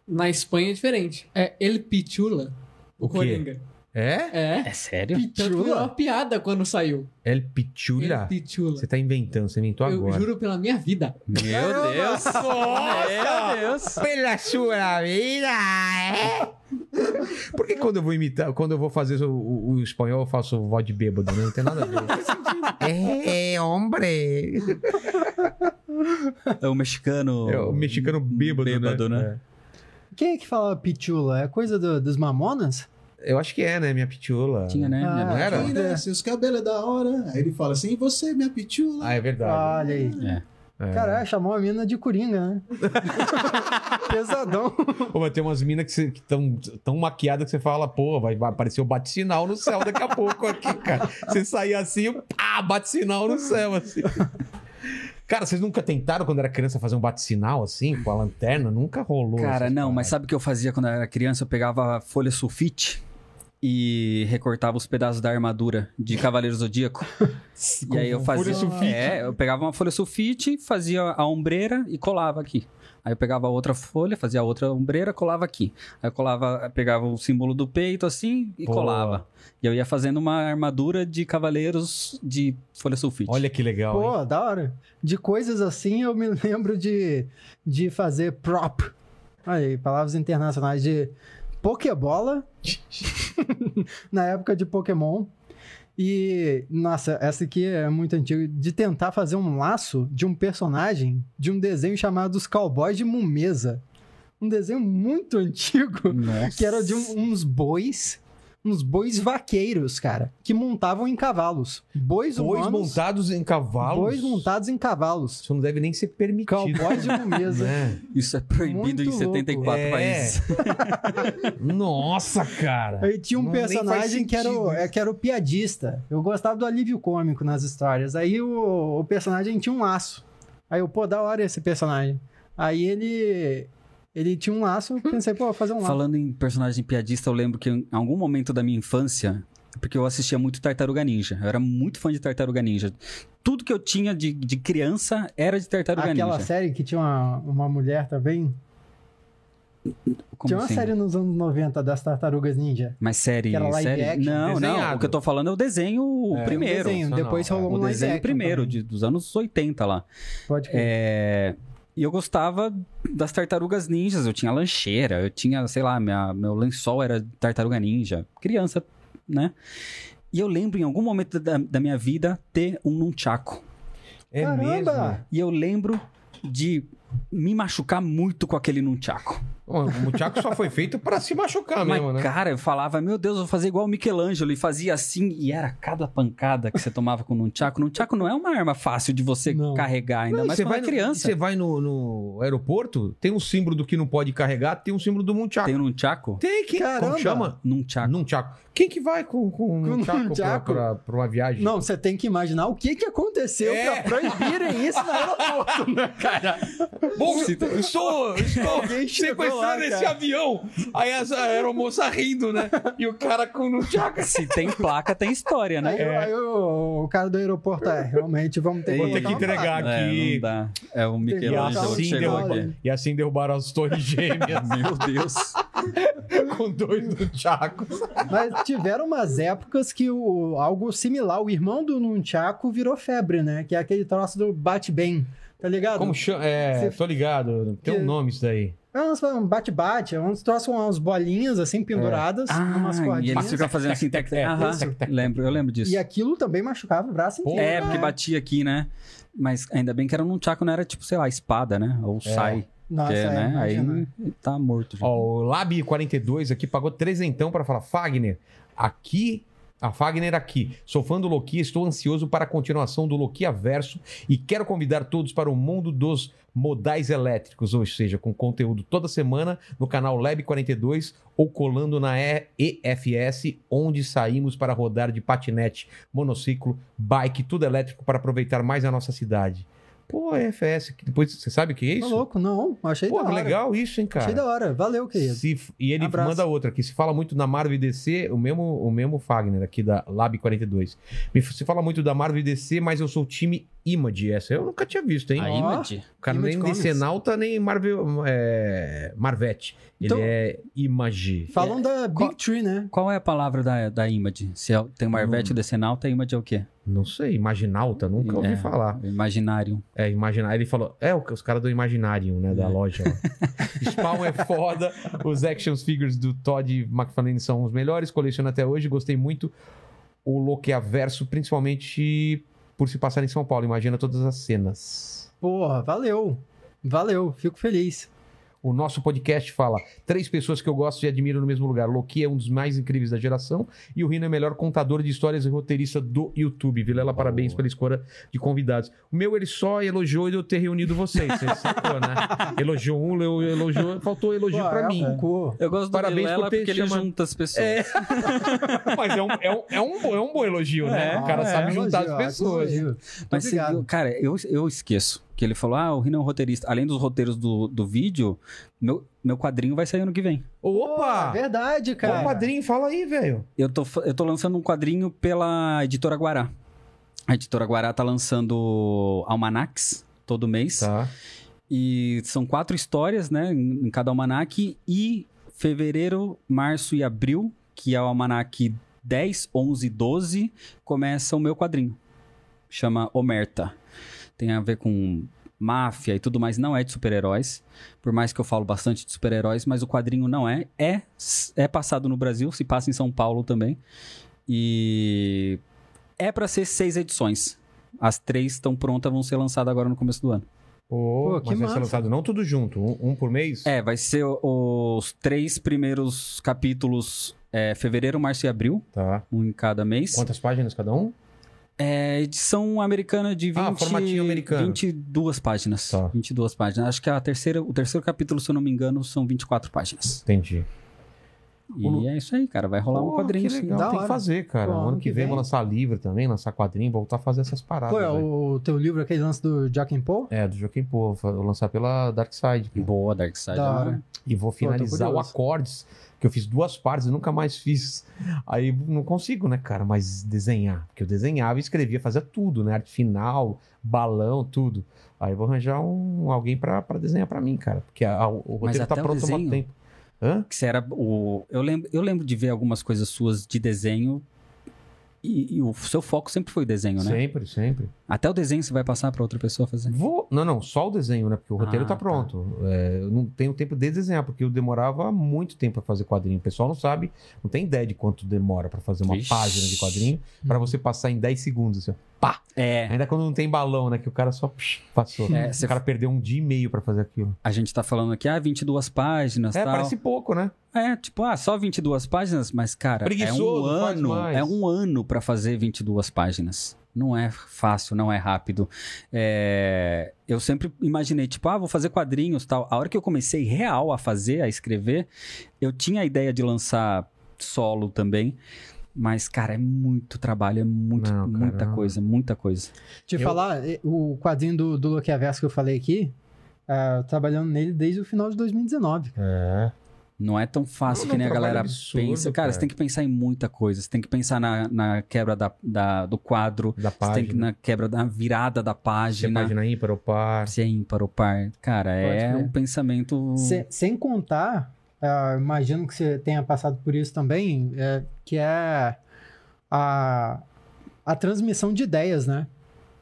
Na Espanha é diferente. É El Pichula, o, O quê? Coringa. É? É. É sério? Tanto que foi uma piada quando saiu. El El Pichula? Pichula. Você tá inventando, você inventou Eu agora. juro pela minha vida. Meu Deus! Meu Deus! Pela sua vida! é? Por que quando eu vou imitar, quando eu vou fazer o, o- o espanhol, eu faço voz de bêbado? né? Não tem nada a ver. é, hombre! É o mexicano. É o mexicano bêbado, Bêbado, né? né? Quem é que fala pichula? É coisa do- dos mamonas? É. Eu acho que é, né? Minha pitula. Tinha, né? Ah, Minha- era? Quem nasce, os cabelos é da hora. Aí ele fala assim, e você, minha pitula? Ah, é verdade. Olha aí. É. Caralho, chamou a mina de coringa, né? Pesadão. Pô, mas tem umas minas que cê- que estão tão maquiadas que você fala, pô, vai, vai aparecer o bate-sinal no céu daqui a pouco aqui, cara. Você sair assim, pá, bate-sinal no céu, assim. Cara, vocês nunca tentaram, quando era criança, fazer um bate-sinal, assim, com a lanterna? Nunca rolou. Cara, essas não, mas paradas. sabe o que eu fazia quando eu era criança? Eu pegava folha sulfite e recortava os pedaços da armadura de Cavaleiro Zodíaco. e aí eu com fazia. folha sulfite? É, eu pegava uma folha sulfite, fazia a ombreira e colava aqui. Aí eu pegava outra folha, fazia a outra ombreira, colava aqui. Aí eu colava, pegava o símbolo do peito assim e Boa. colava. E eu ia fazendo uma armadura de cavaleiros de folha sulfite. Olha que legal, hein? Pô, da hora. De coisas assim eu me lembro de, de fazer prop. Aí, palavras internacionais de Pokébola. na época de Pokémon. E, nossa, essa aqui é muito antiga. De tentar fazer um laço de um personagem de um desenho chamado Os Cowboys de Mumesa. Um desenho muito antigo Nossa. que era de um- uns bois, uns bois vaqueiros, cara, que montavam em cavalos. Bois, Bois humanos, montados em cavalos. bois montados em cavalos. Isso não deve nem ser permitido. Cowboys de mesa. né? Isso é proibido Muito em louco. 74 É. países. Nossa, cara. Aí tinha um Não, nem personagem faz que era, o, sentido é, que era o piadista. Eu gostava do alívio cômico nas histórias. Aí o, o personagem tinha um laço. Aí eu, pô, da hora esse personagem. Aí ele. Ele tinha um laço, eu pensei, pô, vou fazer um laço. Falando em personagem piadista, eu lembro que em algum momento da minha infância, porque eu assistia muito Tartaruga Ninja, eu era muito fã de Tartaruga Ninja. Tudo que eu tinha de, de criança era de Tartaruga Aquela Ninja. série que tinha uma, uma mulher também. Como tinha uma assim? série nos anos 90 das Tartarugas Ninja. Mas série, Que era um live série? action, não, não. desenhado. O que eu tô falando é o desenho o É, primeiro. O desenho, Só depois não, rolou um o live desenho action primeiro, também. de, dos anos 80 lá. Pode crer. É, E eu gostava das tartarugas ninjas. Eu tinha lancheira, eu tinha, sei lá, minha- meu lençol era tartaruga ninja. Criança, né? E eu lembro em algum momento da, da minha vida ter um nunchaku. É Caramba! mesmo. E eu lembro de me machucar muito com aquele nunchaku. Bom, O Tchaco só foi feito pra se machucar Mas, mesmo, né? cara, eu falava, meu Deus, eu vou fazer igual o Michelangelo. E fazia assim, e era cada pancada que você tomava com o nunchaku. Nunchaku não é uma arma fácil de você Não. carregar, ainda Não, e mais você pra uma vai no- criança. e Você vai no, no aeroporto, tem um símbolo do que não pode carregar, tem um símbolo do Munchaco. Tem Tem, um nunchaku? quem Caramba! como chama? Nunchaku. Nunchaku. Quem que vai com, com um Com Nunchaku pra, nunchaku? pra- pra uma viagem? Não, você tem que imaginar o que, que aconteceu É. pra proibirem isso na aeroporto, né, cara? Bom, estou, estou Alguém chegou lá, sequestrando esse cara. avião. Aí essa aeromoça rindo, né? E o cara com o Nunchaku. Se tem placa, tem história, né? Aí, aí o, o cara do aeroporto, é, realmente, vamos ter Vou um ter que botar uma entregar É, tá aqui. não dá. É o Tem E que Michelangelo botar um que assim, chegou sinal, aqui. derrubaram, e assim derrubaram as torres gêmeas Meu Deus. com dois Nunchaku. placa. Mas tiveram umas épocas que o, algo similar, o irmão do Nunchaku virou febre, né? Que é aquele troço do bate bem, tá ligado? Como chama? É, Você- tô ligado. Tem um Que- nome isso daí. É uns um bate-bate, é uns troços com umas bolinhas assim penduradas, umas Ah, e eles cordinhas. ficam fazendo assim. Tec, tec, Aham, isso. lembro, eu lembro disso. E aquilo também machucava o braço inteiro. É, porque batia aqui, né? Mas ainda bem que era um nunchaku, não era tipo, sei lá, espada, né? Ou sai. Nossa, que é, é, né? Aí imagina. tá morto. Já. Ó, o Lab42 aqui pagou trezentão para falar, Fagner, aqui... A Fagner aqui. Sou fã do Loki, estou ansioso para a continuação do Loki Averso e quero convidar todos para o mundo dos modais elétricos, ou seja, com conteúdo toda semana no canal Lab42 ou colando na E- EFS, onde saímos para rodar de patinete, monociclo, bike, tudo elétrico para aproveitar mais a nossa cidade. Pô, EFS, que depois você sabe o que é Tá isso? louco, não. Achei Pô, da hora. legal isso, hein, cara. Achei da hora. Valeu, querido. Se f- e ele Abraço. manda outra aqui. Se fala muito da Marvel e DC, o mesmo, o mesmo Fagner aqui da Lab 42. Me f- Se fala muito da Marvel e DC, mas eu sou o time Image. Essa eu nunca tinha visto, hein? A Ó. Image? o cara Image nem Comics. DCnauta, nem Marvel, é, Marvete. Então- ele é Image. Falam da Big é. Qual- Tree, né? Qual é a palavra da, da Image? Se é- tem Marvete, hum. Decenalta, Image é o quê? Não sei, Imaginauta, nunca ouvi É, falar. Imaginário. É, imaginar. Ele falou, é o- os caras do Imaginarium, né? Da É. loja. lá. Spawn é foda. Os action figures do Todd McFarlane são os melhores. Coleciono até hoje. Gostei muito. O Loquiaverso, principalmente por se passar em São Paulo. Imagina todas as cenas. Porra, valeu. Valeu, fico feliz. O nosso podcast fala três pessoas que eu gosto e admiro no mesmo lugar. Loki é um dos mais incríveis da geração e o Rino é o melhor contador de histórias e roteirista do YouTube. Vilela, parabéns pela escolha de convidados. O meu, ele só elogiou de eu ter reunido vocês. Você sacou, né? Elogiou um, eu- elogiou, faltou elogio Pô, pra é, mim. pô. Eu gosto Parabéns do Vilela por ter porque ele chamado. junta as pessoas. Mas é um, é um, é um, bom- é um bom elogio, né? É, o cara Ah, sabe é, juntar as elogio, pessoas. elogio. Mas você obrigado. viu, cara, eu, eu esqueço. Que ele falou, ah, o Rino é um roteirista. Além dos roteiros do, do vídeo, meu, meu quadrinho vai sair ano que vem. Pô, é Opa! verdade, Ô, cara. Ah, padrinho, fala aí, velho. Eu tô, fa- eu tô lançando um quadrinho pela Editora Guará. A Editora Guará tá lançando almanacs todo mês. Tá. E são quatro histórias, né, em em cada almanac. E fevereiro, março e abril, que é o almanac 10, 11 e 12, começa o meu quadrinho. Chama Omerta. Tem a ver com máfia e tudo mais, não é de super-heróis. Por mais que eu falo bastante de super-heróis, mas o quadrinho não é. É, é passado no Brasil, se passa em São Paulo também. E é pra ser seis edições. As três estão prontas, vão ser lançadas agora no começo do ano. Ô, Pô, que mas vai ser massa. lançado não tudo junto, um, um por mês? É, vai ser o- os três primeiros capítulos, é, fevereiro, março e abril, Tá. um em cada mês. Quantas páginas cada um? É, edição americana de 20, Ah, formatinho americano. 22 páginas. Tá. 22 páginas. Acho que a terceira, o terceiro capítulo, se eu não me engano, são 24 páginas. Entendi. E Lu- é isso aí, cara. Vai rolar um Pô, quadrinho. que sim. legal. Da Tem que hora. fazer, cara. Pô, ano, que vem, vou lançar livro também, lançar quadrinho, voltar a fazer essas paradas. Pô, é velho. o teu livro, aquele lance do Jack and Paul? É, do Joaquim Pô, vou lançar pela Dark Side. cara. Boa, Dark Side. Da né? hora. E vou finalizar o curioso. Acordes, que eu fiz duas partes e nunca mais fiz. Aí não consigo, né, cara, mas desenhar. Porque eu desenhava e escrevia, fazia tudo, né? Arte final, balão, tudo. Aí eu vou arranjar um, alguém pra, pra desenhar pra mim, cara. Porque a- a- o roteiro tá até o pronto há muito desenho? tempo. Hã? Que você era o. Eu lembro, eu lembro de ver algumas coisas suas de desenho. E, e o seu foco sempre foi o desenho, né? Sempre, sempre. Até o desenho você vai passar pra outra pessoa fazer. Vou... Não, não, só o desenho, né? Porque o roteiro Ah, tá tá. pronto. É, eu não tenho tempo de desenhar, porque eu demorava muito tempo pra fazer quadrinho. O pessoal não sabe, não tem ideia de quanto demora pra fazer uma Vixe. página de quadrinho, pra você passar em 10 segundos, assim, ó. pá! É, Ainda quando não tem balão, né? Que o cara só psh, passou. É, o você- cara perdeu um dia e meio pra fazer aquilo. a gente tá falando aqui, ah, 22 páginas, É, tal. parece pouco, né? É, tipo, ah, só 22 páginas, mas cara, é um Preguiçoso, faz ano, mais. é um ano pra fazer 22 páginas. Não é fácil, não é rápido. É, eu sempre imaginei, tipo, ah, vou fazer quadrinhos, tal. A hora que eu comecei real a fazer, a escrever, eu tinha a ideia de lançar solo também. Mas, cara, é muito trabalho, é muito, Não, cara, muita não. coisa, muita coisa. Te Eu- falar, eh, o quadrinho do, do Loki Averso que eu falei aqui, ah, trabalhando nele desde o final de 2019. cara. É. Não é tão fácil Não, não, que nem a trabalho galera absurdo, é. pensa. Cara, cara. você tem que pensar em muita coisa. Você tem que pensar na, na quebra da, da- do quadro, Da você tem que página. na quebra da virada da Se é página. página ímpar ou par. Se é ímpar ou par. Cara, é crer. um Hum. pensamento. Se- sem contar, ah, imagino que você tenha passado por isso também, eh, que é a, a transmissão de ideias, né?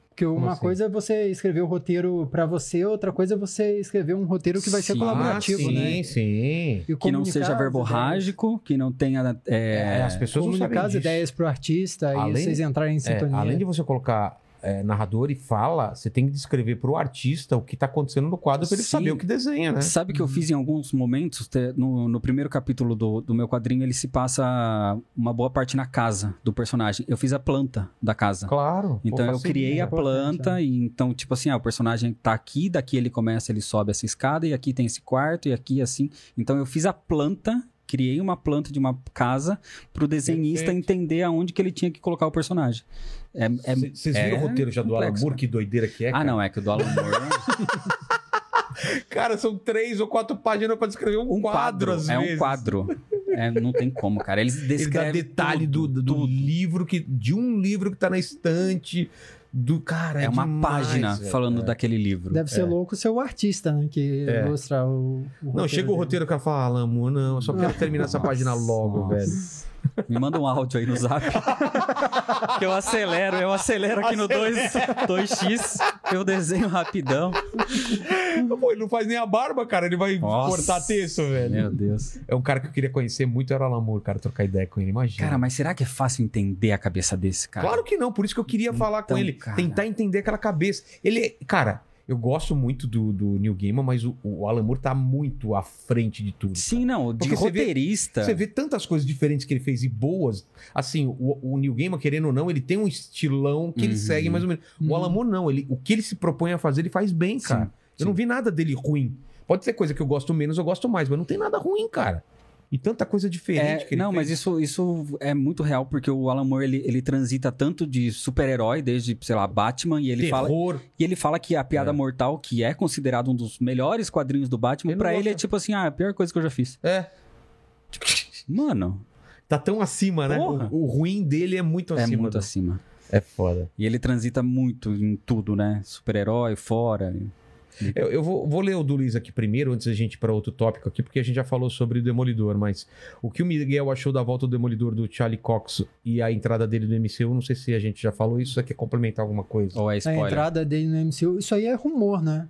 Porque uma assim? coisa é você escrever o roteiro pra você, outra coisa é você escrever um roteiro que vai ser Sim. colaborativo, ah, sim, né? sim. E que não comunicar seja as ideias. verborrágico, que não tenha. é, É, as pessoas não sabem comunicar as disso. ideias pro artista Além- e vocês entrarem em É, sintonia. além de você colocar é, narrador e fala, você tem que descrever pro artista o que tá acontecendo no quadro pra ele Sim. saber o que desenha, né? Sabe que eu fiz em alguns momentos, te- no, no primeiro capítulo do, do meu quadrinho, ele se passa uma boa parte na casa do personagem. Eu fiz a planta da casa. Claro. Pô, é Então eu facilita. criei a importante, planta e então tipo assim, ah, o personagem tá aqui, daqui ele começa, ele sobe essa escada e aqui tem esse quarto e aqui assim. Então eu fiz a planta criei uma planta de uma casa pro desenhista Perfeito. entender aonde que ele tinha que colocar o personagem. É, é- Vocês é viram o roteiro já do Alan complexo, Moore? Que doideira que é, Ah, não, é que o do Alan Moore Cara, são três ou quatro páginas pra descrever é um quadro, é um quadro. É, não tem como, cara. Eles Ele descrevem dá detalhe tudo, do, do tudo. livro, que de um livro que tá na estante, do cara. É uma demais, página velho. falando daquele livro. Deve ser louco ser o artista, né? Que É. ilustra o. o Não, chega o roteiro que ela fala, "Ah, Alan Moore, não, eu só quero terminar essa página logo, velho. velho. Me manda um áudio aí no zap. que eu acelero, eu acelero aqui no 2, 2x, eu desenho rapidão. Pô, ele não faz nem a barba, cara. Ele vai Nossa. cortar texto, velho. Meu Deus. É um cara que eu queria conhecer muito, era o Alan Moore, cara, trocar ideia com ele. Imagina. Cara, mas será que é fácil entender a cabeça desse cara? Claro que não, por isso que eu queria falar com Então, ele, cara. tentar entender aquela cabeça. Ele, cara, eu gosto muito do, do Neil Gaiman, mas o, o Alan Moore tá muito à frente de tudo. Sim, não, de Porque você vê- roteirista. Você vê tantas coisas diferentes que ele fez e boas. Assim, o, o Neil Gaiman, querendo ou não, ele tem um estilão que ele Uhum. segue mais ou menos. O Alan Moore não, ele, o que ele se propõe a fazer, ele faz bem, um Sim, É, cara. Eu sim. não vi nada dele ruim. Pode ser coisa que eu gosto menos, eu gosto mais, mas não tem nada ruim, cara. E tanta coisa diferente É, que ele não, fez. mas isso, isso é muito real, porque o Alan Moore, ele, ele transita tanto de super-herói, desde, sei lá, Batman, e ele, fala, Terror. e ele fala que a Piada Mortal, que é considerado um dos melhores quadrinhos do Batman, Ele não pra ele é gosta. tipo assim, ah, a pior coisa que eu já fiz. É. Mano, Tá tão acima, né? Porra. O, o ruim dele é muito é acima. muito do- acima. É foda. E ele transita muito em tudo, né? Super-herói, fora. Eu, eu vou, vou ler o do Luiz aqui primeiro, antes da gente ir para outro tópico aqui, porque a gente já falou sobre o Demolidor, mas o que o Miguel achou da volta do Demolidor do Charlie Cox e a entrada dele do MCU, não sei se a gente já falou isso, você quer complementar alguma coisa? Ou é A spoiler? entrada dele no MCU. Isso aí é rumor, né?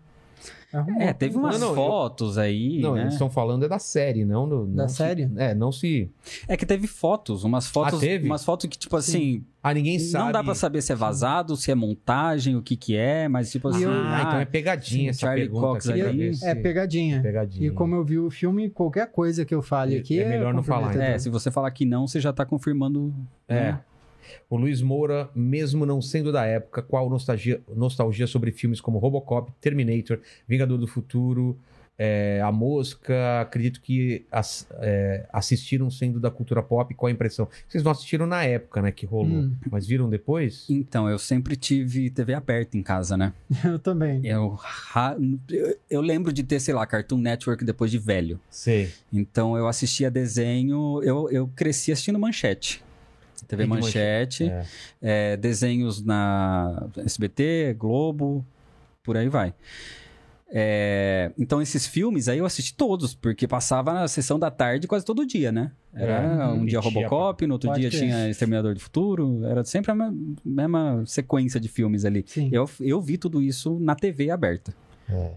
É rumor. É, teve umas Não, não, eu- fotos aí, não, né? eles estão falando é da série, não... do- Da não se- série? é, não se... É que teve fotos, umas fotos, Ah, teve? umas fotos que tipo assim, Ah, ninguém sabe. não dá pra saber se é vazado, se é montagem, o que que é, mas tipo Ah, assim, ah, então é pegadinha essa Charlie pergunta Cox aqui, pra aí. ver se- É pegadinha. pegadinha. E como eu vi o filme, qualquer coisa que eu fale É- aqui. é melhor não falar, comprometedor. é, se você falar que não, você já tá confirmando. É. né? O Luiz Moura, mesmo não sendo da época, qual nostalgia, nostalgia sobre filmes como Robocop, Terminator, Vingador do Futuro, é, A Mosca? Acredito que as- é, assistiram sendo da cultura pop. Qual a impressão? Vocês não assistiram na época, né, que rolou, Hum. mas viram depois? Então, eu sempre tive TV aberta em casa, né? Eu É, também. Eu, ra- eu- eu lembro de ter, sei lá, Cartoon Network depois de velho. Sei. Então, eu assistia desenho, eu, eu cresci assistindo Manchete. TV Rede Manchete, É. é, desenhos na SBT, Globo, por aí vai. É, então, esses filmes aí eu assisti todos, porque passava na sessão da tarde quase todo dia, né? Era É, um e dia tinha- Robocop, no outro Pode dia crer. tinha Exterminador do Futuro, era sempre a me- mesma sequência de filmes ali. Sim. Eu, eu vi tudo isso na TV aberta.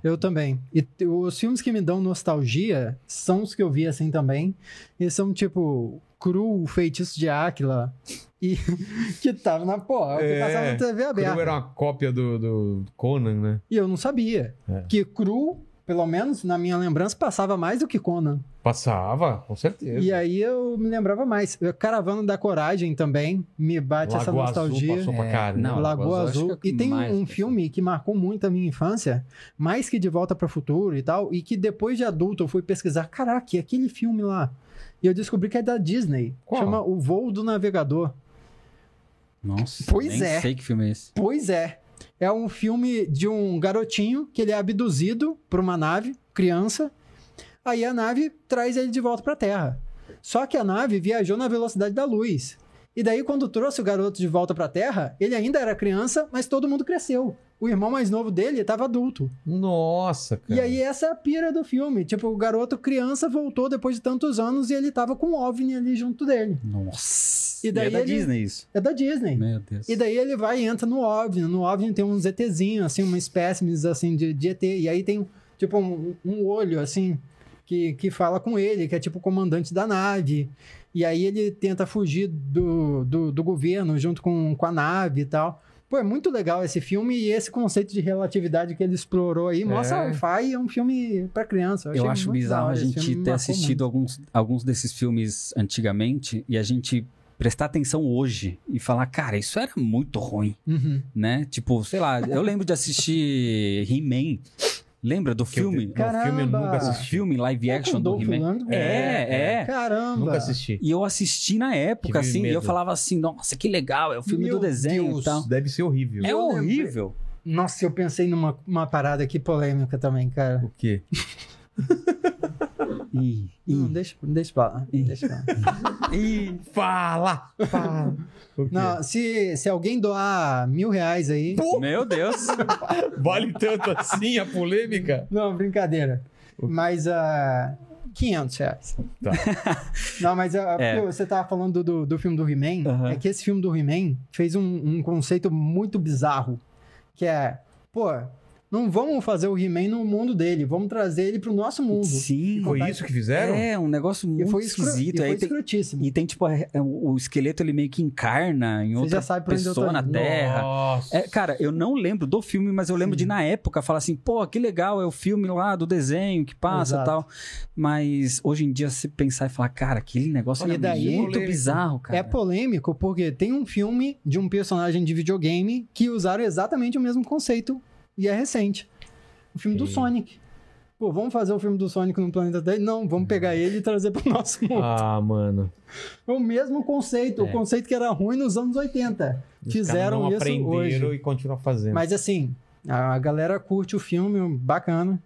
Eu também. E t- os filmes que me dão nostalgia são os que eu vi assim também. E são tipo Cru, o Feitiço de Áquila. E que tava na porra, que É. passava na TV Cru aberta. era uma cópia do, do Conan, né? E eu não sabia. É. Que Cru, pelo menos na minha lembrança, passava mais do que Conan. Passava, com certeza. E aí eu me lembrava mais. Caravana da Coragem também me bate essa Lagoa nostalgia. Azul passou pra É, caralho. não, Lagoa Lagoa Azul, Azul. acho que é E tem mais, um pessoal. filme que marcou muito a minha infância, mais que De Volta para o Futuro e tal, e que depois de adulto eu fui pesquisar, caraca, e aquele filme lá. E eu descobri que é da Disney. Qual? Chama O Voo do Navegador. Nossa, Pois nem é. sei que filme é esse. Pois é. É um filme de um garotinho que ele é abduzido por uma nave, criança. Aí a nave traz ele de volta para a Terra. Só que a nave viajou na velocidade da luz. E daí, quando trouxe o garoto de volta para a Terra, ele ainda era criança, mas todo mundo cresceu. O irmão mais novo dele estava adulto. Nossa, cara. E aí, essa é a pira do filme. Tipo, o garoto criança voltou depois de tantos anos e ele tava com o OVNI ali junto dele. Nossa. E daí é da ele- Disney isso. É da Disney. Meu Deus. E daí ele vai e entra no OVNI. No OVNI tem uns ETzinhos, assim, uma espécimes, assim, de, de ET. E aí tem, tipo, um, um olho, assim, que, que fala com ele, que é tipo o comandante da nave. E aí ele tenta fugir do, do, do governo junto com, com a nave e tal. Pô, é muito legal esse filme e esse conceito de relatividade que ele explorou aí. Mostra É. sci-fi é um filme pra criança. Eu achei acho muito da bizarro a hora, esse gente filme me ter marcou assistido alguns, alguns desses filmes antigamente e a gente prestar atenção hoje e falar, cara, isso era muito ruim, muito. Uhum. né? Tipo, sei lá, eu lembro de assistir He-Man Lembra do Que eu- filme? Não, filme eu nunca Caramba! O assisti. filme live É com action o um do Dolph He-Man. Lundgren? É, é. Caramba! Nunca assisti. E eu assisti na Tive época, assim, e eu medo. falava assim, nossa, que legal, é o filme Meu do desenho Deus. e tal. Deve ser horrível. É Eu lembrei- horrível. Nossa, eu pensei numa uma parada aqui polêmica também, cara. O quê? Ih, Não, ih, deixa, deixa pra lá. Ih. Deixa pra lá. ih. Fala! Fala! O quê? Não, se, se alguém doar mil reais aí. Meu Deus. Vale tanto assim a polêmica? Não, brincadeira. O- Mas a. 500 reais. Tá. Não, mas ah, É. pô, você tava falando do, do, do filme do He-Man. Aham. É que esse filme do He-Man fez um, um conceito muito bizarro. Que é, pô, não vamos fazer o He-Man no mundo dele, vamos trazer ele pro nosso mundo. Sim. Foi isso que fizeram? É, um negócio E muito foi, escro... esquisito. e foi Aí tem- escrotíssimo. E tem, tipo, a- o o esqueleto ele meio que encarna em Você outra já sabe pra onde eu tô pessoa na indo. Terra. Nossa. É, cara, eu não lembro do filme, mas eu lembro de na época falar assim, pô, que legal, é o filme lá do desenho que passa e Exato. tal. Mas hoje em dia você pensar e falar, cara, aquele negócio E era daí- muito bizarro, cara. É polêmico porque tem um filme de um personagem de videogame que usaram exatamente o mesmo conceito e é recente. O filme do Sim. Sonic. Pô, vamos fazer o filme do Sonic no planeta dele? Não, vamos pegar ele e trazer pro nosso mundo. Ah, mano. É O mesmo conceito, É. o conceito que era ruim nos anos 80. Os Fizeram caras não isso aprenderam e continuam fazendo. Mas assim, a galera curte o filme, bacana.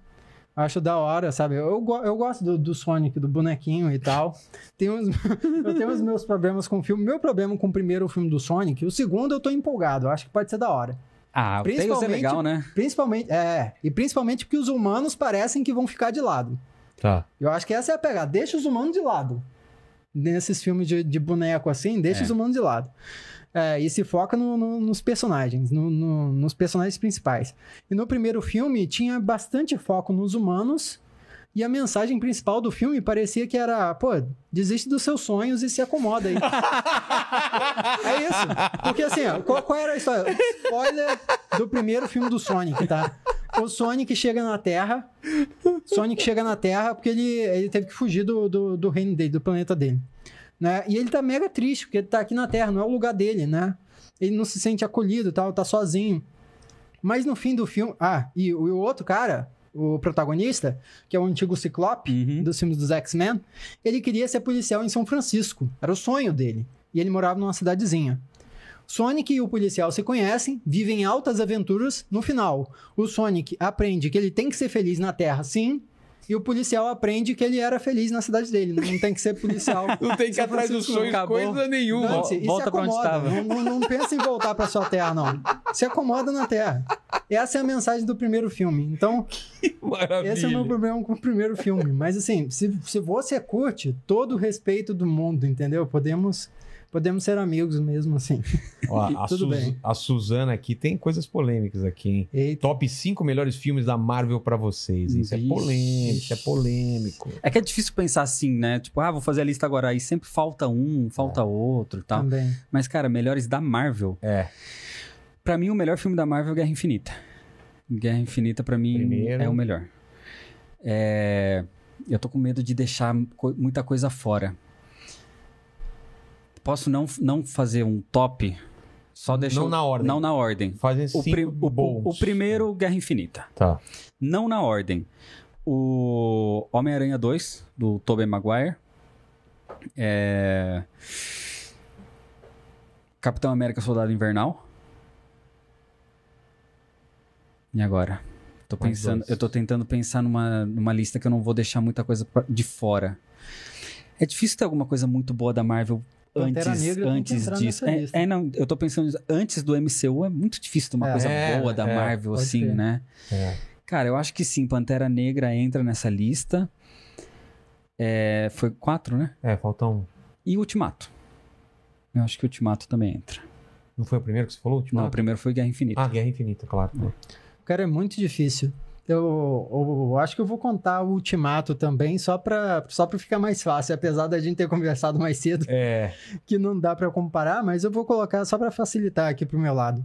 Acho da hora, sabe? Eu, go- eu gosto do, do Sonic, do bonequinho e tal. Tem uns- eu tenho os meus problemas com o filme. Meu problema com o primeiro filme do Sonic, o segundo eu tô empolgado, eu acho que pode ser da hora. Ah, o Tails é Principalmente- legal, né? Principalmente, é, e principalmente porque os humanos parecem que vão ficar de lado. Tá. Eu acho que essa é a pegada, deixa os humanos de lado. Nesses filmes de, de boneco assim, deixa É. os humanos de lado. É, e se foca no- no- nos personagens, no- no- nos personagens principais. E no primeiro filme tinha bastante foco nos humanos. E a mensagem principal do filme parecia que era, pô, desiste dos seus sonhos e se acomoda aí. é isso. Porque assim, ó, qual, qual era a história? Spoiler do primeiro filme do Sonic, tá? O Sonic chega na Terra. Sonic chega na Terra porque ele, ele teve que fugir do, do, do reino dele, do planeta dele. Né? E ele tá mega triste, porque ele tá aqui na Terra, não é o lugar dele, né? Ele não se sente acolhido e tal, tá sozinho. Mas no fim do filme. Ah, e o, e o outro cara, o protagonista, que é o antigo Ciclope Uhum. dos filmes dos X-Men, ele queria ser policial em São Francisco. Era o sonho dele. E ele morava numa cidadezinha. Sonic e o policial se conhecem, vivem altas aventuras. No final, o Sonic aprende que ele tem que ser feliz na Terra, sim. E o policial aprende que ele era feliz na cidade dele. né? Não tem que ser policial. Não tem que ir atrás dos sonhos Acabou. coisa nenhuma. Dante, e se Volta pra onde acomoda. tava. Não, não- não pensa em voltar pra sua terra, não. Se acomoda na terra. Essa é a mensagem do primeiro filme. Então, Maravilha. esse é o meu problema com o primeiro filme. Mas assim, se, se você curte, todo o respeito do mundo, entendeu? Podemos, podemos ser amigos mesmo assim. Ó, a, Tudo Sus- bem. a Suzana aqui tem coisas polêmicas aqui, hein? Eita. Top 5 melhores filmes da Marvel pra vocês. Isso é Vixe. polêmico, isso é polêmico. É que é difícil pensar assim, né? Tipo, ah, vou fazer a lista agora. Aí sempre falta um, É. falta outro e tal. Também. Mas, cara, melhores da Marvel. É. Pra mim, o melhor filme da Marvel é Guerra Infinita. Guerra Infinita, pra mim, Primeiro. é o melhor. É, Eu tô com medo de deixar co- muita coisa fora. Posso não, não fazer um top? Só deixar. Não o- na ordem. Não na ordem. Fazem O, cinco pri- o- bons. o- o primeiro, Guerra Infinita. Tá. Não na ordem. O Homem-Aranha 2, do Tobey Maguire. É... Capitão América Soldado Invernal. E agora? Tô Mais pensando, dois. eu tô tentando pensar numa, numa lista que eu não vou deixar muita coisa pra- de fora. É difícil ter alguma coisa muito boa da Marvel Pantera antes, Negra tem que antes entrar disso. nessa É, lista. é, não, eu tô pensando nisso. antes do MCU é muito difícil ter uma É, coisa é, boa da é, Marvel pode assim, crer. né? É. Cara, eu acho que sim, Pantera Negra entra nessa lista. É, foi quatro, né? É, falta um. E Ultimato. Eu acho que Ultimato também entra. Não foi o primeiro que você falou? o último? Não, o primeiro foi Guerra Infinita. Ah, Guerra Infinita, claro. Cara, é muito difícil. Eu, eu- eu acho que eu vou contar o Ultimato também, só pra, só pra ficar mais fácil. Apesar da gente ter conversado mais cedo, É. que não dá pra comparar, mas eu vou colocar só pra facilitar aqui pro meu lado.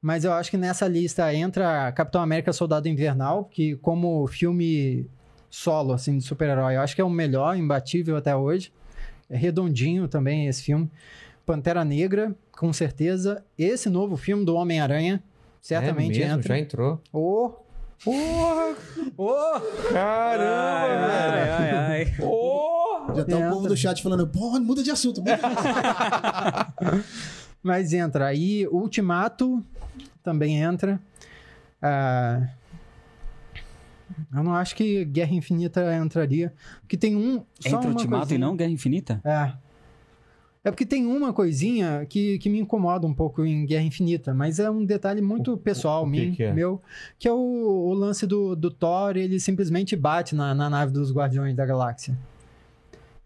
Mas eu acho que nessa lista entra Capitão América Soldado Invernal, que como filme solo, assim, de super-herói, eu acho que é o melhor, imbatível até hoje. É redondinho também esse filme. Pantera Negra, com certeza. Esse novo filme do Homem-Aranha, certamente É mesmo? entra. Já entrou. Ô, Porra! Oh, Caramba, velho! ai, ai. Porra! Já tá Entra. o povo do chat falando, pô, muda de assunto. Muda de assunto. Mas entra. Aí Ultimato também entra. Ah, eu não acho que Guerra Infinita entraria. Porque tem um. só Entra uma Ultimato e coisinha. não Guerra Infinita? É. É porque tem uma coisinha que, que me incomoda um pouco em Guerra Infinita, mas é um detalhe muito pessoal o que mim, que é? meu, que é o, o lance do, do Thor, ele simplesmente bate na, na nave dos Guardiões da Galáxia.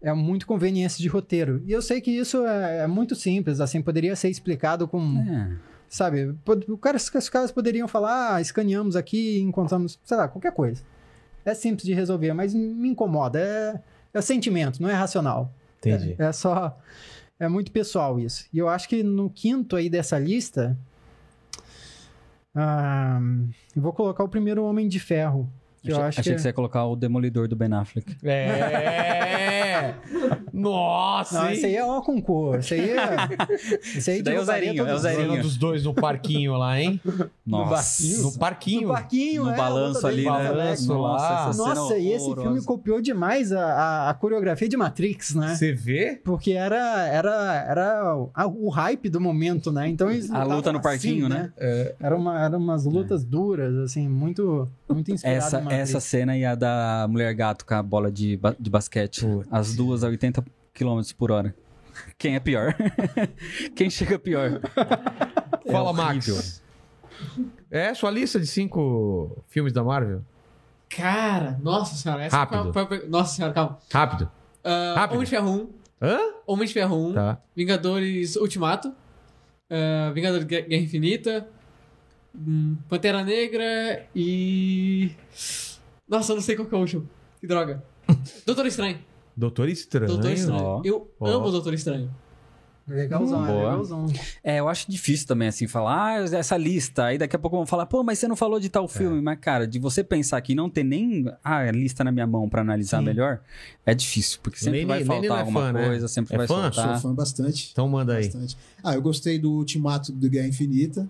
É muito conveniência de roteiro. E eu sei que isso é, é muito simples, assim, poderia ser explicado com É. Sabe? pod- O cara, os caras poderiam falar, ah, escaneamos aqui, encontramos, sei lá, qualquer coisa. É simples de resolver, mas me incomoda. É, é sentimento, não é racional. Entendi. É só. É muito pessoal isso. E eu acho que no quinto aí dessa lista. ah, eu vou colocar o primeiro Homem de Ferro. Que eu Achei- acho Achei que... que você ia colocar o Demolidor do Ben Affleck. É! Nossa! Não, hein? esse aí é o concurso. Esse aí é. esse aí Esse daí é o derrubaria zerinho, é o todos os zerinho. Zona dos dois no parquinho lá, hein? Nossa. barquinho? No parquinho. No barquinho, No é, a balanço luta ali, dele né? com o Alex. Balanço lá. essa cena Nossa, e esse horrorosa. filme copiou demais a, a- a coreografia de Matrix, né? Você vê? Porque era, era, era o- a- o hype do momento, né? Então eles A luta lutavam no parquinho, assim, né? É. Era uma, eram umas lutas duras, assim, muito, muito inspirado Essa, em Matrix. essa cena e a da mulher gato com a bola de, ba- de basquete. Putz. As duas a 80 km por hora. Quem é pior? Quem chega pior? Fala, horrível. Max. É sua lista de cinco filmes da Marvel? Cara, nossa senhora. Essa Rápido. Foi a, foi a- nossa senhora, calma. Rápido. Ah, Rápido. Homem de Ferro 1, Hã? Homem de Ferro 1, Tá. Vingadores Ultimato, ah, Vingadores Gue- Guerra Infinita, hum, Pantera Negra e... Nossa, eu não sei qual que é o último. Que droga. Doutor Estranho. Doutor Estranho. Doutor Estranho. ó. Eu Ó. amo o Doutor Estranho. Legalzão, é Boa. legalzão. É, eu acho difícil também, assim, falar ah, essa lista. Aí daqui a pouco vão falar, pô, mas você não falou de É. tal filme. Mas, cara, de você pensar que não tem nem ah, a lista na minha mão pra analisar melhor, é difícil. Porque sempre Lene- vai Lene não faltar é alguma fã, né? coisa, sempre É vai fã? faltar. Sou fã bastante. Então manda aí. Bastante. Ah, eu gostei do Ultimato do Guerra Infinita.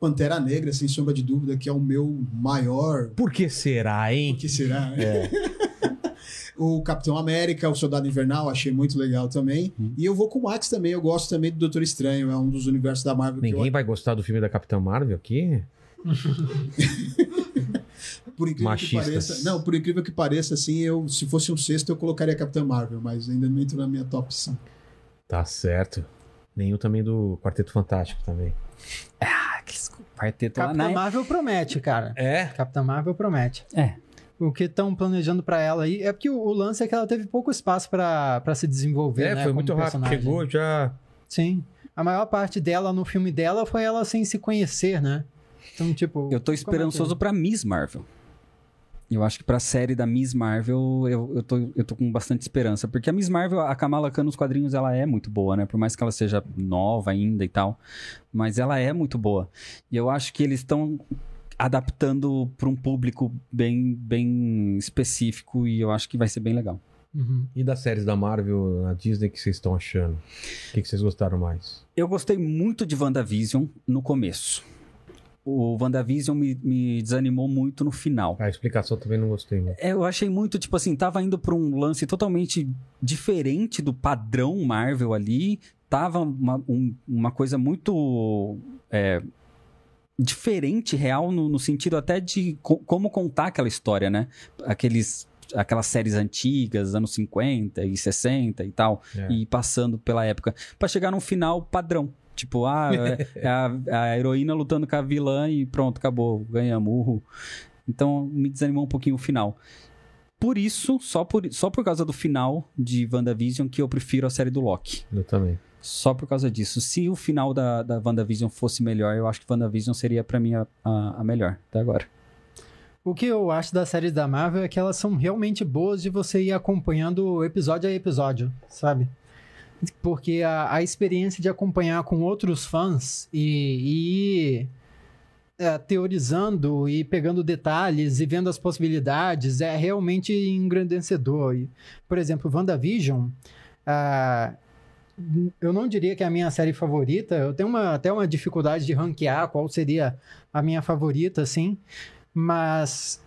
Pantera Negra, sem sombra de dúvida, que é o meu maior. Por que será, O hein? que será? né? o Capitão América, o Soldado Invernal, achei muito legal também. E eu vou com o Max também, eu gosto também do Doutor Estranho, é um dos universos da Marvel Ninguém que vai gostar do filme da Capitã Marvel aqui? eu, por incrível Machistas. que pareça. Não, por incrível que pareça, assim, eu, se fosse um sexto, eu colocaria Capitão Marvel, mas ainda não entrou na minha top 5. Tá certo. Nenhum também do Quarteto Fantástico também. Ah, que esco- quarteto lá, Capitã né? Marvel promete, cara. É? Capitã Marvel promete. É. O que estão planejando pra ela aí é porque o, o lance é que ela teve pouco espaço pra pra se desenvolver. É, né, foi como muito rápido. personagem. Chegou já. Sim. A maior parte dela no filme dela foi ela sem se conhecer, né? Então, tipo. Eu tô como é que é? esperançoso pra Miss Marvel. Eu acho que pra série da Miss Marvel, eu, eu, tô, eu tô com bastante esperança. Porque a Miss Marvel, a Kamala Khan nos quadrinhos, ela é muito boa, né? Por mais que ela seja nova ainda e tal. Mas ela é muito boa. E eu acho que eles estão adaptando pra um público bem, bem específico. E eu acho que vai ser bem legal. Uhum. E das séries da Marvel, na Disney, o que vocês estão achando? O que que vocês gostaram mais? Eu gostei muito de WandaVision no começo. O WandaVision me, me desanimou muito no final. A explicação também não gostei muito. É, eu achei muito, tipo assim, tava indo pra um lance totalmente diferente do padrão Marvel ali. Tava uma, um- uma coisa muito é, diferente, real, no, no sentido até de co- como contar aquela história, né? Aqueles, aquelas séries antigas, anos 50 e 60 e tal É. e passando pela época, Pra chegar num final padrão. Tipo, ah, é- é a, a heroína lutando com a vilã e pronto, acabou, ganhamos, uhul. Então me desanimou um pouquinho o final. Por isso, só por, só por causa do final de WandaVision, que eu prefiro a série do Loki. Eu também. Só por causa disso. Se o final da, da WandaVision fosse melhor, eu acho que WandaVision seria pra mim a, a, a melhor até agora. O que eu acho das séries da Marvel é que elas são realmente boas de você ir acompanhando episódio a episódio, sabe? Porque a, a experiência de acompanhar com outros fãs e, e ir é, teorizando e pegando detalhes e vendo as possibilidades é realmente engrandecedor. E, por exemplo, WandaVision. ah, eu não diria que é a minha série favorita. Eu tenho uma- até uma dificuldade de ranquear qual seria a minha favorita, assim. Mas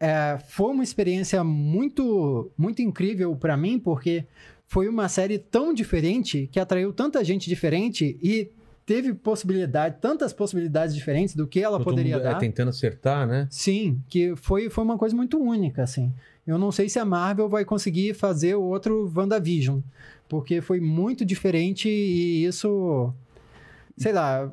é, foi uma experiência muito, muito incrível para mim, porque foi uma série tão diferente que atraiu tanta gente diferente e teve possibilidade, tantas possibilidades diferentes do que ela Todo poderia mundo, é, dar. tentando acertar, né? Sim, que foi, foi uma coisa muito única, assim. Eu não sei se a Marvel vai conseguir fazer outro WandaVision, porque foi muito diferente e isso. Sei lá.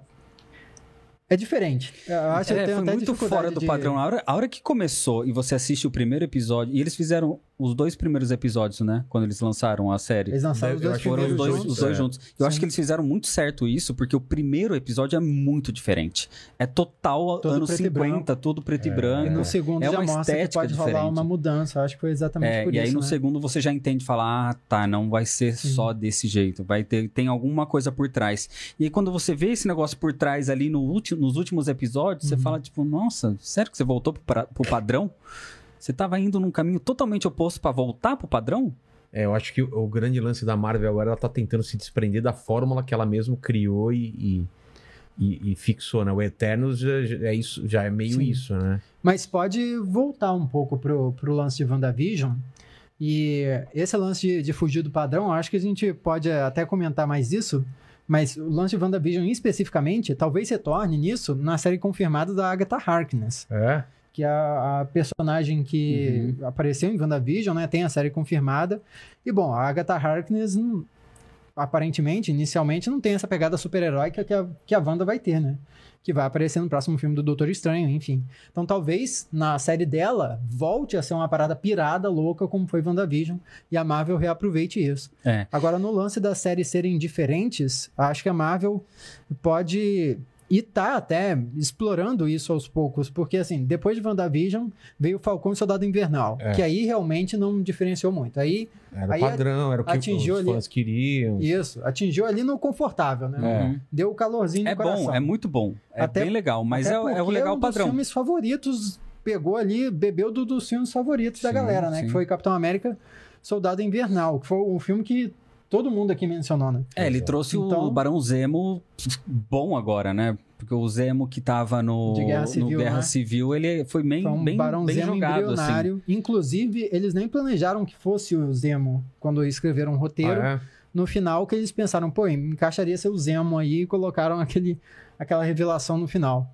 É diferente. Eu acho que eu É, tenho foi até muito dificuldade fora do de- padrão. A hora, a hora que começou e você assiste o primeiro episódio, e eles fizeram os dois primeiros episódios, né? Quando eles lançaram a série. Eles lançaram Deve- os eu dois acho que né? Foram os primeiros dois, juntos. os dois é. juntos. né? Eu acho que eles fizeram muito certo isso, porque o primeiro episódio é muito diferente. É total Todo anos preto e 50, tudo preto e E branco. no segundo É já uma mostra que estética pode rolar diferente. uma mudança. Eu acho que foi exatamente É, por e isso. aí no né? segundo você já entende e fala, ah, tá, não vai ser Sim. só desse jeito, vai ter, tem alguma coisa por trás. E aí quando você vê esse negócio por trás ali no último, nos últimos episódios, você Uhum. fala tipo, nossa, sério que você voltou pro, pra- pro padrão? Você tava indo num caminho totalmente oposto pra voltar pro padrão? É, eu acho que o, o grande lance da Marvel agora, ela tá tentando se desprender da fórmula que ela mesmo criou e, e, e- e fixou, né? O Eternos já, já é, isso, já é meio Sim. isso, né? Mas pode voltar um pouco pro, pro lance de WandaVision. E esse lance de, de fugir do padrão, eu acho que a gente pode até comentar mais isso. Mas o lance de WandaVision especificamente, talvez retorne nisso na série confirmada da Agatha Harkness, É. que é a, a personagem que apareceu em WandaVision, né? Tem a série confirmada. E bom, a Agatha Harkness hum, aparentemente, inicialmente, não tem essa pegada super-heróica que a, que a Wanda vai ter, né? Que vai aparecer no próximo filme do Doutor Estranho, enfim. Então talvez na série dela volte a ser uma parada pirada, louca, como foi WandaVision, e a Marvel reaproveite isso. É. Agora, no lance das séries serem diferentes, acho que a Marvel pode. E tá até explorando isso aos poucos, porque assim, depois de WandaVision, veio Falcão e Soldado Invernal, É. que aí realmente não diferenciou muito. Aí Era Aí padrão, era o que atingiu os ali- fãs Hum. queriam. Isso, atingiu ali no confortável, né? Uhum. Deu o calorzinho no É coração. bom, é muito bom. É Até- bem legal, mas é, Até o- é o porque legal um padrão. dos filmes favoritos, pegou ali, bebeu do, dos filmes favoritos da Sim, galera, né? sim. Que foi Capitão América, Soldado Invernal, que foi o filme que todo mundo aqui mencionou, né? É, ele Exato. trouxe o Então- Barão Zemo bom agora, né? Porque o Zemo que tava no De Guerra no Civil, Guerra né? Civil, ele foi bem, Foi um bem, Barão bem Zemo jogado, assim. embrionário. Inclusive, eles nem planejaram que fosse o Zemo quando escreveram o roteiro. Ah, é? No final, que eles pensaram, pô, encaixaria seu Zemo aí e colocaram aquele, aquela revelação no final.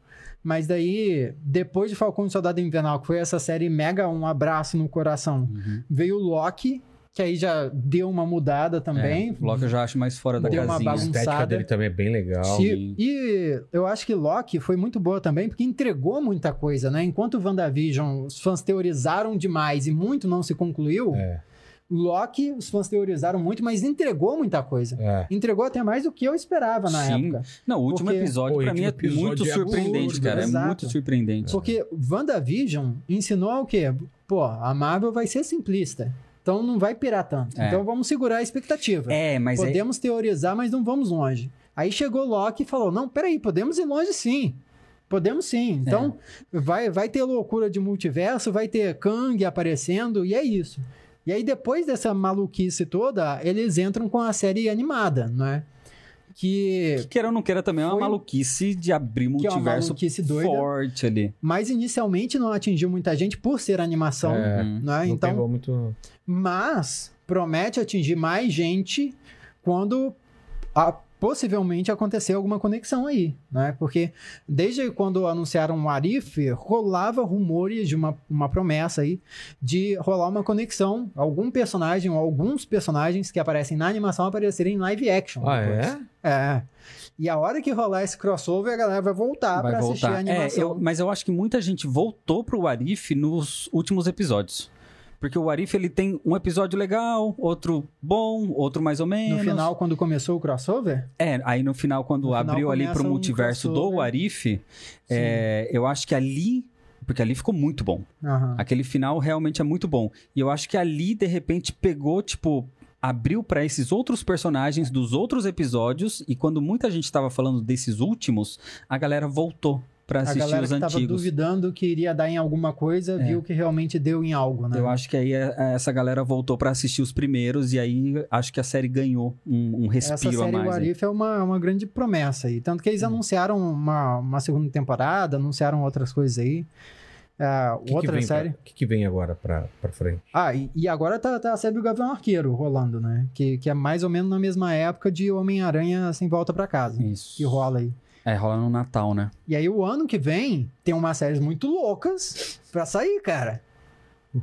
Mas daí, depois de Falcão e o Soldado Invernal, que foi essa série mega um abraço no coração, Uhum. veio o Loki, que aí já deu uma mudada também. É, o Loki eu já acho mais fora da Deu uma casinha. A estética bagunçada. dele também é bem legal. Se- e eu acho que Loki foi muito boa também, porque entregou muita coisa, né? Enquanto WandaVision, os fãs teorizaram demais e muito não se concluiu, É, Loki, os fãs teorizaram muito, mas entregou muita coisa. é. Entregou até mais do que eu esperava na Sim. época. Não, o último Porque- episódio Pô, o pra mim é último muito episódio é surpreendente, absurdo, cara. É exato. muito surpreendente. Porque WandaVision ensinou o quê? Pô, a Marvel vai ser simplista. Então não vai pirar tanto. É. Então vamos segurar a expectativa. É, mas é- podemos teorizar, mas não vamos longe. Aí chegou Loki e falou: não, peraí, podemos ir longe sim. Podemos É. sim. Então, vai, vai ter loucura de multiverso, vai ter Kang aparecendo, e é isso. E aí, depois dessa maluquice toda, eles entram com a série animada, não é? que Que. queira ou não queira também é uma Foi- maluquice de abrir Que é uma multiverso maluquice doida. forte ali. Mas inicialmente não atingiu muita gente por ser animação. É. Uhum. Né? Não Então, pegou muito. mas promete atingir mais gente quando a- possivelmente acontecer alguma conexão aí, né? Porque desde quando anunciaram o Arif, rolava rumores de uma, uma promessa aí de rolar uma conexão, algum personagem ou alguns personagens que aparecem na animação aparecerem em live action. Ah, Então, depois. é? É. E a hora que rolar esse crossover, a galera vai voltar Vai pra assistir a voltar. É, animação. eu- mas eu acho que muita gente voltou pro Arif nos últimos episódios. Porque o Arif ele tem um episódio legal, outro bom, outro mais ou No menos. final, quando começou o crossover, É, aí no final, quando No final abriu ali pro começa um multiverso do crossover. Arif, é, eu acho que ali. Porque ali ficou muito bom. Aham. Aquele final realmente é muito bom. E eu acho que ali, de repente, pegou, tipo, abriu pra esses outros personagens dos outros episódios. E quando muita gente tava falando desses últimos, a galera voltou pra a assistir galera os que tava antigos. duvidando que iria dar em alguma coisa, É. viu que realmente deu em algo, né? Eu acho que aí é- é, essa galera voltou pra assistir os primeiros. E aí acho que a série ganhou um, um Essa respiro série a mais. É. né? Warif é uma, uma grande promessa aí. Tanto que eles anunciaram uma, uma segunda temporada, anunciaram outras coisas aí. É, Que que outra vem pra- série. que, que vem agora pra, pra frente? Ah, e, e agora tá, tá a série do Gavião Arqueiro rolando, né? Que, que é mais ou menos na mesma época de Homem-Aranha Sem Volta pra Casa, Isso. que rola aí. É, rola no Natal, né? E aí o ano que vem tem umas séries muito loucas pra sair, cara.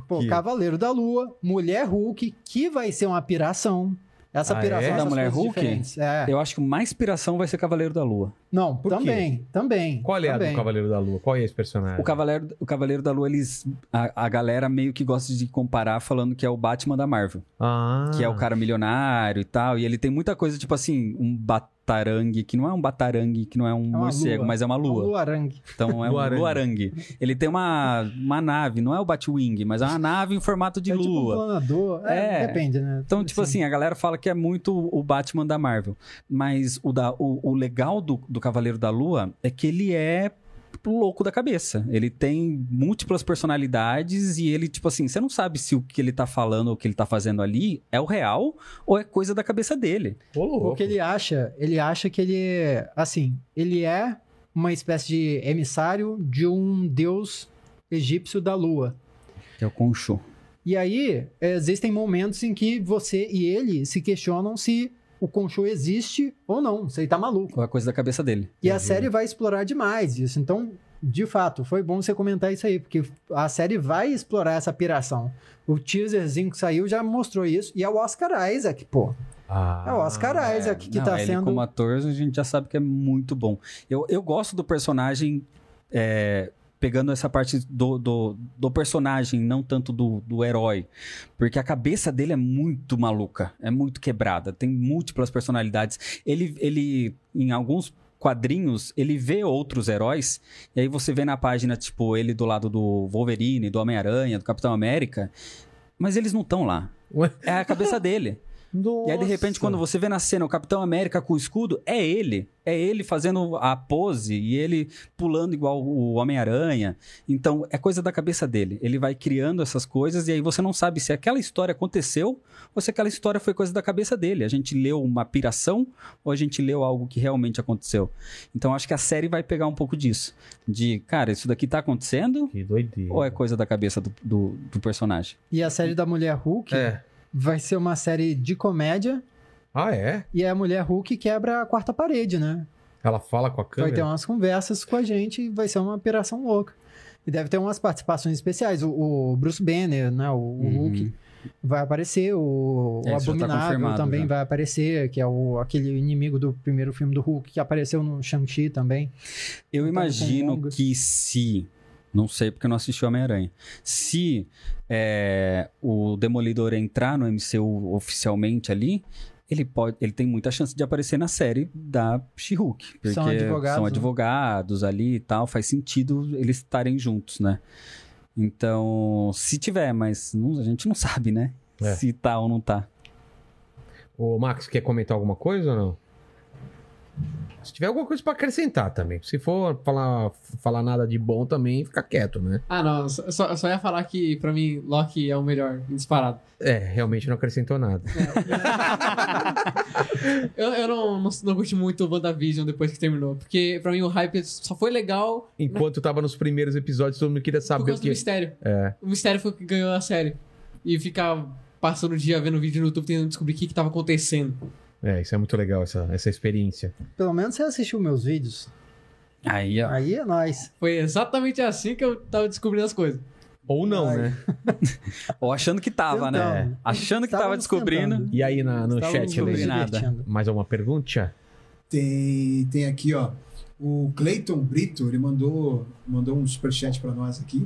Pô, quê? Cavaleiro da Lua, Mulher Hulk, que vai ser uma piração. Essa Ah, piração é? essas Da Mulher coisas Hulk? diferentes. É. Eu acho que mais inspiração vai ser Cavaleiro da Lua. Não, Por quê? também, também. Qual é a também. do Cavaleiro da Lua? Qual é esse personagem? O Cavaleiro, o Cavaleiro da Lua, eles. A, a galera meio que gosta de comparar falando que é o Batman da Marvel. Ah, Que é o cara milionário e tal. E ele tem muita coisa, tipo assim, um batarangue, que não é um batarangue, que não é um uma morcego, lua. mas é uma O lua. Luarangue. Então é um Luarangue. luarangue. Ele tem uma, uma nave, não é o Batwing, mas é uma nave em formato de é tipo um lua. planador. É, É. depende, né? Então, tipo assim, a galera fala que é muito o Batman da Marvel. Mas o, da, o, o legal do, do Cavaleiro da Lua é que ele é louco da cabeça. Ele tem múltiplas personalidades e ele, tipo assim, você não sabe se o que ele tá falando ou o que ele tá fazendo ali é o real ou é coisa da cabeça dele. assim, O que ele acha, ele acha que ele, é, assim, ele é uma espécie de emissário de um deus egípcio da lua. Que é o Conchu. E aí, eh, existem momentos em que você e ele se questionam se o Conchu existe ou não, se ele tá maluco. Ou é coisa da cabeça dele. E a série vai explorar demais isso. Então, de fato, foi bom você comentar isso aí, porque a série vai explorar essa piração. O teaserzinho que saiu já mostrou isso. E é o Oscar Isaac, pô. Ah, É o Oscar Isaac que não, tá ele sendo. como ator, a gente já sabe que é muito bom. Eu, eu gosto do personagem. é, pegando essa parte do, do, do personagem, não tanto do, do herói. Porque a cabeça dele é muito maluca, é muito quebrada, tem múltiplas personalidades. Ele, ele em alguns quadrinhos, ele vê outros heróis, e aí você vê na página, tipo, ele do lado do Wolverine, do Homem-Aranha, do Capitão América, mas eles não estão lá. Ué? É a cabeça dele. E aí, de repente, quando você vê na cena o Capitão América com o escudo, é ele. É ele fazendo a pose e ele pulando igual o Homem-Aranha. Então, é coisa da cabeça dele. Ele vai criando essas coisas e aí você não sabe se aquela história aconteceu ou se aquela história foi coisa da cabeça dele. A gente leu uma piração ou a gente leu algo que realmente aconteceu. Então, acho que a série vai pegar um pouco disso. De, cara, isso daqui tá acontecendo Que doideira. ou é coisa da cabeça do, do- do personagem? E a série da Mulher Hulk É. vai ser uma série de comédia. Ah, é? E a Mulher Hulk quebra a quarta parede, né? Ela fala com a Vai ter câmera? umas conversas com a gente e vai ser uma operação louca. E deve ter umas participações especiais. O, o Bruce Banner, né? O, o Hulk Uhum. vai aparecer, o, o É, isso já tá Abominável confirmado também já. vai aparecer, que é o, aquele inimigo do primeiro filme do Hulk, que apareceu no Shang-Chi também. Eu Então, imagino longa. que se. Não sei porque eu não assisti Homem-Aranha. Se é, o Demolidor entrar no MCU oficialmente ali, ele, pode, ele tem muita chance de aparecer na série da She-Hulk. Porque São advogados, são né? advogados ali e tal. Faz sentido eles estarem juntos, né? Então, se tiver, mas não- a gente não sabe, né? É. Se tá ou não tá. Ô, Max, quer comentar alguma coisa ou não? Se tiver alguma coisa pra acrescentar também. Se for falar, falar nada de bom também, fica quieto, né? Ah, não. Só, só- só ia falar que, pra mim, Loki é o melhor, disparado. É, realmente não acrescentou nada. Eu, eu não, não, não curti muito o WandaVision depois que terminou. Porque, pra mim, o hype só foi legal Enquanto tava nos primeiros episódios, todo mundo queria por saber o causa do que. mistério. É. O mistério foi o que ganhou a série. E ficar passando o dia vendo vídeo no YouTube tentando descobrir o que, que tava acontecendo. É, isso é muito legal, essa, essa experiência. Pelo menos você assistiu meus vídeos. Aí, ó. Aí é nóis. Foi exatamente assim que eu tava descobrindo as coisas. Ou não, Ai. né? Ou achando que tava, Tentando. né? Achando que tava Estávamos descobrindo. Então, tentando. E aí na- no Estávamos chat, nos Leandro? divertindo. Mais alguma pergunta? Tem, tem aqui, ó. O Cleiton Brito, ele mandou, mandou um superchat pra nós aqui.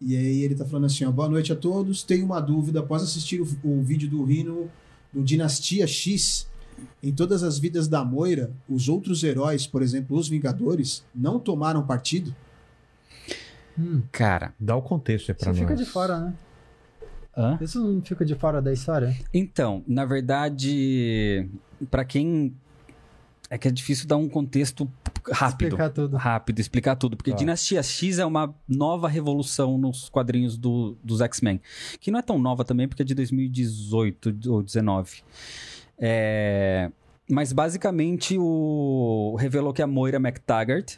E aí ele tá falando assim, ó. Boa noite a todos. Tenho uma dúvida. Após assistir o, o vídeo do Rino do Dinastia X, em todas as vidas da Moira, os outros heróis, por exemplo, os Vingadores, não tomaram partido? Então. Cara. Dá o contexto aí pra Isso nós. fica de fora, né? Hã? Isso não fica de fora da história? Então, na verdade, pra quem é que é difícil dar um contexto rápido, Explicar tudo. rápido, explicar tudo, porque Tá. Dinastia X é uma nova revolução nos quadrinhos do, dos X-Men, que não é tão nova também, porque é de 2018 ou 19. É, mas basicamente o revelou que a Moira MacTaggart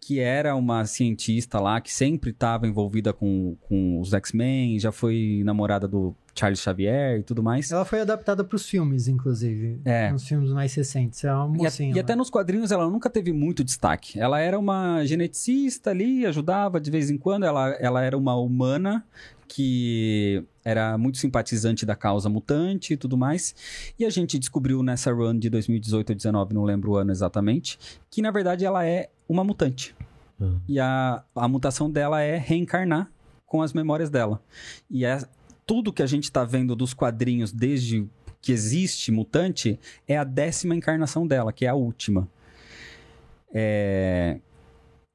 que era uma cientista lá, que sempre estava envolvida com, com os X-Men, já foi namorada do Charles Xavier e tudo mais. Ela foi adaptada para os filmes, inclusive. É. Nos filmes mais recentes. É uma E, a- mocinha. e até lá. nos quadrinhos ela nunca teve muito destaque. Ela era uma geneticista ali, ajudava de vez em quando. Ela, ela era uma humana que era muito simpatizante da causa mutante e tudo mais. E a gente descobriu nessa run de 2018 ou 19, não lembro o ano exatamente, que na verdade ela é uma mutante. Uhum. E a, a mutação dela é reencarnar com as memórias dela. E é tudo que a gente está vendo dos quadrinhos desde que existe mutante é a décima encarnação dela, que é a última. É,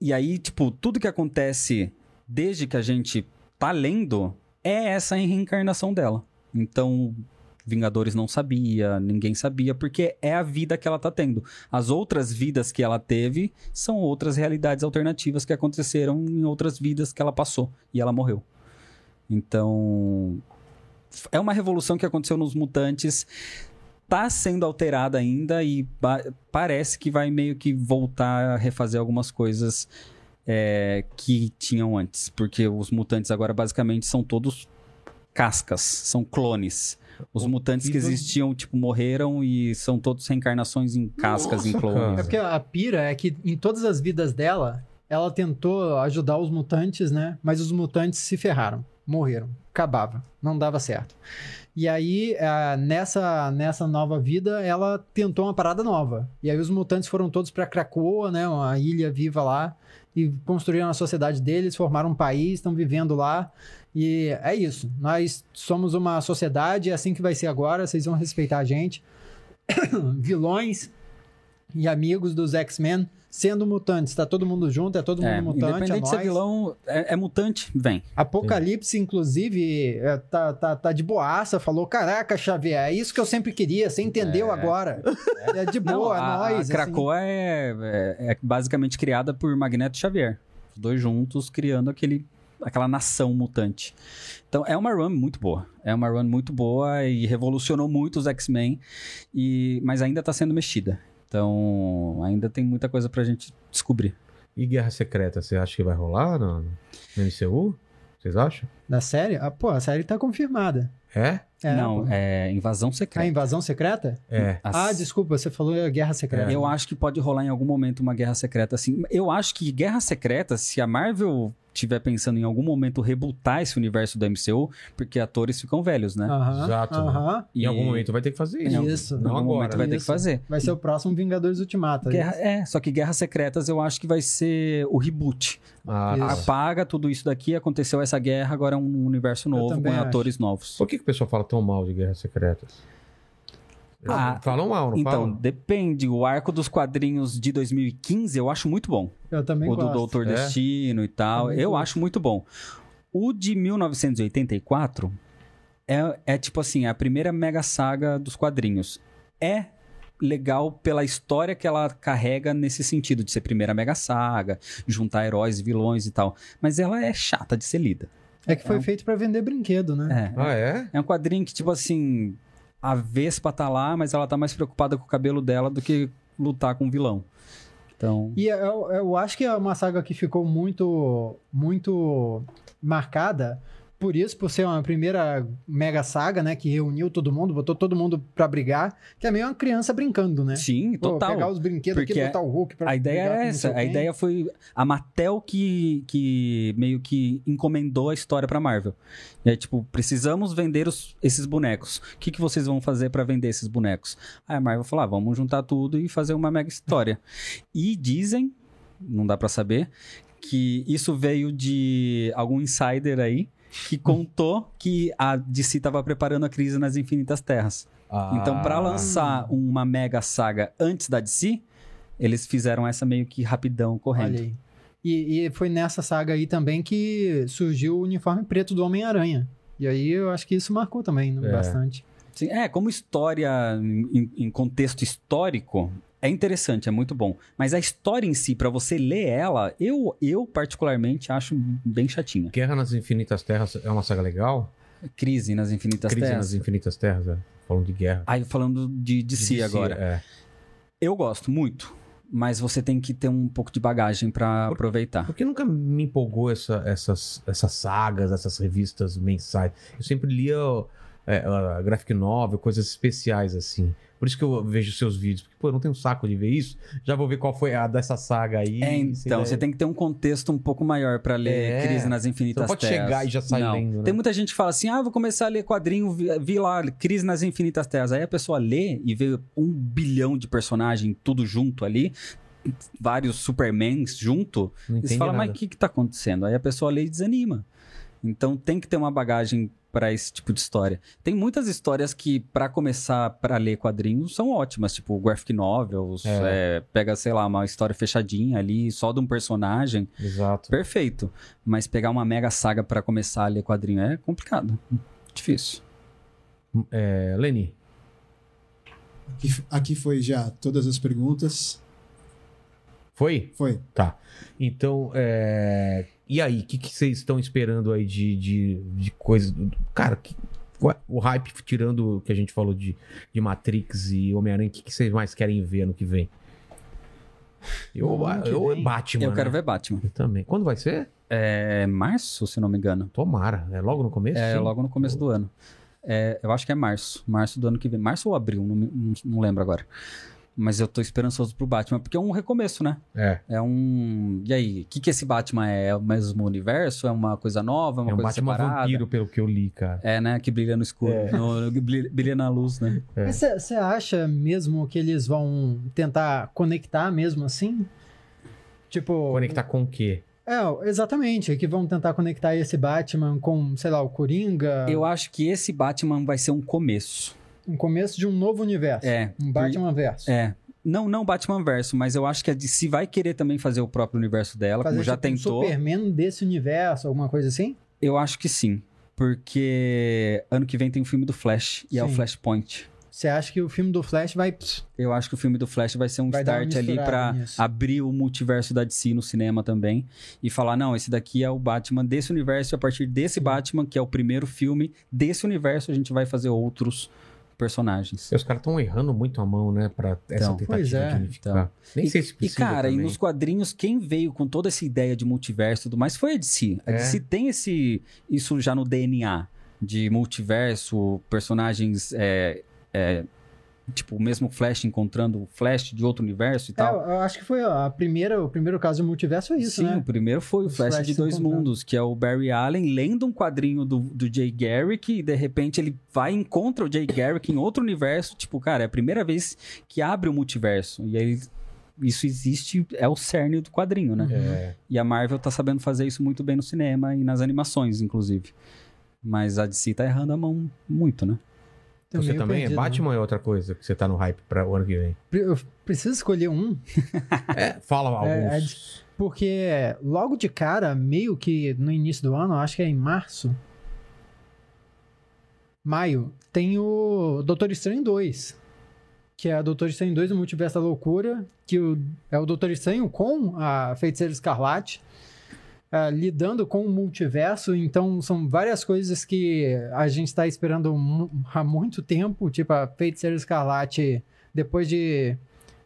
E aí, tipo, tudo que acontece desde que a gente tá lendo é essa reencarnação dela. Então, Vingadores não sabia, ninguém sabia, porque é a vida que ela tá tendo. As outras vidas que ela teve são outras realidades alternativas que aconteceram em outras vidas que ela passou e ela morreu. Então, f- é uma revolução que aconteceu nos mutantes tá sendo alterada ainda e ba- parece que vai meio que voltar a refazer algumas coisas é, que tinham antes. Porque os mutantes agora basicamente são todos cascas, são clones. Os mutantes que Horrível. existiam, tipo, morreram e são todos reencarnações em cascas, em clones. É porque a pira é que em todas as vidas dela, ela tentou ajudar os mutantes, né? Mas os mutantes se ferraram, morreram, acabava, não dava certo. E aí, ah, nessa, nessa nova vida, ela tentou uma parada nova. E aí os mutantes foram todos pra Krakoa, né? Uma ilha viva lá. E construíram a sociedade deles, formaram um país, estão vivendo lá. E é isso. Nós somos uma sociedade, é assim que vai ser agora, vocês vão respeitar a gente. Vilões e amigos dos X-Men sendo mutantes. Tá todo mundo junto, é todo mundo É, mutante. É independente se é nóis. vilão, é, é mutante, vem. Apocalipse, inclusive, é, tá, tá, tá de boaça, falou: Caraca, Xavier, é isso que eu sempre queria, você entendeu É. agora. É de Não, boa, a, é nóis. a Krakoa é, é- é basicamente criada por Magneto e Xavier. Os dois juntos criando aquele, aquela nação mutante. Então é uma run muito boa. É uma run muito boa e revolucionou muito os X-Men, e- mas ainda está sendo mexida. Então ainda tem muita coisa pra gente descobrir. E Guerra Secreta, você acha que vai rolar no, no MCU? Vocês acham? Na série? Ah, pô, a série tá confirmada. É? É, Não, pô. é invasão A secreta. invasão secreta? É. As- É. Ah, desculpa, você falou a guerra secreta. Eu acho que pode rolar em algum momento uma guerra secreta assim. Eu acho que guerra secreta, se a Marvel tiver pensando em algum momento rebutar esse universo do MCU, porque atores ficam velhos, né? Aham, Exato, né? aham. Em E- algum momento vai ter que fazer Em isso. algum- Isso. Não em algum agora. Tá momento vai ter que Isso. fazer. Vai ser o próximo Vingadores Ultimato. né? Guerra- é, só que Guerras Secretas eu acho que vai ser o reboot. Ah, Isso. tá. Apaga tudo isso daqui, aconteceu essa guerra, agora é um universo novo com também acho. atores novos. Por que, que o pessoal fala tão mal de Guerras Secretas? Ah, falam mal, não Então, falam? depende. O arco dos quadrinhos de 2015 eu acho muito bom. Eu também o do gosto. Doutor É? Destino e tal. Também Eu gosto. acho muito bom. O de 1984 é, é tipo assim, a primeira mega saga dos quadrinhos. É legal pela história que ela carrega nesse sentido de ser primeira mega saga, juntar heróis, vilões e tal. Mas ela é chata de ser lida. É que foi É um- feito pra vender brinquedo, né? É, Ah, é? é um quadrinho que tipo assim, a Vespa tá lá, mas ela tá mais preocupada com o cabelo dela do que lutar com o vilão. Então, E eu, eu acho que é uma saga que ficou muito, muito marcada por isso, por ser uma primeira mega saga, né? Que reuniu todo mundo, botou todo mundo pra brigar, que é meio uma criança brincando, né? sim, Pô, total. pegar os brinquedos aqui, Porque botar o Hulk pra A ideia brigar com era não sei essa. A quem. ideia foi a Mattel que, que meio que encomendou a história pra Marvel. E aí, tipo, precisamos vender os- esses bonecos. O que, que vocês vão fazer pra vender esses bonecos? Aí a Marvel falou: ah, vamos juntar tudo e fazer uma mega história. E dizem, não dá pra saber, que isso veio de algum insider aí que contou que a DC tava preparando a crise nas Infinitas Terras. Então, Ah, pra lançar uma mega saga antes da DC, eles fizeram essa meio que rapidão, Olha correndo. aí. E, e foi nessa saga aí também que surgiu o uniforme preto do Homem-Aranha. E aí eu acho que isso marcou também né, É. bastante. Sim, é, como história em, em contexto histórico, é interessante, é muito bom. Mas a história em si, pra você ler ela, eu, eu particularmente acho bem chatinha. Guerra nas Infinitas Terras é uma saga legal? Crise nas Infinitas Crise Terras. nas Infinitas Terras, é. falando de guerra. Aí falando de DC, De agora. É. Eu gosto muito. mas você tem que ter um pouco de bagagem pra aproveitar. Porque nunca me empolgou essa- essas, essas sagas, essas revistas mensais. Eu sempre lia é, a graphic novel, coisas especiais assim. Por isso que eu vejo seus vídeos. Porque, pô, eu não tenho saco de ver isso. Já vou ver qual foi a dessa saga aí. É, sei então, lá. você tem que ter um contexto um pouco maior pra ler É. Crise nas Infinitas Você não pode Terras. chegar e já sair Não. lendo, né? Tem muita gente que fala assim, ah, vou começar a ler quadrinho, vi, vi lá Crise nas Infinitas Terras. Aí a pessoa lê e vê um bilhão de personagem tudo junto ali, vários Supermans junto, Não e você entende fala, nada. mas o que que tá acontecendo? Aí a pessoa lê e desanima. Então tem que ter uma bagagem pra esse tipo de história. Tem muitas histórias que, pra começar pra ler quadrinhos, são ótimas, tipo graphic novels, É. é, pega, sei lá, uma história fechadinha ali, só de um personagem, Exato. perfeito. Mas pegar uma mega saga pra começar a ler quadrinho é complicado, difícil. É, Leni, Aqui, aqui foi já todas as perguntas. foi? Foi. Então, é... e aí, o que, que vocês estão esperando aí de, de, de coisa? Cara, que- qual- o hype, tirando o que a gente falou de, de Matrix e Homem-Aranha, o que, que vocês mais querem ver ano que vem? Eu, ah, Não, ano que eu vem. Batman. Eu quero né? ver Batman. Eu também. Quando vai ser? É março, se não me engano. Tomara. É logo no começo? É, Sim. logo no começo do ano. É, eu acho que é março. Março do ano que vem. Março ou abril, não, me- não- não lembro agora. Mas eu tô esperançoso pro Batman, porque é um recomeço, né? É. É um. E aí, o que, que esse Batman é? É o mesmo universo? É uma coisa nova? É uma é um coisa Batman separada? vampiro, pelo que eu li, cara. É, né? Que brilha no escuro. É. no- brilha brilha na luz, né? É. Mas você acha mesmo que eles vão tentar conectar mesmo assim? Tipo. Conectar com o quê? É, exatamente. Que vão tentar conectar esse Batman com, sei lá, o Coringa. Eu acho que esse Batman vai ser um começo. Um começo de um novo universo. É. Um Batman verso. É. Não, não Batman verso, mas eu acho que a DC vai querer também fazer o próprio universo dela, como já tipo, um tentou. Superman desse universo, alguma coisa assim? Eu acho que sim. Porque ano que vem tem o filme do Flash. E é o Sim. Flashpoint. Você acha que o filme do Flash vai. pss, Eu acho que o filme do Flash vai ser um Vai dar uma start ali misturada pra nisso. abrir o multiverso da DC no cinema também. E falar: não, esse daqui é o Batman desse universo. E a partir desse Batman, que é o primeiro filme desse universo, a gente vai fazer outros personagens. Os caras estão errando muito a mão, né? Pra essa Então. Pois tentativa é, de unificar. Nem E- sei se E, precisa cara, e também. nos quadrinhos, quem veio com toda essa ideia de multiverso e tudo mais foi a DC. A É. DC tem esse, isso já no DNA de multiverso, personagens. é, é, tipo, o mesmo Flash encontrando o Flash de outro universo e É, tal. eu eu acho que foi a primeira, o primeiro caso do multiverso foi isso, Sim, né? o primeiro foi o Os Flash Flash de se Dois encontrando. Mundos, que é o Barry Allen lendo um quadrinho do, do Jay Garrick e de repente ele vai e encontra o Jay Garrick em outro universo. Tipo, cara, é a primeira vez que abre o multiverso. E aí isso existe, é o cerne do quadrinho, Uhum. né? É. E a Marvel tá sabendo fazer isso muito bem no cinema e nas animações, inclusive. Mas a DC tá errando a mão muito, né? Tô Você meio também perdido, é Batman ou é outra coisa que você tá no hype pra o ano que vem? né? Pre- Eu preciso escolher um, É, fala É, é alguns. porque logo de cara, meio que no início do ano, acho que é em março. Maio, tem o Doutor Estranho 2. Que é o Doutor Estranho 2 do Multiverso da Loucura. Que o- é o Doutor Estranho com a Feiticeira Escarlate. ah, lidando com o multiverso, então são várias coisas que a gente está esperando mu- há muito tempo, tipo a Feiticeira Escarlate, depois de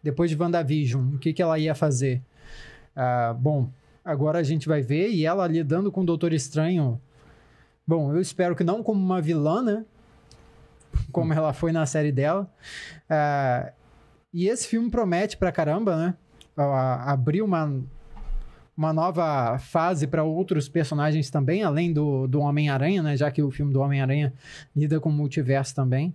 depois de WandaVision, o que, que ela ia fazer? Ah, bom, agora a gente vai ver, e ela lidando com o Doutor Estranho, bom, eu espero que não como uma vilã, né? Como ela foi na série dela. Ah, e esse filme promete pra caramba, né? Ah, abrir uma, uma nova fase para outros personagens também, além do, do Homem-Aranha, né? Já que o filme do Homem-Aranha lida com o multiverso também.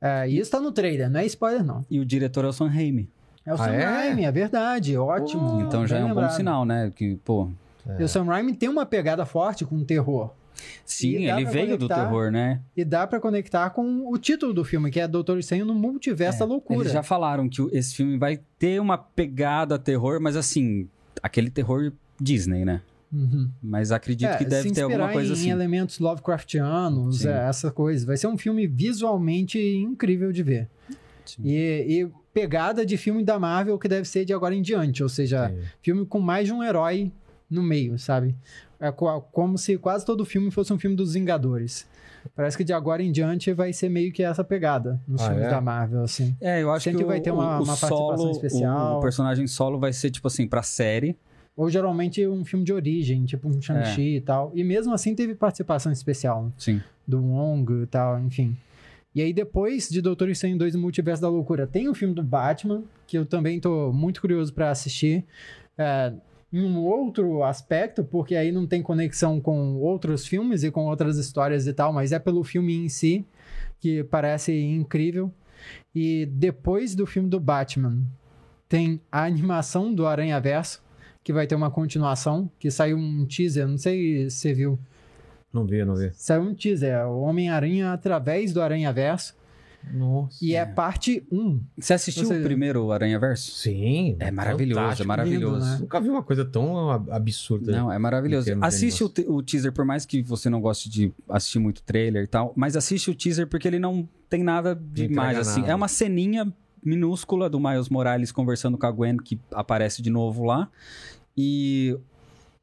Ah, e isso tá no trailer, não é spoiler, não. E o diretor é o Sam Raimi. É o Ah, Sam é? Raimi, é verdade, ótimo. então já é bem um lembrado. bom sinal, né? Que, pô. E É. o Sam Raimi tem uma pegada forte com o terror. Sim, E dá ele pra veio do conectar. terror, né? E dá pra conectar com o título do filme, que é Doutor Estranho no Multiverso da Loucura. É, Eles já falaram que o- esse filme vai ter uma pegada terror, mas assim, aquele terror Disney, né? Uhum. Mas acredito É, que deve se ter alguma inspirar coisa em assim. elementos Lovecraftianos, Sim. é, essa coisa. Vai ser um filme visualmente incrível de ver. Sim. E, e pegada de filme da Marvel que deve ser de agora em diante, ou seja, Sim. filme com mais de um herói no meio, sabe? É co- como se quase todo filme fosse um filme dos Vingadores. Parece que de agora em diante vai ser meio que essa pegada nos Ah, filmes é? da Marvel, assim. É, eu acho Sempre que o, vai ter uma- o- o uma participação solo, especial. o personagem solo vai ser tipo assim pra série. Ou geralmente um filme de origem, tipo um Shang-Chi e tal. E mesmo assim teve participação especial Sim. do Wong e tal, enfim. E aí depois de Doutor Estranho 2 e Multiverso da Loucura, tem o filme do Batman, que eu também tô muito curioso pra assistir. É, em um outro aspecto, porque aí não tem conexão com outros filmes e com outras histórias e tal, mas é pelo filme em si, que parece incrível. E depois do filme do Batman, tem a animação do Aranha Verso, que vai ter uma continuação, que saiu um teaser, não sei se você viu. Não vi, não vi. Saiu um teaser, o Homem-Aranha através do Aranha Verso. Nossa. E é, É. parte 1. Você assistiu Você- o primeiro Aranha Verso? Sim. É maravilhoso, é fantástico. maravilhoso. lindo, né? Nunca vi uma coisa tão ab- absurda. Não, é maravilhoso. Em termos de Assiste o, te- o teaser, por mais que você não goste de assistir muito trailer e tal, mas assiste o teaser porque ele não tem nada demais, entrega assim. nada. É uma ceninha minúscula do Miles Morales conversando com a Gwen, que aparece de novo lá. E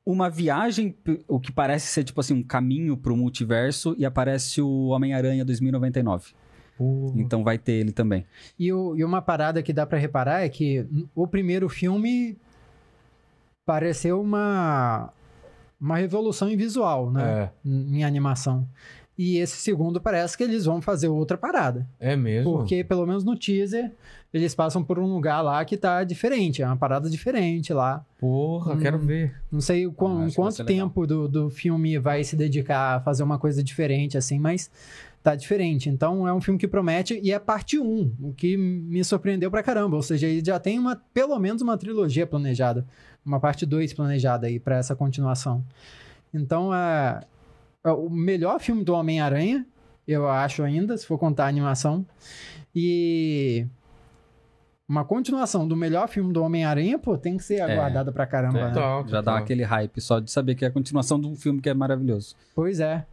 uma viagem, p- o que parece ser, tipo assim, um caminho pro multiverso, e aparece o Homem-Aranha 2099. Pô. Então vai ter ele também. E, o- e uma parada que dá pra reparar é que o primeiro filme pareceu uma, uma revolução em visual, né? É, Em em animação. E esse segundo parece que eles vão fazer outra parada. é mesmo. Porque, pelo menos no teaser, eles passam por um lugar lá que tá diferente. É uma parada diferente lá. Porra, Hum. quero ver. Não sei o Ah, quão, acho que vai quanto ser legal. tempo do, do filme vai se dedicar a fazer uma coisa diferente, assim, mas tá diferente. Então é um filme que promete e é parte 1, o que me surpreendeu pra caramba. Ou seja, ele já tem uma, pelo menos uma trilogia planejada, uma parte 2 planejada aí pra essa continuação. Então é, é o melhor filme do Homem-Aranha, eu acho ainda, se for contar a animação. E. Uma continuação do melhor filme do Homem-Aranha, pô, tem É. que ser aguardada pra caramba. né? Total, Já dá total. aquele hype só de saber que é a continuação de um filme que é maravilhoso. Pois é.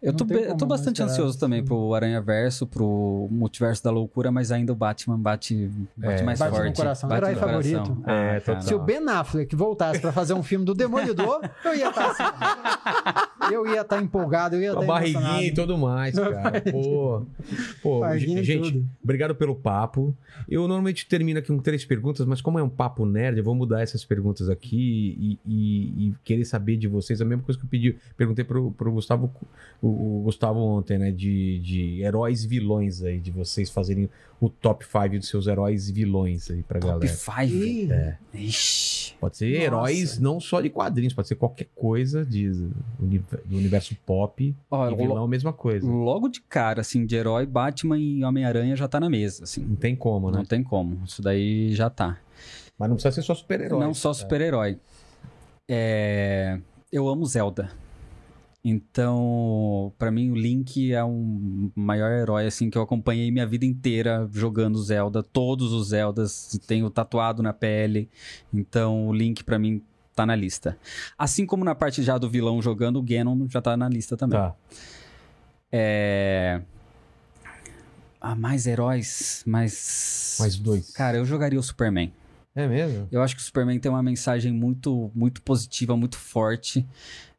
Eu Não tô, tem be- eu como tô não bastante esperar ansioso esse também filme. pro Aranha Verso, pro Multiverso da Loucura, mas ainda o Batman bate, bate É. mais Bate no forte. coração. Bate Herói no coração. Ah, favorito. É, cara. total. Se o Ben Affleck voltasse pra fazer um filme do Demolidor, eu ia estar assim. Eu ia estar empolgado, eu ia Com estar a barriguinha e emocionado. tudo mais, cara. Pô, pô Barriguinha e gente, tudo. obrigado pelo papo. Eu normalmente termino aqui com três perguntas, mas como é um papo nerd, eu vou mudar essas perguntas aqui e, e- e querer saber de vocês. A mesma coisa que eu pedi, perguntei pro, pro Gustavo, o, o Gustavo ontem, né? De, de heróis e vilões aí, de vocês fazerem o top 5 dos seus heróis e vilões aí pra É. Top galera. 5. Ih, Ixi. Pode ser Nossa. heróis não só de quadrinhos, pode ser qualquer coisa de, uni- do universo pop. Ó, E vilão, lo- é a mesma coisa. logo de cara, assim, de herói, Batman e Homem-Aranha já tá na mesa, assim. Então, Não tem como, né? Não tem como. Isso daí já tá. Mas não precisa ser só super-herói. Não só super-herói. É, Eu amo Zelda. Então, pra mim, o Link é um maior herói, assim, que eu acompanhei minha vida inteira jogando Zelda. Todos os Zeldas tenho tatuado na pele. Então, o Link, pra mim, tá na lista. Assim como na parte já do vilão jogando, o Ganon já tá na lista também. Tá. É... Ah, mais heróis, mais... Mais dois. Cara, eu jogaria o Superman. É mesmo? Eu acho que o Superman tem uma mensagem muito, muito positiva, muito forte.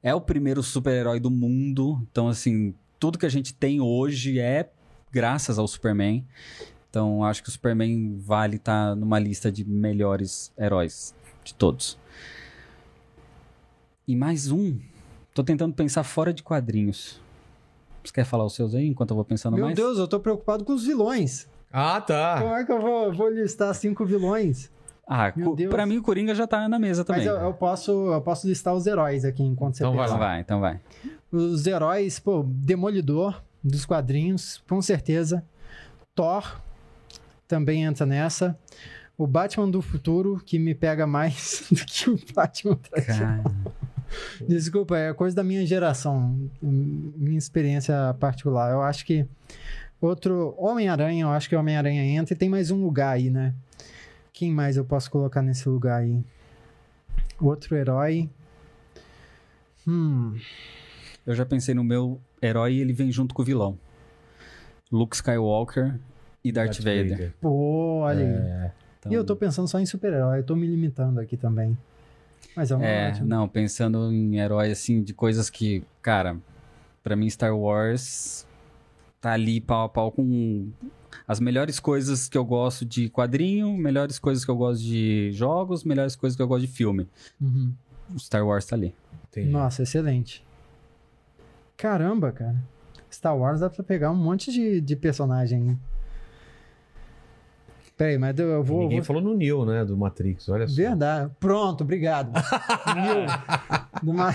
É o primeiro super-herói do mundo. Então, assim, tudo que a gente tem hoje é graças ao Superman. Então, acho que o Superman vale estar numa lista de melhores heróis de todos. E mais um. Tô tentando pensar fora de quadrinhos. Você quer falar os seus aí enquanto eu vou pensando Meu mais? Deus, eu tô preocupado com os vilões. Ah, tá. Como é que eu vou, vou listar cinco vilões? Ah, Meu co- Deus. pra mim o Coringa já tá na mesa também. Mas eu, eu posso, eu posso listar os heróis aqui enquanto você Então vai pensa. Então vai, então vai. Os heróis, pô, Demolidor dos quadrinhos, com certeza. Thor também entra nessa. O Batman do futuro, que me pega mais do que o Batman tradicional. Cara, Desculpa, é coisa da minha geração, hum, minha experiência particular. Eu acho que outro Homem-Aranha, eu acho que o Homem-Aranha entra e tem mais um lugar aí, né? Quem mais eu posso colocar nesse lugar aí? Outro herói. Hum, Eu já pensei no meu herói e ele vem junto com o vilão. Luke Skywalker e Darth, Vader. pô, olha aí. Então, E eu tô pensando só em super-herói, eu tô me limitando aqui também. Mas é um É, ótimo. não, pensando em herói, assim, de coisas que, cara, Pra mim, Star Wars tá ali pau a pau com as melhores coisas que eu gosto de quadrinho, melhores coisas que eu gosto de jogos, melhores coisas que eu gosto de filme. Uhum. O Star Wars tá ali. Entendi. Nossa, excelente. Caramba, cara. Star Wars dá pra pegar um monte de, de personagem. hein? Peraí, mas eu- eu vou. Ninguém vou... falou no Neo, né? Do Matrix, olha só. Verdade. Pronto, obrigado. Neo, do Ma...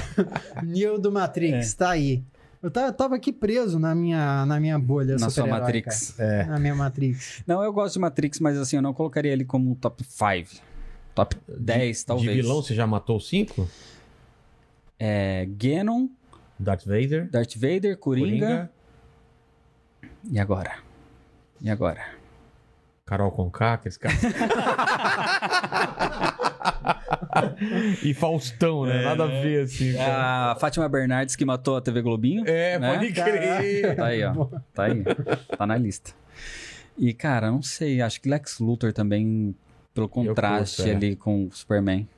Neo do Matrix, tá aí. Eu ta- tava aqui preso na minha, na minha bolha. na sua super-heróica. Matrix. É. Na minha Matrix. Não, eu gosto de Matrix, mas assim, eu não colocaria ele como top 5. Top 10, talvez. De vilão, você já matou cinco? É Ganon, Darth Vader, Darth Vader, Coringa. Coringa, E agora? E agora? Carol Conká, que esse cara. e Faustão, É. né? Nada a ver, assim. cara. A Fátima Bernardes que matou a TV Globinho. É, né? pode crer. Tá aí, ó. Tá aí. Tá na lista. E, cara, não sei. Acho que Lex Luthor também, pelo contraste curto, é. ali com o Superman.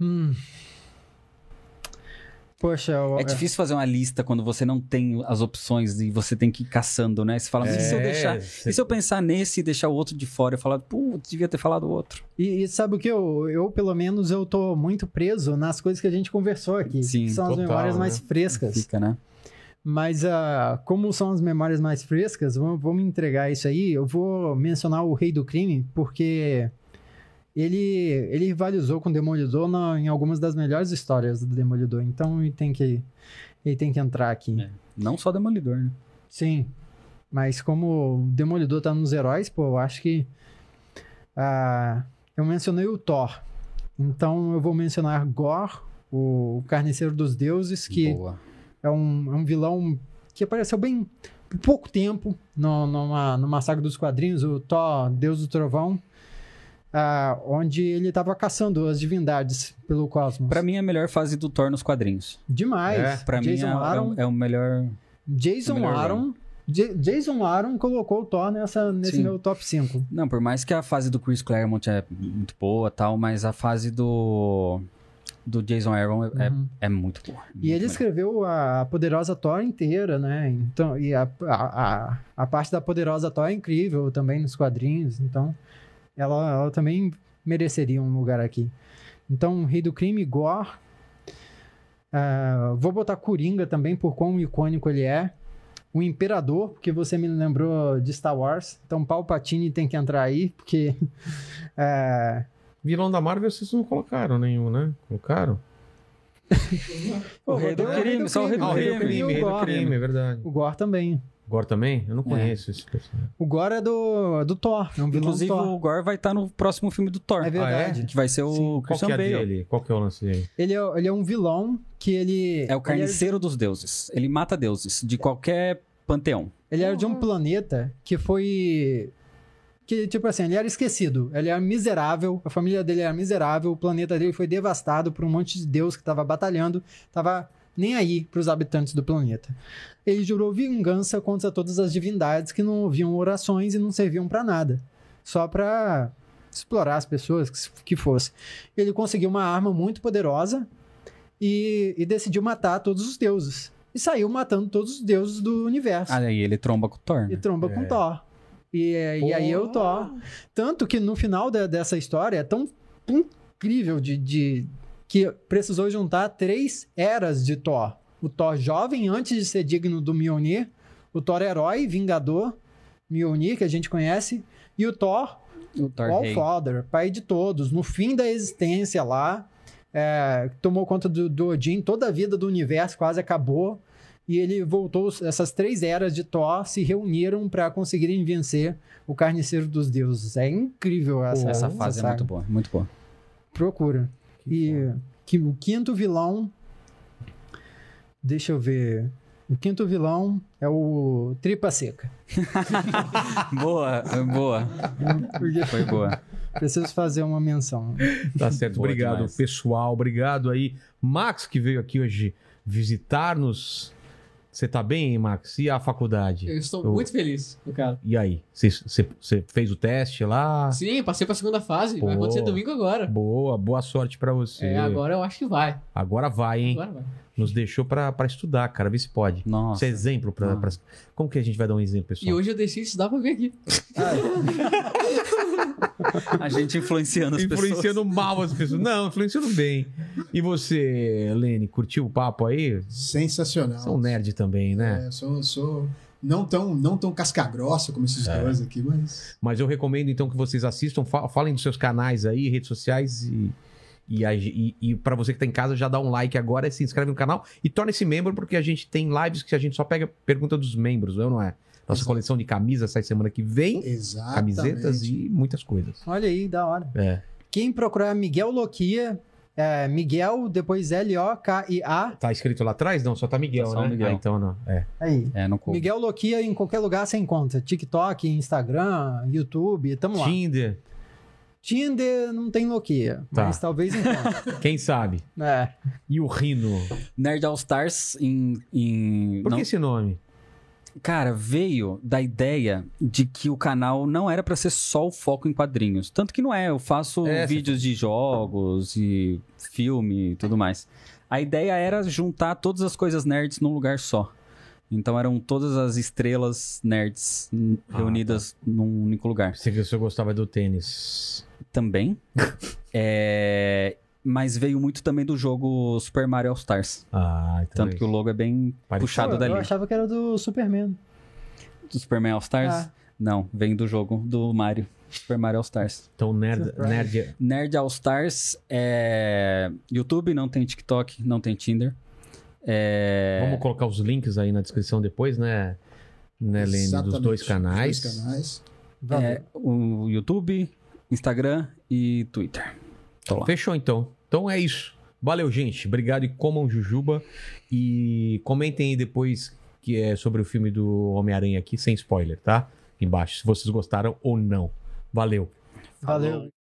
Hum. Poxa, eu- É difícil fazer uma lista quando você não tem as opções e você tem que ir caçando, né? Você fala, mas e se eu É, deixar? você- E se eu pensar nesse e deixar o outro de fora? Eu falo, pô, devia ter falado o outro. E, e sabe o que? Eu, eu, pelo menos, eu tô muito preso nas coisas que a gente conversou aqui. Sim, que são total, as memórias né? mais frescas. Fica, né? Mas ah, como são as memórias mais frescas, vamos, vamos entregar isso aí. Eu vou mencionar o Rei do Crime, porque ele, ele rivalizou com o Demolidor na- em algumas das melhores histórias do Demolidor. Então ele tem que, ele tem que entrar aqui. É. Não só Demolidor, né? Sim. Mas como o Demolidor tá nos heróis, pô, eu acho que. ah, eu mencionei o Thor. Então eu vou mencionar Gore, o Carniceiro dos Deuses, que Boa. é um, é um vilão que apareceu bem por pouco tempo no, numa, numa saga dos quadrinhos, o Thor, Deus do Trovão, ah, onde ele estava caçando as divindades pelo cosmos. Pra mim, é a melhor fase do Thor nos quadrinhos. Demais. É, Pra Jason mim, é, é o- Aaron, é o melhor... Jason melhor Aaron, Ja- Jason Aaron colocou o Thor nessa, nesse Sim. meu top 5. Não, por mais que a fase do Chris Claremont é muito boa tal, mas a fase do, do Jason Aaron é, é- Uhum. é muito boa. E ele muito melhor. escreveu a poderosa Thor inteira, né? Então, e a, a, a, a parte da poderosa Thor é incrível também nos quadrinhos. Então, ela, ela também mereceria um lugar aqui. Então, Rei do Crime, Gore. Ah, vou botar Coringa também, por quão icônico ele é. O Imperador, porque você me lembrou de Star Wars. Então, Palpatine tem que entrar aí, porque. ah, Vilão da Marvel vocês não colocaram nenhum, né? Colocaram? pô, O Rei do botei Crime, só o É. Rei do Ah, o Rei do Crime, Crime, Rei e o do Gore. Crime, é verdade. O Gore também. Gore também? Eu não conheço esse personagem. O Gore é do, do Thor, é um vilão do Inclusive, Thor. o Gore Ah, vai estar no próximo filme do Thor. É verdade. Que vai ser o Sim. Qual Christian que é Bale. dele? Qual que é o lance dele? Ele, é, ele é um vilão que ele. É o carniceiro dos deuses. Ele mata deuses de qualquer panteão. Ele, era- ele era de um planeta que foi. Que, tipo assim, ele era esquecido. Ele era miserável, a família dele era miserável, o planeta dele foi devastado por um monte de deus que tava batalhando, tava nem aí pros habitantes do planeta. Ele jurou vingança contra todas as divindades que não ouviam orações e não serviam pra nada. Só pra explorar as pessoas que, se- que fosse. Ele conseguiu uma arma muito poderosa e, e decidiu matar todos os deuses. E saiu matando todos os deuses do universo. Aí ele tromba com o Thor. E Né? tromba com É. o Thor. E, é- e aí é o Thor. Tanto que no final da- dessa história é tão incrível de, de- que precisou juntar três eras de Thor. O Thor jovem, antes de ser digno do Mjolnir. O Thor herói, vingador, Mjolnir, que a gente conhece. E o Thor, O Thor Rei. Allfather, pai de todos. No fim da existência lá, é, tomou conta do, do Odin. Toda a vida do universo quase acabou. E ele voltou, essas três eras de Thor se reuniram para conseguirem vencer o Carniceiro dos Deuses. É incrível essa, Essa fase é saga. muito boa, muito boa. Procura. e que, o quinto vilão. Deixa eu ver. O quinto vilão é o Tripa Seca. boa, boa. Porque Foi boa. preciso fazer uma menção. Tá certo. Boa Obrigado, demais. pessoal. Obrigado aí. Max, que veio aqui hoje visitar-nos. Você tá bem, hein, Max? E a faculdade? Eu estou Eu- muito feliz com o cara. E aí? Você- Você você fez o teste lá? Sim, passei pra segunda fase. Vai Pô. acontecer domingo agora. Boa, boa sorte pra você. É, agora eu acho que vai. Agora vai, hein? Agora vai. Nos deixou pra, pra estudar, cara. Vê se pode. Isso Nossa. é exemplo pra, Ah. pra- Como que a gente vai dar um exemplo, pessoal? E hoje eu desci e estudar pra vir aqui. A gente influenciando as Influenciando mal as pessoas. Não, influenciando bem. E você, Lene, curtiu o papo aí? Sensacional. Você é um nerd também, né? É, sou, sou não tão, não tão casca-grossa como esses É. dois aqui, mas. Mas eu recomendo então que vocês assistam, fa- falem dos seus canais aí, redes sociais e. E, a- e, para você que tá em casa, já dá um like agora, se inscreve no canal e torne-se membro, porque a gente tem lives que a gente só pega pergunta dos membros, não é? ou não é? Nossa Exato. coleção de camisas sai semana que vem, Exato. camisetas e muitas coisas. Olha aí, da hora. É. Quem procurar Miguel Loquia, é Miguel, depois L-O-K-I-A, Tá escrito lá atrás? Não, só tá Miguel, Tá só né? o Miguel. Ah, então não. É. aí. É, não coube. Miguel Loquia em qualquer lugar você encontra. TikTok, Instagram, YouTube, tamo lá. Tinder, Tinder não tem Loquia, Tá. mas talvez encontre. quem sabe? é. E o Rino? Nerd All Stars em. em- Por não- que esse nome? Cara, veio da ideia de que o canal não era pra ser só o foco em quadrinhos. Tanto que não é, eu faço É, vídeos de jogos e filme e tudo mais. A ideia era juntar todas as coisas nerds num lugar só. Então eram todas as estrelas nerds hum, Ah, reunidas num único lugar. Você que eu gostava do tênis. Também. é, Mas veio muito também do jogo Super Mario All Stars. Ah, então Tanto que o logo é bem Parecido. puxado Pô, dali. Eu achava que era do Superman. Do Superman All Stars? Ah. Não, vem do jogo do Mario. Super Mario All Stars. Então, nerd, Surprise. nerd Nerd All Stars é. YouTube, não tem TikTok, não tem Tinder. É... Vamos colocar os links aí na descrição depois, né? Né, Lene? Dos Exatamente, dois canais. Dois canais. é, o YouTube, Instagram e Twitter. Tô lá. Fechou então. Então é isso. Valeu, gente. Obrigado e comam Jujuba. E comentem aí depois que é sobre o filme do Homem-Aranha aqui, sem spoiler, tá? Embaixo, se vocês gostaram ou não. Valeu. Valeu. Falou.